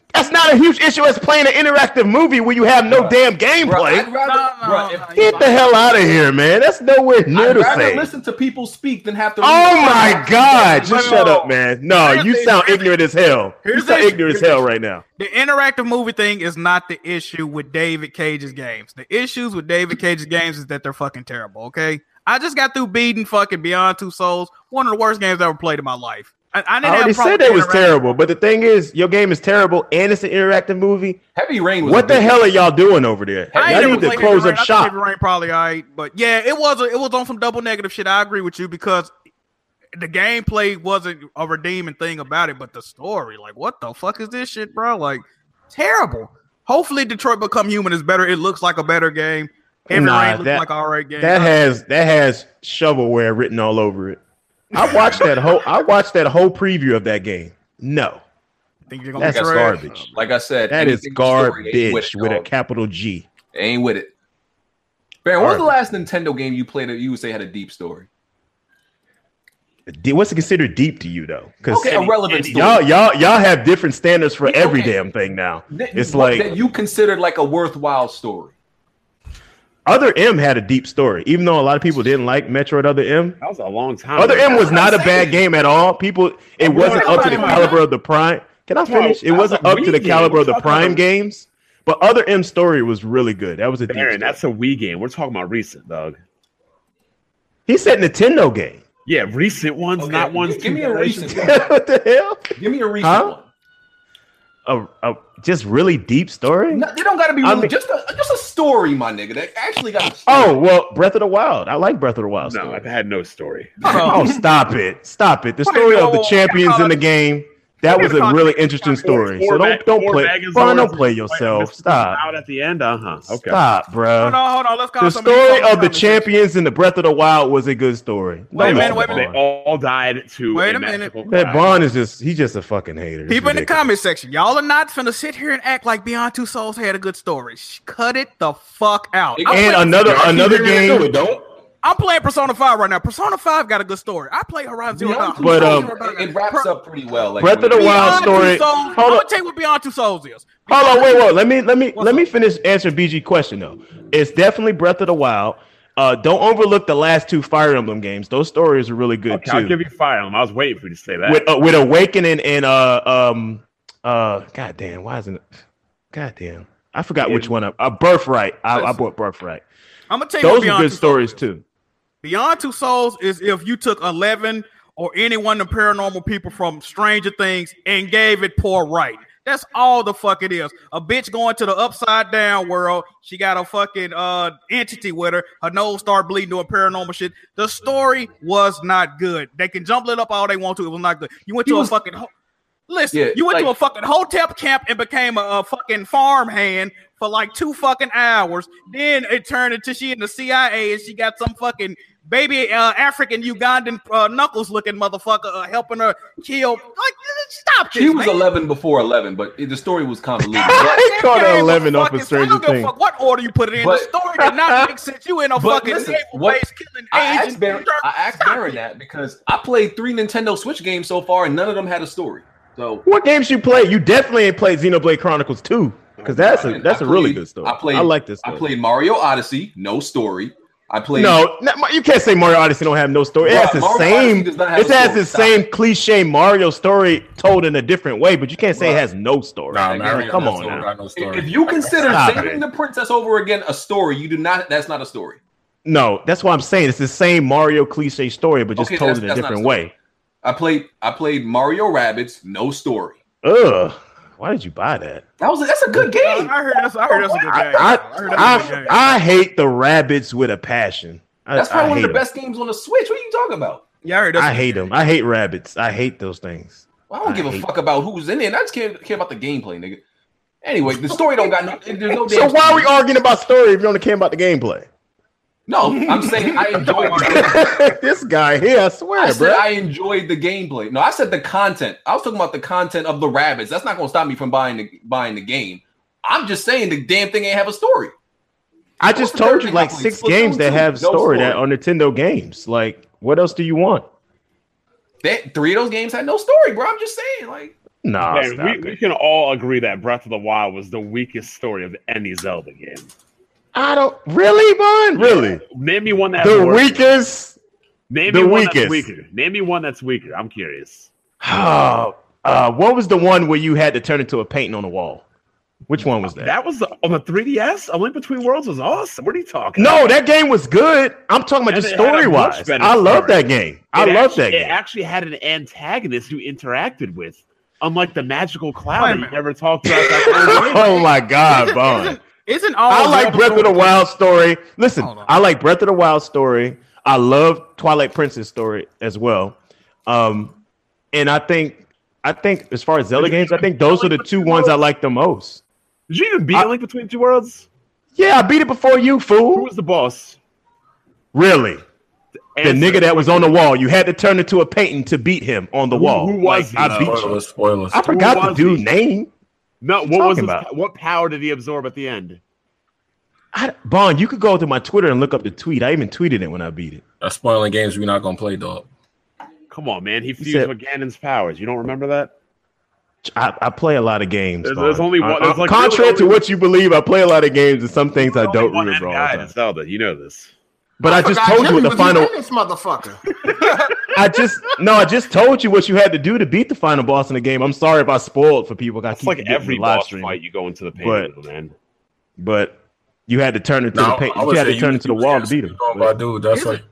That's not a huge issue as playing an interactive movie where you have no damn gameplay. I'd rather, bruh, if- Get the hell out of here, man. That's nowhere near I'd the rather same. listen to people speak than have to. Oh read- my God! Just shut up, man. No, you sound ignorant as hell. You Here's sound the- ignorant as hell right now. The interactive movie thing is not the issue with David Cage's games. The issues with David Cage's games is that they're fucking terrible. Okay, I just got through beating fucking Beyond Two Souls, one of the worst games I ever played in my life. I, I didn't I already have a problem said that with was terrible, but the thing is, your game is terrible and it's an interactive movie. Heavy Rain. was a What the big- hell are y'all doing over there? I Y'all ain't need never to played close Heavy Rain. up I think shop. Heavy Rain probably all right, but yeah, it was a, it was on some double negative shit. I agree with you because the gameplay wasn't a redeeming thing about it, but the story, like, what the fuck is this shit, bro? Like, terrible. Hopefully, Detroit Become Human is better. It looks like a better game. Heavy Rain looks like all right game. Uh, That has that has shovelware written all over it. I watched that whole I watched that whole preview of that game. No, think you're gonna That's trash. garbage. Uh, Like I said, that is anything with story, they ain't with garbage it, with a dog. capital G. Ain't with it. Baron, what was the last Nintendo game you played that you would say had a deep story? D- What's considered deep to you though? Okay, a relevant story. Y'all, y'all, y'all have different standards for every damn thing now. That- It's what- that like you considered like a worthwhile story. Other M had a deep story, even though a lot of people didn't like Metroid Other M. That was a long time. Other ago. M was not a bad game at all. People, it I'm wasn't talking up to the about- caliber of the prime. Can I I'm talking finish? It about wasn't the up to the Wii game. caliber of the We're talking prime about- games, but Other M story was really good. That was a deep. Baron, that's a Wii game. We're talking about recent, dog. He said Nintendo game. Yeah, recent ones, not ones. give me a generations recent ago. what the hell? Give me a recent Huh? one. A, a just really deep story. No, they don't got to be I really, mean- just a just a story, my nigga. That actually got. A, Oh well, Breath of the Wild. I like Breath of the Wild. No, I've had no story. Oh, stop it. Stop it. The story of the champions in the game. That was a really interesting story. So don't don't play Brian, don't play yourself. Stop. Out at the end, uh huh. Okay. Stop, bro. Hold on, hold on. Let's call The somebody story else. of the champions in the Breath of the Wild was a good story. Wait a Don't minute, wait a mess with minute. They all died to Wait a minute. Bond. That Bond is just he's just a fucking hater. It's People in the ridiculous. comment section, y'all are not finna sit here and act like Beyond Two Souls had a good story. Sh- Cut it the fuck out. I'm playing- And another another game. I'm playing Persona Five right now. Persona Five got a good story. I play Horizon Zero Dawn. Beyond Two But, Souls, um, it- it wraps up pretty well. Like Breath of the Beyond Wild Two story. Souls- I'm Hold gonna on. tell you what Beyond Two Souls is. Hold on, wait, wait. Let me let me let me finish answering BG question though. It's definitely Breath of the Wild. Uh, don't overlook the last two Fire Emblem games. Those stories are really good Okay, too. I'll give you Fire Emblem. I was waiting for you to say that. with uh, with awakening and uh um uh god damn why isn't it god damn i forgot which one I, uh, birthright I, I bought birthright I'm gonna tell you what those are Beyond good Two stories too Beyond Two Souls is if you took Eleven or any one of the paranormal people from Stranger Things and gave it poor right. That's all the fuck it is. A bitch going to the upside down world. She got a fucking uh entity with her. Her nose start bleeding doing paranormal shit. The story was not good. They can jumble it up all they want to. It was not good. You went to a fucking ho- listen. Yeah, you went to like- a fucking hotel camp and became a, a fucking farmhand for like two fucking hours. Then it turned into she in the CIA and she got some fucking baby uh, African Ugandan uh, knuckles looking motherfucker uh, helping her kill. Like stop this. She was man. eleven before eleven, but it- the story was convoluted. I caught Game an was 11 off of I Stranger don't give a Things. fuck what order you put it in. But- the story did not make sense. You in a But fucking listen, naval what- base killing I agents. asked Baron, I asked Baron that because I played three Nintendo Switch games so far, and none of them had a story. So what games you play you definitely ain't played xenoblade chronicles 2 because that's a that's a really good story I played. i like this I story. played Mario Odyssey, no story. I played. no, not- you can't say Mario Odyssey don't have no story. It Bruh, has the Mario Odyssey same. does not have It a has story. the Stop. same cliche Mario story told in a different way, but you can't say it Bruh. has no story. Nah, Like, man, come that's on all now. got If you consider Stop saving it. the princess over again a story, you do not. That's not a story. No, that's what I'm saying. It's the same Mario cliche story, but just Okay, told that's- in a that's not different a story. way. I played. I played Mario Rabbids, no story. Ugh, why did you buy that? That was. That's a good game. I heard that's. I heard that's a good game. I heard that's a I, good I hate the rabbits with a passion. I, That's I probably one hate of the 'em. best games on the Switch. What are you talking about? Yeah, I heard I hate them. I hate rabbits. I hate those things. Well, I don't I give a hate fuck about who's in it. I just care, care about the gameplay, nigga. Anyway, the story don't got no. There's no. So damn why are we story. arguing about story if you only care about the gameplay? No, I'm saying I enjoyed. this guy here, I swear, I bro. said I enjoyed the gameplay. No, I said the content. I was talking about the content of the rabbits. That's not going to stop me from buying the buying the game. I'm just saying the damn thing ain't have a story. I just What's the told third you thing like I played? six Splatoon games that 2, have no story that story. are Nintendo games. Like, what else do you want? That three of those games had no story, bro. I'm just saying, like Nah, Man, stop we, we can all agree that Breath of the Wild was the weakest story of any Zelda game. I don't really, man. Really, name me one that's the worse. weakest. Name the me one weakest. that's weaker. Name me one that's weaker. I'm curious. Oh, uh, what was the one where you had to turn into a painting on the wall? Which one was that? That was the, on the 3DS. A Link Between Worlds was awesome. What are you talking? No, that game was good. I'm talking about And just it had a story much wise. better I love story. that game. I It love actually- that It game. actually had an antagonist you interacted with, unlike the magical cloud that you never talked about. that whole game. oh my god, Bond. Isn't all I like Zelda Breath of the stories- Wild story. Listen, I like Breath of the Wild story. I love Twilight Princess story as well. Um, and I think I think as far as Zelda games, I think those are the two ones I like the most. Did you even beat A Link Between Two Worlds? Yeah, I beat it before you, fool. Who was the boss? Really? The Answer. nigga that was on the wall. You had to turn into a painting to beat him on the Who- wall. who was Like, I he? beat you. Spoilers, spoilers. I Who forgot the was dude's he? name. No, you what was his, talking about? what power did he absorb at the end? I, Bond, you could go to my Twitter and look up the tweet. I even tweeted it when I beat it. That's Uh, spoiling games we're not gonna play, dog. Come on, man. He fused said- with Ganon's powers. You don't remember that? I, I play a lot of games. There's- there's Vaughn. only one- I- I- there's like contrary really to only- what you believe, I play a lot of games, and some things I don't remember all the God, time. it's Zelda. You know this. But I, just forgot told you Jimmy what the was in final. This motherfucker. I just no, I just told you what you had to do to beat the final boss in the game. I'm sorry if I spoiled for people. I It's keep like forgetting the every live boss stream. fight you go into the pain, But- man. but you had to turn into No, the paint. I You would had say to turn you- into the wall to beat him. My dude, that's Isn't- like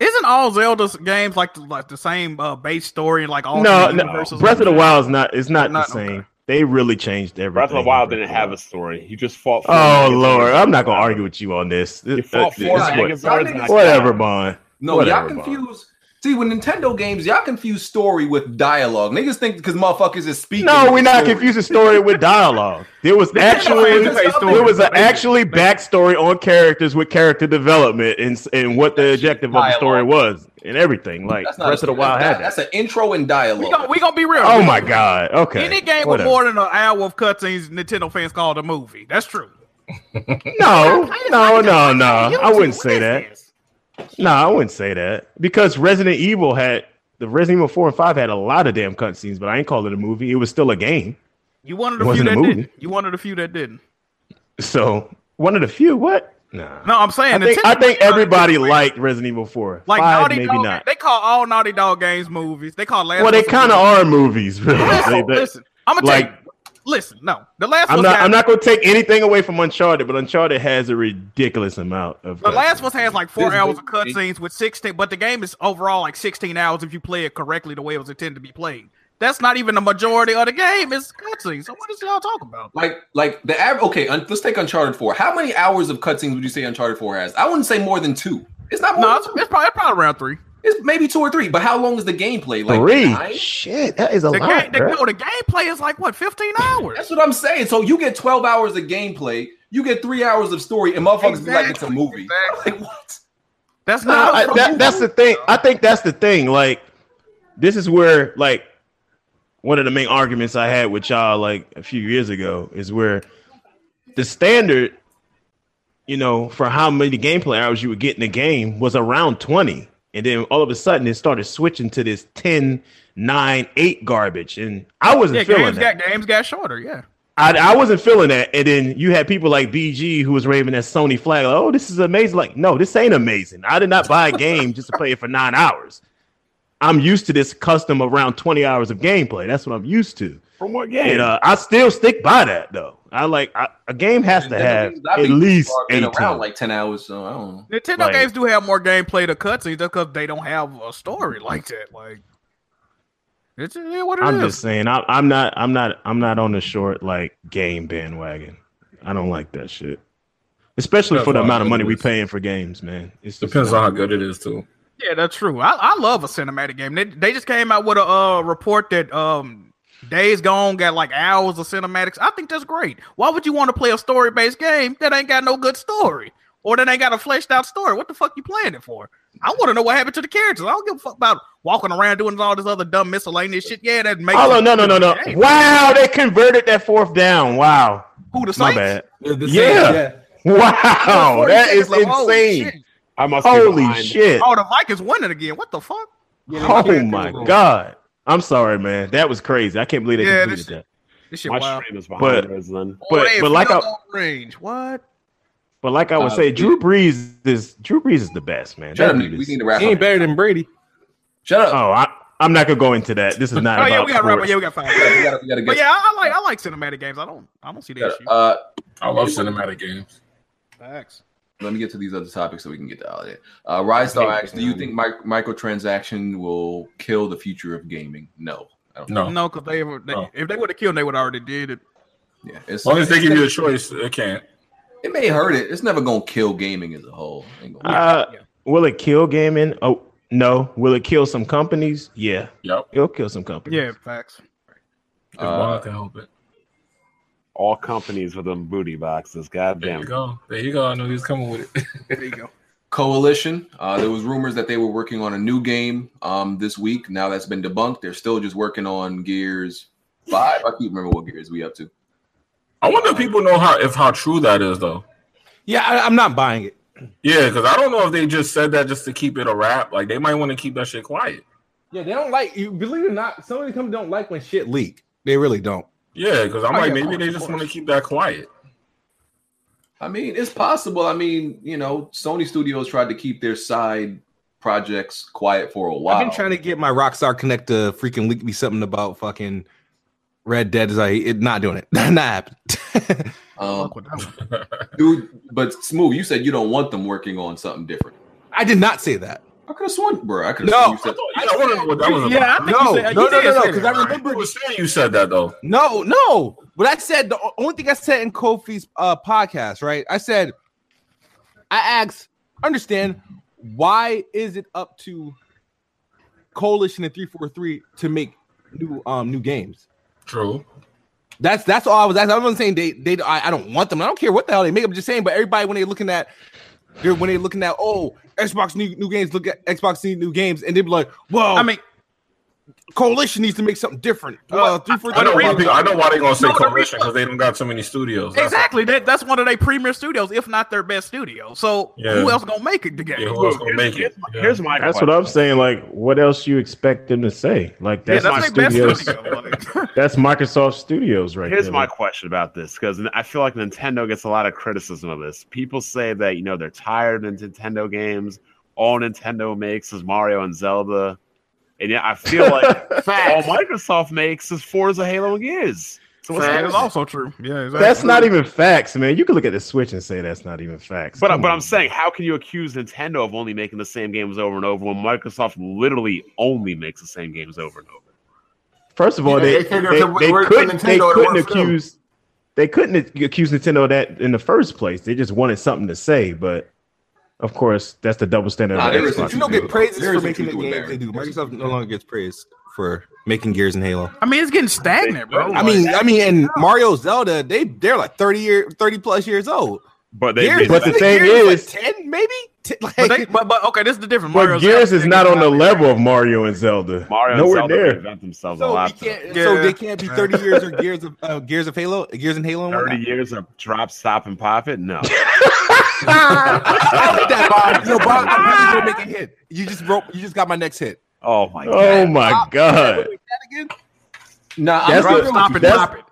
Isn't all Zelda's games like the, like the same uh, base story and like all No, different no, universes? Breath of the Wild is not. It's not, Not- the same. They really changed everything. Breath of the Wild didn't have a story. He just fought. four Oh Megazords. Lord, I'm not gonna argue with you on this. This- fought this- four this is what- Megazords and I- whatever, Bond. No, Whatever, y'all Bond. confuse. See, with Nintendo games, y'all confuse story with dialogue. Niggas think because motherfuckers is speaking. No, we're not story. confusing story with dialogue. There was They actually don't say story. there was an actually backstory on characters with character development and s- and what the objective of the story was and everything. Like That's not a, Breath of the Wild that, had that. That's an intro and dialogue. We gonna, we gonna be real. Oh my god. Okay. Any game with Whatever. more than an hour of cutscenes, Nintendo fans call it a movie. That's true. No, no, no, no. I wouldn't say that. No, I wouldn't say that because Resident Evil had the Resident Evil four and five had a lot of damn cutscenes, but I ain't call it a movie. It was still a game. You one of It the few wasn't a that movie. didn't. You one of the few that didn't. So one of the few. What? Nah. No, I'm saying I think, Nintendo- I think everybody liked Resident Evil four. Like five, Naughty maybe Dog, not. they call all Naughty Dog games movies. They call last. well, they of Us a kind of movie. are movies. Really. Listen, They- they- listen. I'ma tell like, Listen, no, the last I'm one's not. got- I'm not gonna take anything away from Uncharted, but Uncharted has a ridiculous amount of. The Last of Us has like four This hours of cutscenes with sixteen, but the game is overall like sixteen hours if you play it correctly the way it was intended to be played. That's not even the majority of the game. It's cutscenes. So what is y'all talking about? Like, like the average. Okay, un- let's take Uncharted Four. How many hours of cutscenes would you say Uncharted Four has? I wouldn't say more than two. It's not. More No, than it's, it's probably, probably around three. It's maybe two or three. But how long is the gameplay? Like Three? Shit, that is a The lot, game, the, bruh. no, the gameplay is like what fifteen hours. That's what I'm saying. So you get 12 hours of gameplay, you get three hours of story, and motherfuckers be like it's a movie. Like what? That's No, I- that, that's the thing. I think that's the thing. Like, this is where like one of the main arguments I had with y'all like a few years ago is where the standard, you know, for how many gameplay hours you would get in the game was around 20. And then all of a sudden it started switching to this 10, 9, 8 garbage. And I wasn't yeah, feeling games that. got games got shorter. Yeah, I, I wasn't feeling that. And then you had people like BG who was raving that Sony flag. Like, oh, this is amazing. Like, no, this ain't amazing. I did not buy a game just to play it for nine hours. I'm used to this custom around 20 hours of gameplay. That's what I'm used to. From what game? And uh, I still stick by that, though. I like I, a game has to have I at think least people are been 18. around like 10 hours, so I don't know. Nintendo Like- games do have more gameplay to cutscenes because they don't have a story like that. Like it's it is what it is. I'm just saying, I, I'm not, I'm not, I'm not on the short like game bandwagon. I don't like that shit, especially Depends for the on amount of how money good it we is. paying for games, man. It Depends on how good it is too. Yeah, that's true. I, I love a cinematic game. They, they just came out with a uh, report that um Days Gone got like hours of cinematics. I think that's great. Why would you want to play a story based game that ain't got no good story or that ain't got a fleshed out story? What the fuck you playing it for? I want to know what happened to the characters. I don't give a fuck about walking around doing all this other dumb miscellaneous shit. Yeah, that makes. Oh no no no no! Hey, Wow, they converted that fourth down. Wow. Who the My Saints? bad. Yeah, the yeah. Saints, Wow, Forty that seconds, is like, oh, insane. shit. I must Holy shit! Oh, the Vikings winning again. What the fuck? Oh my god! I'm sorry, man. That was crazy. I can't believe they Yeah, completed this- that. This shit My wild. stream is But behind us then. but Boy, but like I field goal range. What? but like I would Uh, say, Drew Brees is Drew Brees is the best man. Shut up, That Nick. dude We is- need to wrap He up. ain't better than Brady. Shut up. Oh, I, I'm not gonna go into that. This is not. Oh yeah, about we got Robert. sports. Yeah, we got five. we gotta, we gotta but get- yeah, I, I like I like cinematic games. I don't I don't see the issue. Uh, I love cinematic games. Facts. Let me get to these other topics so we can get out of there. Uh, Rise Star asks, "Do you think mic- microtransaction will kill the future of gaming?" No, I don't think no, because they, were- they No. if they would have killed, they would already did it. Yeah, it's- As long as they give you a choice, it can't. It may hurt it. It's never gonna kill gaming as a whole. Ain't gonna- Uh, Will it kill gaming? Oh no. Will it kill some companies? Yeah. Yep. It'll kill some companies. Yeah, facts. Uh, uh, Monica can help it. all companies with them booty boxes. There you Goddamn. go. There you go. I know he's coming with it. there you go. Coalition. Uh, there was rumors that they were working on a new game um, this week. Now that's been debunked. They're still just working on Gears Five. I keep remember what Gears we up to. I wonder if people know how if how true that is though. Yeah, I, I'm not buying it. Yeah, because I don't know if they just said that just to keep it a wrap. Like they might want to keep that shit quiet. Yeah, they don't like you. Believe it or not, some of these companies don't like when shit leak. They really don't. Yeah, because I'm Oh, like yeah, of maybe course, they of just course. want to keep that quiet. I mean, it's possible. I mean, you know, Sony Studios tried to keep their side projects quiet for a I've while. been trying to get my Rockstar Connect to freaking leak me something about fucking Red Dead. Is like it not doing it. not happening. Um, dude, but Smooth, you said you don't want them working on something different. I did not say that. I could have sworn, bro. I could have sworn No. you said. I want to know what that was Yeah, about. I think you No, said- no, you no, did no, no, say 'cause that, I right? remember you saying you said that though. No, no. But I said the o- only thing I said in Kofi's uh, podcast, right? I said, I asked, understand why is it up to Coalition and three four three to make new um new games? True. That's that's all I was asking. I wasn't saying they they I, I don't want them. I don't care what the hell they make. I'm just saying. But everybody when they're looking at they're when they're looking at oh Xbox new new games look at Xbox new new games and they be like well I mean Coalition needs to make something different. Uh, three, four, I know three. why people, I know why they gonna say No, the coalition because they don't got so many studios. That's Exactly. That, that's one of their premier studios, if not their best studio. So Yeah. who else gonna make it the game? Yeah, who else gonna make it? Yeah. Here's my That's what I'm saying. Like, what else you expect them to say? Like, Yeah, that's, that's my their best studios. that's Microsoft Studios, right Here's there. my question about this because I feel like Nintendo gets a lot of criticism of this. People say that you know they're tired of Nintendo games. All Nintendo makes is Mario and Zelda, and yeah, I feel like all Microsoft makes is Forza, Halo, and Gears. So what's That the is also true. Yeah, exactly. that's not even facts, man. You could look at the Switch and say that's not even facts. But Come but on. I'm saying, how can you accuse Nintendo of only making the same games over and over when Microsoft literally only makes the same games over and over? First of all, Yeah, they they they, figured they, if it worked for couldn't they Nintendo, it couldn't worked for them. accuse they couldn't ac- accuse Nintendo of that in the first place. They just wanted something to say, but of course, that's the double standard. Nah, of there is Xbox. you don't get praises There is for a making the truth to it, games Barry. they do. Microsoft no longer gets praised for making Gears and Halo. I mean, it's getting stagnant, bro. I mean, I mean, and Mario Zelda, they they're like thirty year, thirty plus years old. But they- they- But the thing is- ten maybe. T- like, but, they, but but okay, this is the difference. But Mario's Gears is not on the level of Mario and Zelda. Mario and Nowhere Zelda near. reinvent themselves a so, we lot. can't, though. so they can't be thirty years or Gears of uh, Gears of Halo, Gears and Halo. and Thirty whatnot. years of drop, stop, and pop it. No, I like that, Bob. No, Bob, I'm really gonna make a hit. You just broke. You just got my next hit. Oh my Oh my god. Nah, I'm that's driving the- with you. that's- Stop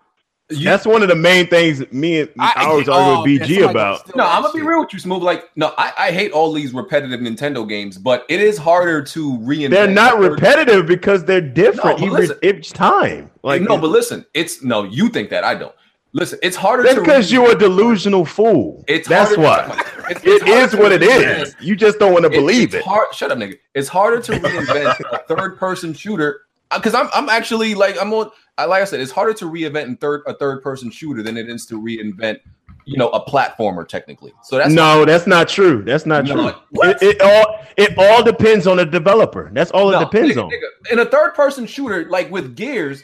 that's one of the main things me and I, oh, always argue with BG about. No, I'm gonna be real with you, Smooth. Like, no, I, I hate all these repetitive Nintendo games, but it is harder to reinvent. They're not repetitive because they're different No, but each, listen. each time. Like, no, but listen, it's no. You think that I don't. Listen, it's harder That's to because you're a delusional fool. It's that's harder- why. It's- it's It harder is to what it reinvent. is. You just don't want to It- believe it's it. hard- shut up, nigga. It's harder to reinvent a third-person shooter because I'm I'm actually like I'm on. I like I said, it's harder to reinvent in third a third-person shooter than it is to reinvent, you know, a platformer technically. So that's no, that's not true. That's not No, true. what? It, it all it all depends on the developer. That's all it depends nigga, on. nigga, in a third-person shooter like with Gears.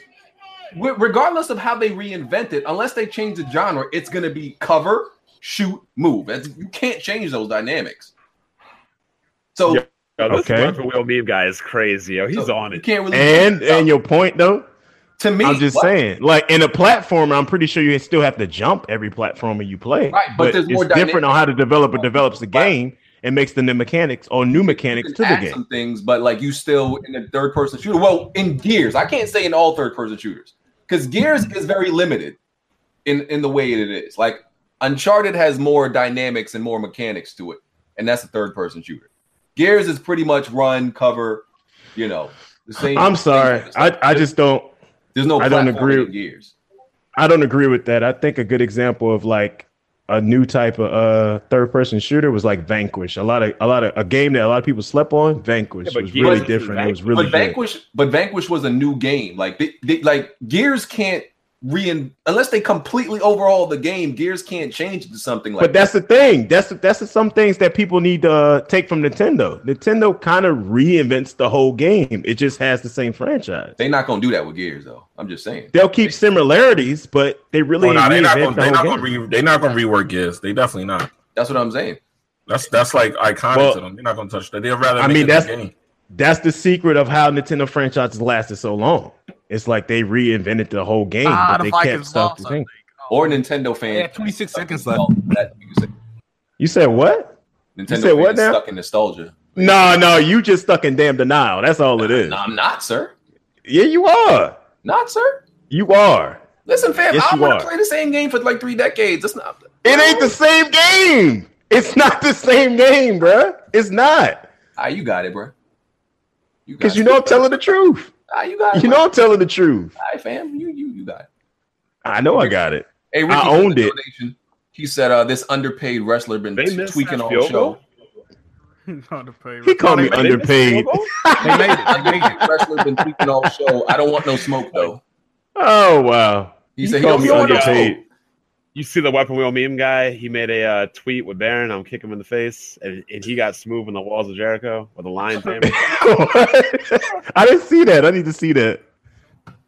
wi- Regardless of how they reinvent it, unless they change the genre, it's going to be cover, shoot, move. That's, you can't change those dynamics. So Yo, this Okay. Weapon Wheel meme guy is crazy. Yo, he's on it. can't And and your point though, to me, I'm just what? saying, like in a platformer, I'm pretty sure you still have to jump every platformer you play. Right, but there's it's more different on how the developer develops the game and makes them the mechanics or new mechanics to the add game. some things, but like you still in a third person shooter. Well, in Gears, I can't say in all third person shooters because Gears is very limited in in the way that it is. Like Uncharted has more dynamics and more mechanics to it, and that's a third person shooter. Gears is pretty much run cover, you know, the same. I'm sorry, I, I just don't. There's no I don't platforming agree. in Gears. I don't agree with that. I think a good example of like a new type of uh third person shooter was like Vanquish. A lot of a lot of a game that a lot of people slept on. Vanquish Yeah, but was Gears really is different. It was Vanquish. really but Vanquish, but Vanquish was a new game. Like they, they, like Gears can't rein unless they completely overhaul the game. Gears can't change it to something good. like. But that. that's the thing. That's that's the some things that people need to uh, take from Nintendo. Nintendo kind of reinvents the whole game. It just has the same franchise. They're not gonna do that with Gears though. I'm just saying. They'll keep similarities, but they really Oh, nah, They're not reinvent gonna the they whole not game. gonna, re, they not gonna rework Gears. They definitely not. That's what I'm saying. That's that's like iconic Well, to them. They're not gonna touch that. They'd rather. I make mean, it a that's game. that's the secret of how Nintendo franchises lasted so long. It's like they reinvented the whole game, Ah, but the they kept Vikings stuff the same. Or Nintendo fan. Yeah, 26 seconds left. You said what? Nintendo said what fan is now? stuck in nostalgia. No, no, you just stuck in damn denial. That's all it is. No, I'm not, sir. Yeah, you are. Not, sir. You are. Listen, fam, Yes, I you want are. to play the same game for like three decades. It's not. It ain't the same game. It's not the same game, bruh. It's not. Ah, you got it, bro. Because you know I'm telling the truth. Ah, you got it. You know I'm telling the truth. All right, fam. You you you got it. I know I got it. Hey, Ricky, I owned it. donation. He said uh, this underpaid wrestler been t- missed tweaking that all field show. He called me underpaid. They made it. Underpaid wrestler been tweaking all show. I don't want no smoke though. Oh wow. He said he don't want no smoke. You see the weapon wheel meme guy? He made a uh, tweet with Baron. I'm kick him in the face, and, and he got smooth on the walls of Jericho with a lion tamer. I didn't see that. I need to see that.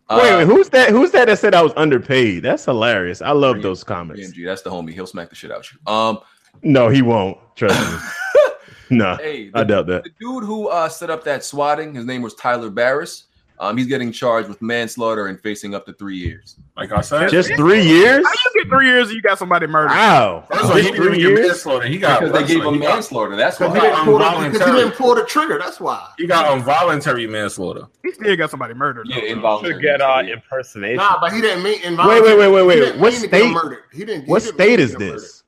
Uh, wait, wait, who's that? Who's that that said I was underpaid? That's hilarious. I love those comments. BMG, that's the homie. He'll smack the shit out you. Um, No, he won't. Trust me. no, Hey, I doubt that. the dude who uh, set up that swatting, his name was Tyler Barris. Um, he's getting charged with manslaughter and facing up to three years. Like I said, How you get three years and you got somebody murdered? Wow. That's why he didn't even get manslaughter. He got Because they gave wrestling. him He got- manslaughter. That's Because why. he didn't pull the- because he didn't Didn't pull the trigger. That's why. He got involuntary manslaughter. He still got somebody murdered. Yeah, Should get uh, impersonation. Nah, but he didn't mean Wait, wait, wait, wait, he wait. didn't What mean to get state? murdered. He didn't. What he didn't state mean to is get murdered. this?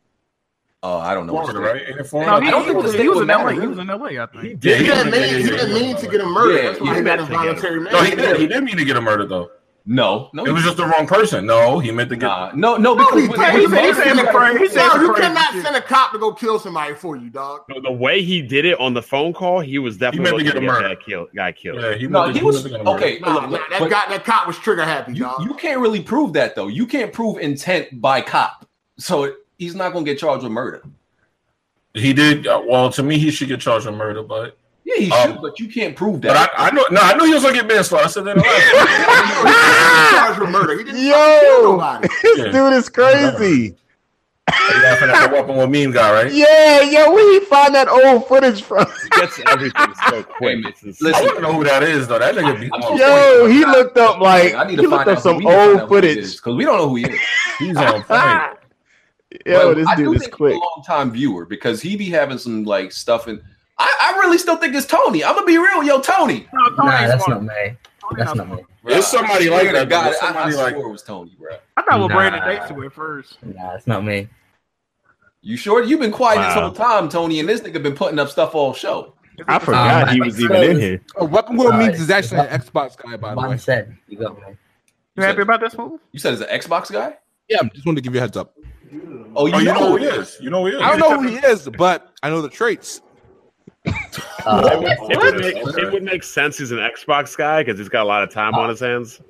Oh, I don't know. Florida, right? Ain't it No, Florida? he, I don't he think the was, state he was would in LA. matter, He was in LA, I think. He did. He didn't Yeah, mean. yeah, He didn't yeah. mean to get him murdered. That's why he got involuntary No, he manslaughter. did. He did mean to get him murdered though. No, no, it was just the wrong person. No, he meant to get. no, no, No, he because didn't. He said- he said the cra- he said No, the you crazy cannot shit. send a cop to go kill somebody for you, dog. No, the way he did it on the phone call, he was definitely meant to looking to get a get murder. that kill, guy killed. Yeah, he No, meant to- he was meant to get him murdered. okay. Nah, look, nah, that but- guy, that cop was trigger happy, dog. you can't really prove that though. You can't prove intent by cop, so it- he's not going to get charged with murder. He did. uh, Well, to me, he should get charged with murder, but. Yeah, he Um, should, but you can't prove But that. I, I know, no, I knew he was gonna get manslaughter. I said that. last time. charged with murder. He didn't kill Yo, nobody. this Yeah. dude is crazy. You laughing at the weapon with meme guy, right? Yeah, yo, where he find that old footage from? Gets everything so quick. It's insane. I want to know who that is though. That nigga be. I'm- Yo, he looked up like I need he to looked find up out some old footage. because we don't know who he is. He's on point. Yo, But this I do dude is think quick. He's a long time viewer because he be having some like stuff and I, I really still think it's Tony. I'm gonna be real, yo, Tony. No, Tony Nah, ain't that's smart. not me. That's not me. It's somebody like that, God, though. I, I Somebody like- swore it was Tony, bro. I thought what Nah. Brandon Dates were first. Nah, it's not me. You sure? You've been quiet this Wow. whole time, Tony, and this nigga been putting up stuff all show. I forgot Um, he like, was so even in it's- here. Oh, Weapon Will Sorry. Means is actually an Xbox guy, by the One way. set. You got me. You happy about this move? You said it's an Xbox guy? Yeah, I just wanted to give you a heads up. Oh, you, Oh, you know, know who it he is. is. You know who he is. I don't know who he is, but I know the traits. Uh, It would, make, it would make sense he's an Xbox guy because he's got a lot of time Uh, on his hands.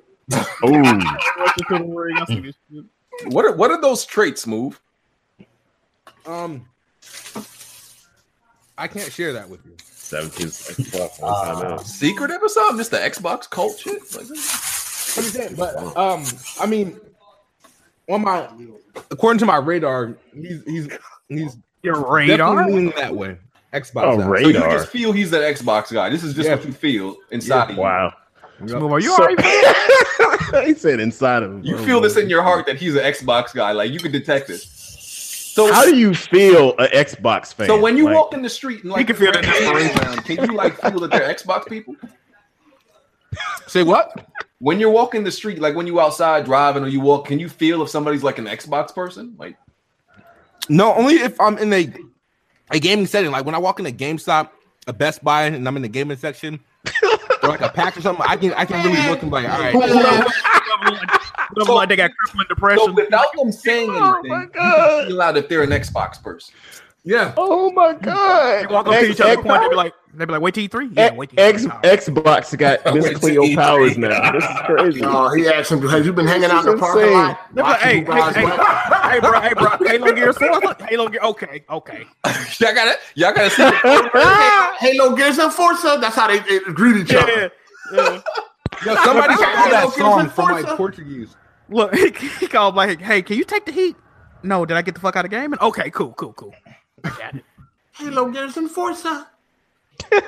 Oh, What are what are those traits, move? Um, I can't share that with you. 17 seconds left on Uh, timeout. Secretive or something? Just the Xbox cult shit? Like, But it's it, But um, I mean, on my according to my radar, he's he's he's Your definitely radar? leaning that way. Xbox. Oh, out. so you radar. just feel he's an Xbox guy. This is just Yeah. what you feel inside of you. Wow. Move, are you So- all right? he said inside of him. Oh, You feel this in your heart that he's an Xbox guy. Like you can detect this. So how do you feel, an Xbox fan? So when you Like, walk in the street and like can feel that around, can you like feel that they're Xbox people? Say what? When you're walking the street, like when you outside driving or you walk, can you feel if somebody's like an Xbox person? Like No, only if I'm in a a gaming setting. Like when I walk in a GameStop, a Best Buy, and I'm in the gaming section, or like a pack or something, I can I can really look and be like, all right. so, like they got crippling depression. So without them saying anything, you can feel out if they're an Xbox person. Yeah. Oh my god. They walk up to each other, point, they be like, they be like, wait till you three. Yeah, wait till X, Xbox got Miss Cleo Powers now. This is crazy. Oh, he asked him, "Have you been hanging out This in the is parking insane. lot?" They be like, hey, hey, hey, hey, bro, hey, bro, Halo Gear Four, look, Halo Gear. Okay, okay. y'all gotta, y'all gotta see. Halo Gears of Forza. That's how they, they greet each other. Yo, somebody stole that song from Forza. like Portuguese. Look, he, he called like, hey, can you take the heat? No, did I get the fuck out of the game? And okay, cool, cool, cool. I got it. Halo Gears of Forza. Uh,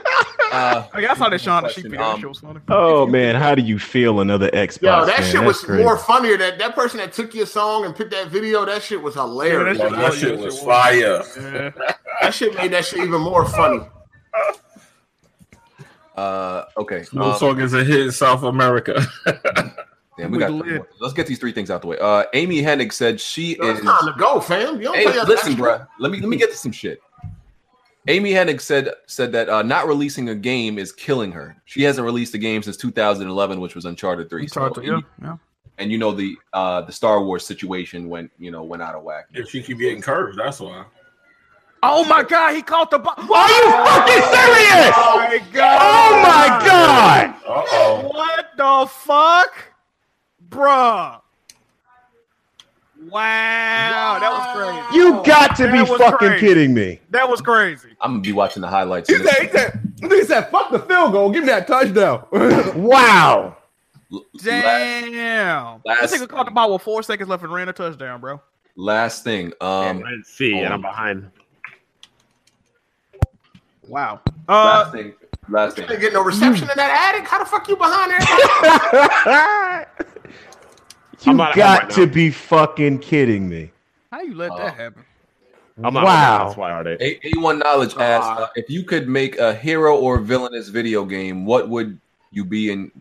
I, mean, I saw that Sean the question, Sheepy. um, that shit was funny. Oh man, how do you feel another Xbox? Yo, that fan? shit was That's crazy. more funnier. That that person that took your song and picked that video, that shit was hilarious. Yeah, that shit was fire. That shit made that shit even more funny. Uh, okay. Snoop um, Dogg is a hit in South America. damn, we got. We lit. Let's get these three things out the way. Uh, Amy Hennig said she Yo, is. it's time to go, fam. You don't Hey, play us listen, extra. bruh. Let me let me get to some shit. Amy Hennig said said that uh, not releasing a game is killing her. She hasn't released a game since 2011, which was Uncharted 3. So, Uncharted, yeah, and, yeah. and you know the uh, the Star Wars situation went you know went out of whack. If she keep getting curved, that's why. Oh my god, he caught the ball. Are you fucking serious? Oh my god. Oh my god! Uh oh. What the fuck? Bruh. Wow, that was crazy. Oh, You got to be That was fucking crazy. kidding me. That was crazy. I'm gonna be watching the highlights. He of this. said, he said, he said, fuck the field goal. Give me that touchdown. Wow. Damn. last- this nigga caught the ball with four seconds left and ran a touchdown, bro. Last thing, um, I didn't see, and I'm behind. Wow. last Uh, thing, last thing. You ain't getting no reception in that attic. How the fuck you behind there? You out of here got right to be fucking kidding me. how you let Uh, that happen? I'm out Wow. That's why are they? A- A1 Knowledge Ah. asked uh, if you could make a hero or villainous video game, what would you be in?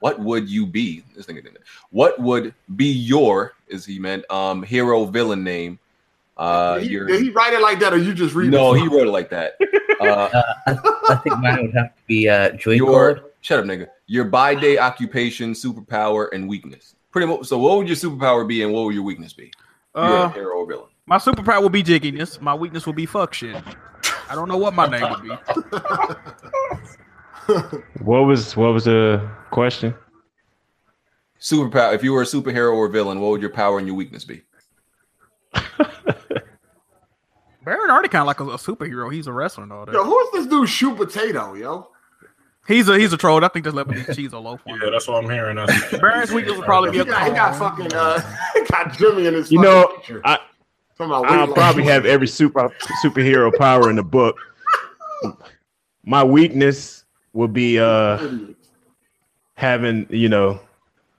What would you be? This thing didn't. What would be your, as he meant, um, hero villain name? Uh, did, he, your, did he write it like that, or you just read? no, it? he wrote it like that. Uh, I think mine would have to be uh, Joy Cord. your shut up, nigga. Your by day occupation, superpower, and weakness. Pretty much. So, what would your superpower be, and what would your weakness be? You're a Uh, hero or villain. my superpower will be jigginess. My weakness will be fuck shit. I don't know what my name would be. What was what was the question? Superpower. If you were a superhero or villain, what would your power and your weakness be? Baron already kind of like a, a superhero. He's a wrestler and all that. Yo, who is this dude? Shoot potato, yo. He's a he's a troll. I think that's Lebanese cheese or low point. Yeah, that's what I'm hearing. Baron's weakness would probably be He a got, he got call. fucking uh, he got Jimmy in his. You fucking know, picture. I Talking about I'll weight probably loss. have every super superhero power in the book. My weakness would be uh having, you know,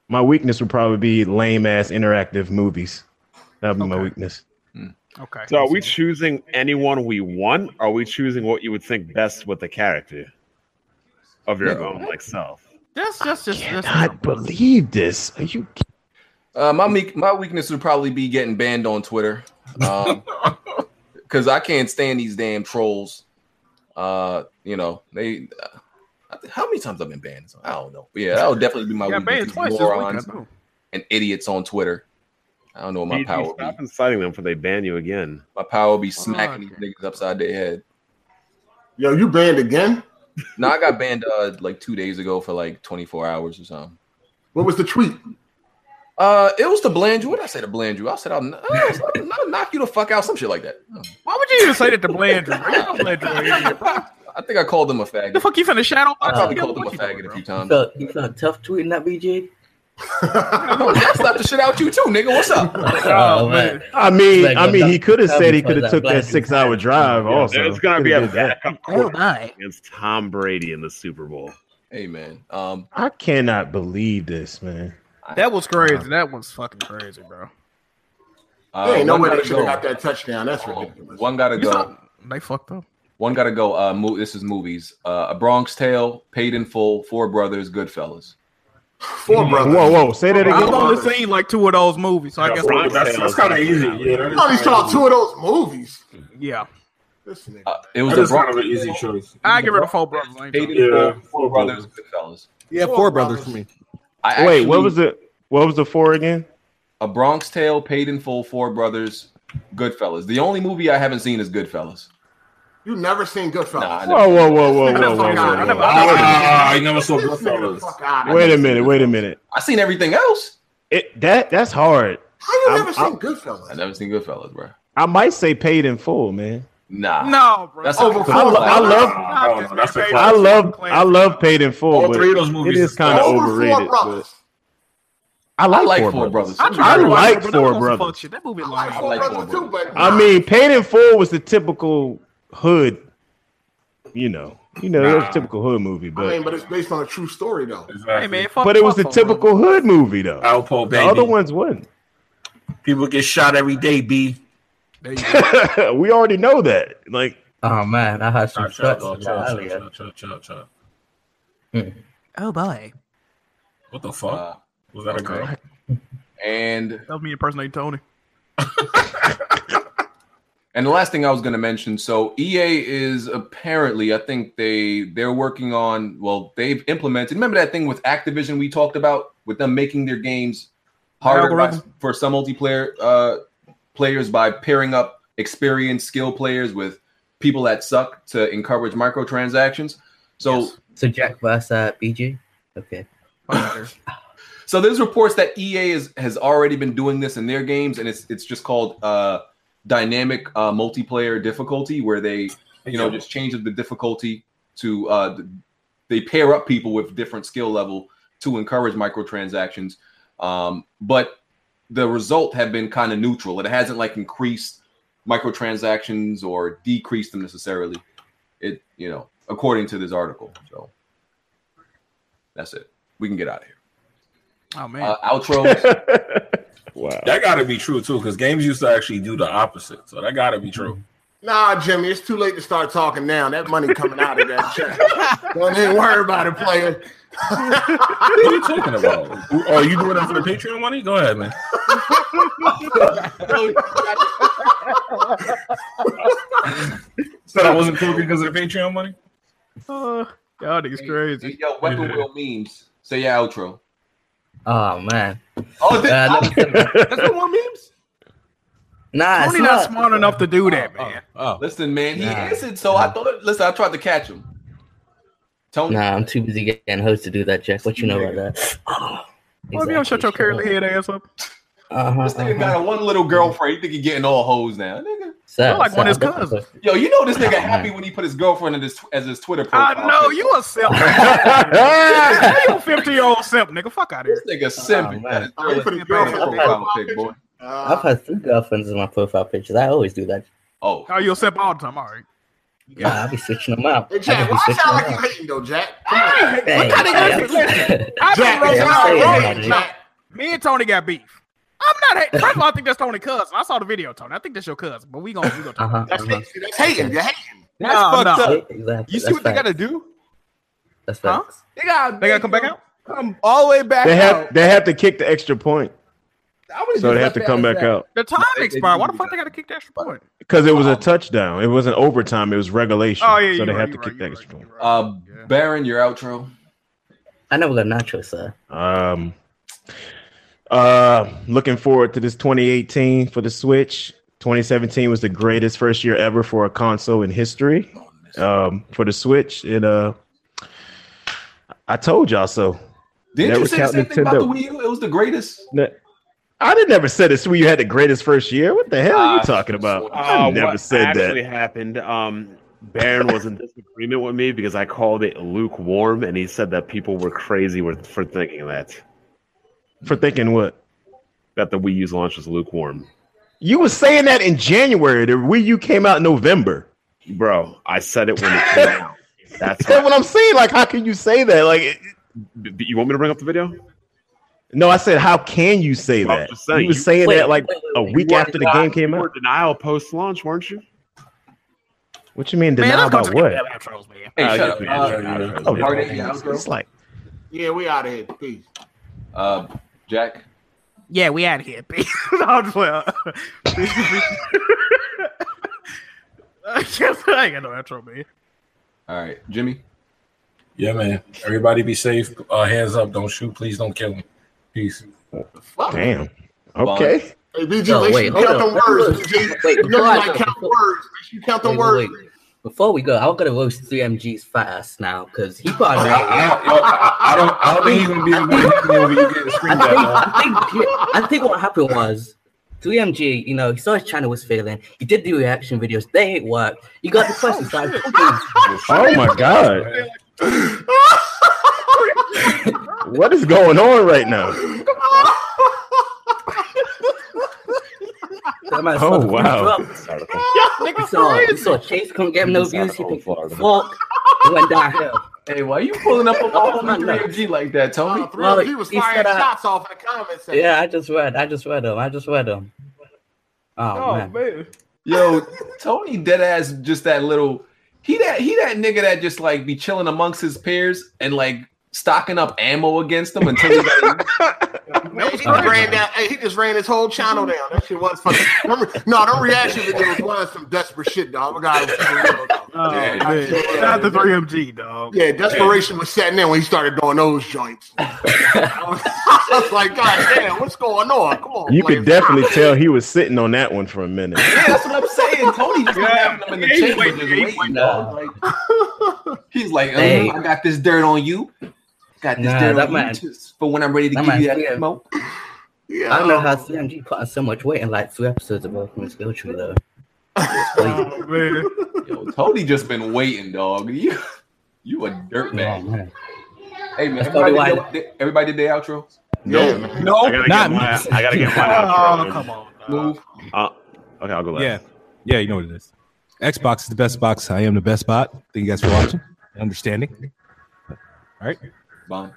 my weakness would probably be lame ass interactive movies. That'd be my weakness. Okay. So, are we choosing anyone we want? Or are we choosing what you would think best with the character of your own, like self? That's that's just that's Cannot believe this. Are you Uh, my meek, my weakness would probably be getting banned on Twitter, because I can't stand these damn trolls. Uh, you know they. I think- how many times I've been banned? I don't know. But yeah, that would definitely be my yeah, weakness. banned these twice this morons weekend. too. and idiots on Twitter. I don't know what my You- you power. would Stop Be. inciting them before they ban you again. My power would be smacking these niggas upside their head. Yo, you banned again? Now I got banned uh, like two days ago for like 24 hours or something. What was the tweet? Uh, it was to bland you. What did I say to bland you? I said I'll, I'll, I'll knock you the fuck out. Some shit like that. Why would you even say that to Blandrew? bro? You know Blandrew an idiot, bro. I think I called them a The faggot. fuck you finna shadow? I probably What called him a you doing, faggot a bro? few You times. felt, you felt tough tweeting that, BJ? No, that slapped the shit out you too, nigga. What's up? Oh, man. I mean, Like, I mean, he could have that said he because could have that took black that dude- six hour drive. Also, There's gonna be a Could've did that. backup Oh, quarterback my. against Tom Brady in the Super Bowl. Hey man, um, I cannot believe this, man. That was crazy. That was fucking crazy, bro. There ain't no Uh, one way gotta they should have go. got that touchdown. That's ridiculous. One gotta You go. They fucked up. One gotta go. Uh, mo- this is movies. Uh, A Bronx Tale, Paid in Full, Four Brothers, Goodfellas. Four Brothers. Whoa, whoa, say that I've again. only seen like two of those movies, so I Yeah, guess Bronx That's- Tale that's kinda is easy. definitely- Yeah, that I only saw two of those movies. Yeah. It was That a is Bronx. kind of an easy choice. I give it a four brothers. I ain't Uh, Paid in talking. Full, Four Brothers, Goodfellas. Yeah, four brothers for me. I Wait, what was it? the what was the four again? A Bronx Tale, Paid in Full, Four Brothers, Goodfellas. The only movie I haven't seen is Goodfellas. You never seen Goodfellas. Nah, I Whoa, whoa, whoa, whoa, never whoa, saw whoa, God. I whoa, never- whoa. I never- Ah, I never saw Goodfellas. Wait a minute, wait a minute. I seen everything else. It that that's hard. How you I- never I- seen Goodfellas? I never seen Goodfellas, bro. I might say paid in full, man. Nah. No, bro. That's I, lo- I love, I love, I love paid in full. All but three of those movies It is is kind of over Four overrated. Brothers. but- I like, Four, Brothers. I, like Four Brothers. That movie like Four Brothers too, but I mean, paid in full was the typical hood. You know, you know, it was a Nah. typical hood movie, I mean, but but it's based on a true story though. Exactly. but it was the typical hood movie though. Alpo, The baby. other ones wouldn't. People get shot every day, B. we already know that. Like, oh man, I had some Chop, chop, shots chop, chop, earlier. chop, chop, chop, chop. Oh boy. What the fuck? was that a girl? Uh, And That was me impersonating Tony. And the last thing I was going to mention, so EA is apparently, I think they they're working on. Well, they've implemented. Remember that thing with Activision we talked about with them making their games harder by- Algorithm. for some multiplayer uh, players by pairing up experienced skill players with people that suck to encourage microtransactions. So So Jack versus uh, BG. Okay. So there's reports that EA is, has already been doing this in their games, and it's it's just called uh, dynamic uh, multiplayer difficulty, where they you know just change the difficulty to uh, th- they pair up people with different skill level to encourage microtransactions. Um, but the result have been kind of neutral. It hasn't like increased microtransactions or decreased them necessarily. It you know according to this article. So that's it. We can get out of here. Oh man. Uh, outros. wow. That gotta be true too, because games used to actually do the opposite. So that gotta be true. Nah, Jimmy, it's too late to start talking now. That money coming out of that check. Don't even worry about it, player. What are you talking about? Oh, are you doing that for the Patreon money? Go ahead, man. Said I wasn't talking because of the Patreon money. Uh, y'all niggas crazy. Yo, Weapon Wheel memes. Say your outro. Oh man. Oh, Uh, number seven. that's what one memes. nah, it's Tony Ah, not not. smart enough to do that, man. Oh, listen, man, he Nah. answered, so I thought. Listen, I tried to catch him. Tony, Nah, I'm too busy getting hoes to do that, Jack. What you know about that? Well, if you don't shut your curly head ass up. Uh-huh, this nigga got a one little girlfriend. You think he getting all hoes now? Nigga. Sir, You're like one of his cousins. Yo, you know this nigga happy when he put his girlfriend in his, as his Twitter profile. I know you a simp. you a fifty year old simp, nigga. Fuck out of here. This nigga simp. man. Uh, Oh, he put his girlfriend profile pic, boy. Uh, I've had three girlfriends in my profile pictures. I always do that. Oh, Oh, you a simp all the time. All right. Nah, I'll be switching them out. Hey, I just Jack, be why you switching sound them like out. you hating though, Jack? Hey, Hey, what kind of hey, listen, listen. I've Jack, been roasting I'm all saying, wrong. man. Jack. Me and Tony got beef. I'm not. Hate- First of all, I think that's Tony cousin. I saw the video, Tony. I think that's your cousin, but we gonna we gonna talk. Uh-huh, That's, uh-huh. hate- see, that's hating. You're hating. That's fucked up. Exactly. You see that's what they facts. gotta do? That's Huh? facts. They got They gotta come back out. come all the way back They out. have they have to kick the extra point, I would've so just they have left to it come as back that. out The time They- they expired. Why do the fuck they gotta kick the extra point? because it was a touchdown. It wasn't overtime. It was regulation. Oh, yeah, so you they right, have you to kick the extra point. Uh, Baron, your outro. I never got nachos, sir. Um, uh, looking forward to this 2018 for the Switch. 2017 was the greatest first year ever for a console in history. Um, for the Switch, and uh, I told y'all so. Didn't Never you say the count same thing about the Nintendo. Wii U? It was the greatest. Ne- I did never said it's where you had the greatest first year. What the hell Ah, are you Uh, talking about? Uh, I never what said actually that. happened. Um, Baron was in disagreement with me because I called it lukewarm, and he said that people were crazy with, for thinking that For thinking what? that the Wii U's launch was lukewarm. You were saying that in January. The Wii U came out in November. Bro, I said it when it came out. That's That's what I'm saying. Like, how can you say that? Like, it- B- You want me to bring up the video? No, I said, how can you say that? just saying, you were you- saying Wait, that like wait, wait, a wait. week You after the weren't game denied- came you out. were denial post launch, weren't you? What you mean Man, denial I'm about coming what? to Oh, Hey, shut yeah, up. yeah, Uh, yeah, yeah, yeah. Oh, yeah. no, Yeah, it's outro. like Yeah, we out of here. Peace. Uh, Jack. Yeah, we out of here. Peace. I'll just play. I ain't got no outro, man. All right, Jimmy. Yeah, man. Everybody be safe. Uh, hands up. Don't shoot. Please don't kill him. Peace. Damn. Okay. Hey, BG, No, make sure wait, you hold count on. them words. BG. Wait, you know you before I like go- count words. Make sure you count them Wait, words. wait, wait. Before we go, I'm gonna roast 3MG's fat ass now because he probably. I don't. I don't think he's gonna be able to hit me over you getting screamed at. man. I think, I think what happened was 3MG, you know, he saw his channel was failing. He did the reaction videos. They ain't work. You got depressed and started Oh my god. what is going on right now? Oh wow. So, so Chase couldn't get him no views. He picked fuck. He went downhill. Hey, why are you pulling up a ball on 3MG like that, Tony? Well, he was he firing said, uh, shots off in the comment section. Yeah, I just read. I just read him. I just read him. Oh, man. Yo, Tony dead ass just that little he that he that nigga that just like be chilling amongst his peers and like stocking up ammo against them until he got Man, he just ran down. Hey, he just ran his whole channel down. That shit was fucking. them re- no, them reaction videos was some desperate shit, dog. I got Oh, Yeah, man. yeah. Shout out to 3MG, dog. Yeah, desperation was setting in when he started doing those joints. I was, I was like, God damn, what's going on? Come Oh on, You player. could definitely tell he was sitting on that one for a minute. Yeah, that's what I'm saying. Tony just having them in the Yeah, he's chamber waiting, just he's waiting, dog. Like, he's like, uh, Hey. I got this dirt on you. Got this Nah, dirt that on man- you just for when I'm ready to that give you man- that ammo. Yeah. I don't know how CMG put on so much weight in like three episodes of Welcome to Skill Tree though. Oh, Yo, Tony just been waiting, dog. You, you a dirtbag. hey man, Oh, That's probably everybody, why- did their- everybody did their outro. No, no, I gotta get my. I gotta get my. Oh, outro in. come on. Uh, okay, I'll go last. Yeah. Yeah, you know what it is. Xbox is the best box. I am the best bot. Thank you guys for watching and understanding. All right. Bye.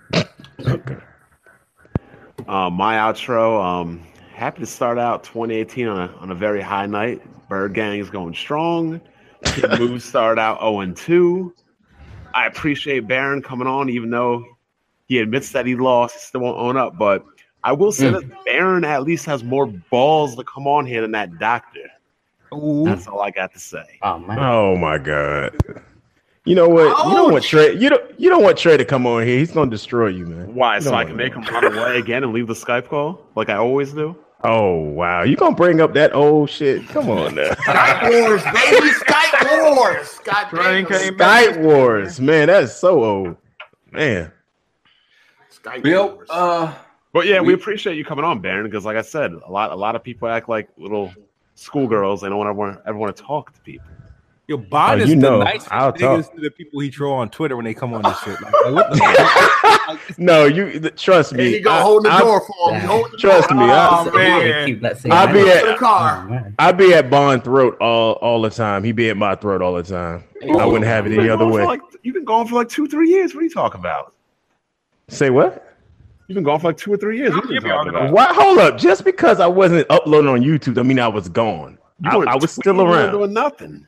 Uh, my outro. Um, happy to start out 2018 on a, on a very high night. Bird Gang is going strong. Kid Move started out 0 and 2. I appreciate Baron coming on, even though he admits that he lost. He still won't own up. But I will Hmm. say Mm. that Baron at least has more balls to come on here than that doctor. That's all I got to say. Oh, man. Oh my god. You know what? You don't want Trey. You don't. You don't want Trey to come on here. He's gonna destroy you, man. Why? You So don't I want can make him run away again and leave the Skype call like I always do? that. Oh wow! You gonna bring up that old shit? Come on now. Skype wars, baby. Skype wars. God damn. Skype Wars, man. That's so old, man. Skype Bill, uh, But yeah, we, appreciate you coming on, Baron, because like I said, a lot a lot of people act like little schoolgirls. They don't want everyone ever want to talk to people. Yo, Bond Oh, is you know, the nicest I'll niggas talk. to the people he troll on Twitter when they come on this shit. Like, like, what the No, you th- trust me. Here you go, holding the door for him. You holding the Trust door. me. I, Oh, man. Keep that Oh, same I be attitude. To the at I be at Bond throat all all the time. He be at my throat all the time. I wouldn't have it You've any been other gone for way. Like, you've been gone for like two, three years. What are you talking about? Say what? You've been gone for like two or three years. What are you talking about? Why? Hold up. Just because I wasn't uploading on YouTube, I mean I was gone. You I, weren't I was still tweeting, you weren't around. doing nothing.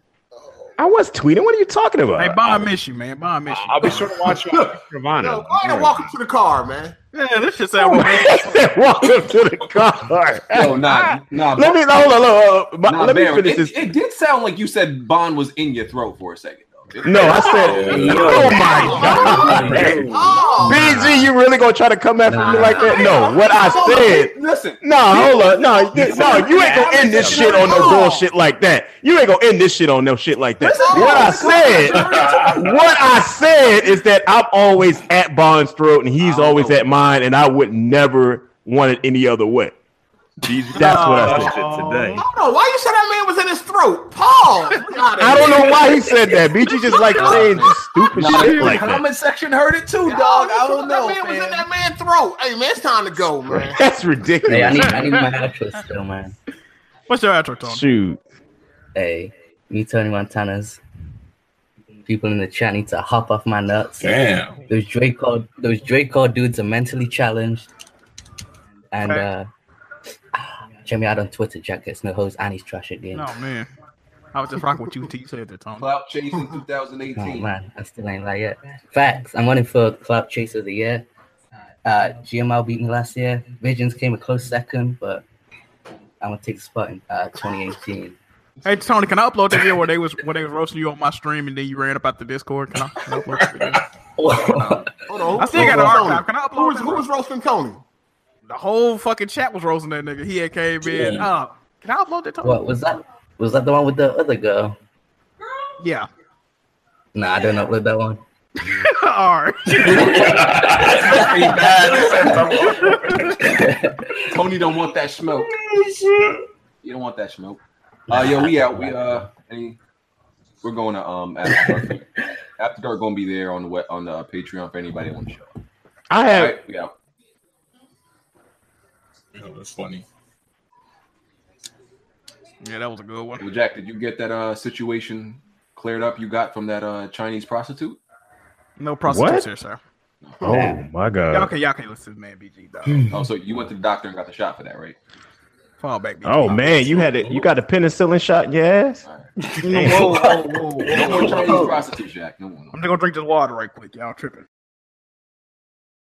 I was tweeting. What are you talking about? Hey, Bond, I miss you, man. Bond, I miss you. I'll be sure to watch you. Yo, go ahead and walk him to the car, man. Yeah, this shit sound Walk him to the car. Yo, nah, nah. Let me- hold on, hold on, hold on. Nah, Let me Baron, finish it, this. It did sound like you said Bond was in your throat for a second. though. No, I said, oh my god. BG, you really gonna try to come after me like that? No, what I Hold on, said. listen. No, hold on. No, you- no, you ain't gonna end this shit on no bullshit like that. You ain't gonna end this shit on no shit like that. Listen, What I listen, said, what I said is that I'm always at Bond's throat and he's always at mine, and I would never want it any other way. That's what I said. today. Hold on, why you said that man was in his throat? Paul. I don't know why he said that. BG just like saying stupid Nah, shit the like that. comment section heard it too, dog. I don't know. That man was in that man's throat. Hey, man, it's time to go, man. That's ridiculous. Hey, I need, I need my outro still, man. What's your outro, Tony? Shoot. Hey, me Tony Montana's. People in the chat need to hop off my nuts. Damn. Those Draco, those Draco dudes are mentally challenged. And uh, Jimmy out on Twitter, Jack gets no hose and he's trash at the end. No man, I was just rocking with you until you said that, Tom. Clout chasing Oh 2018. man, I still ain't like it. Facts. I'm running for Clout Chase of the Year. Uh, GML beat me last year. Visions came a close second, but I'm gonna take the spot in uh, 2018. Hey Tony, can I upload that video where they was where they was roasting you on my stream and then you ran up out the Discord? Can I, can I upload that video? Hold on. I still got an Hold on. archive. Can I upload Who was, who was roasting Tony? The whole fucking chat was roasting that nigga. He had came in. Yeah. Uh, can I upload that? Tony? What was that? Was that the one with the other girl? Yeah. Nah, I don't upload that one. All right. Tony don't want that smoke. You don't want that smoke. Uh, yo, we out. We uh, any, we're going to um after dark. after dark gonna be there on the we- on the uh, Patreon for anybody that want to show. up. I have- All right, we out. that's funny. Yeah, that was a good one. Well, Jack, did you get that uh situation cleared up? You got from that uh Chinese prostitute? No prostitutes What? here, sir. Oh my god. Hmm. Y'all can y'all can listen to man BG dog. Oh, so you went to the doctor and got the shot for that, right? Fall back. BG. Oh man, you had it. You got a penicillin shot in your ass. Damn. whoa, whoa, whoa, whoa, No more whoa. Chinese prostitutes, Jack. No more. I'm just gonna drink this water right quick. Y'all tripping.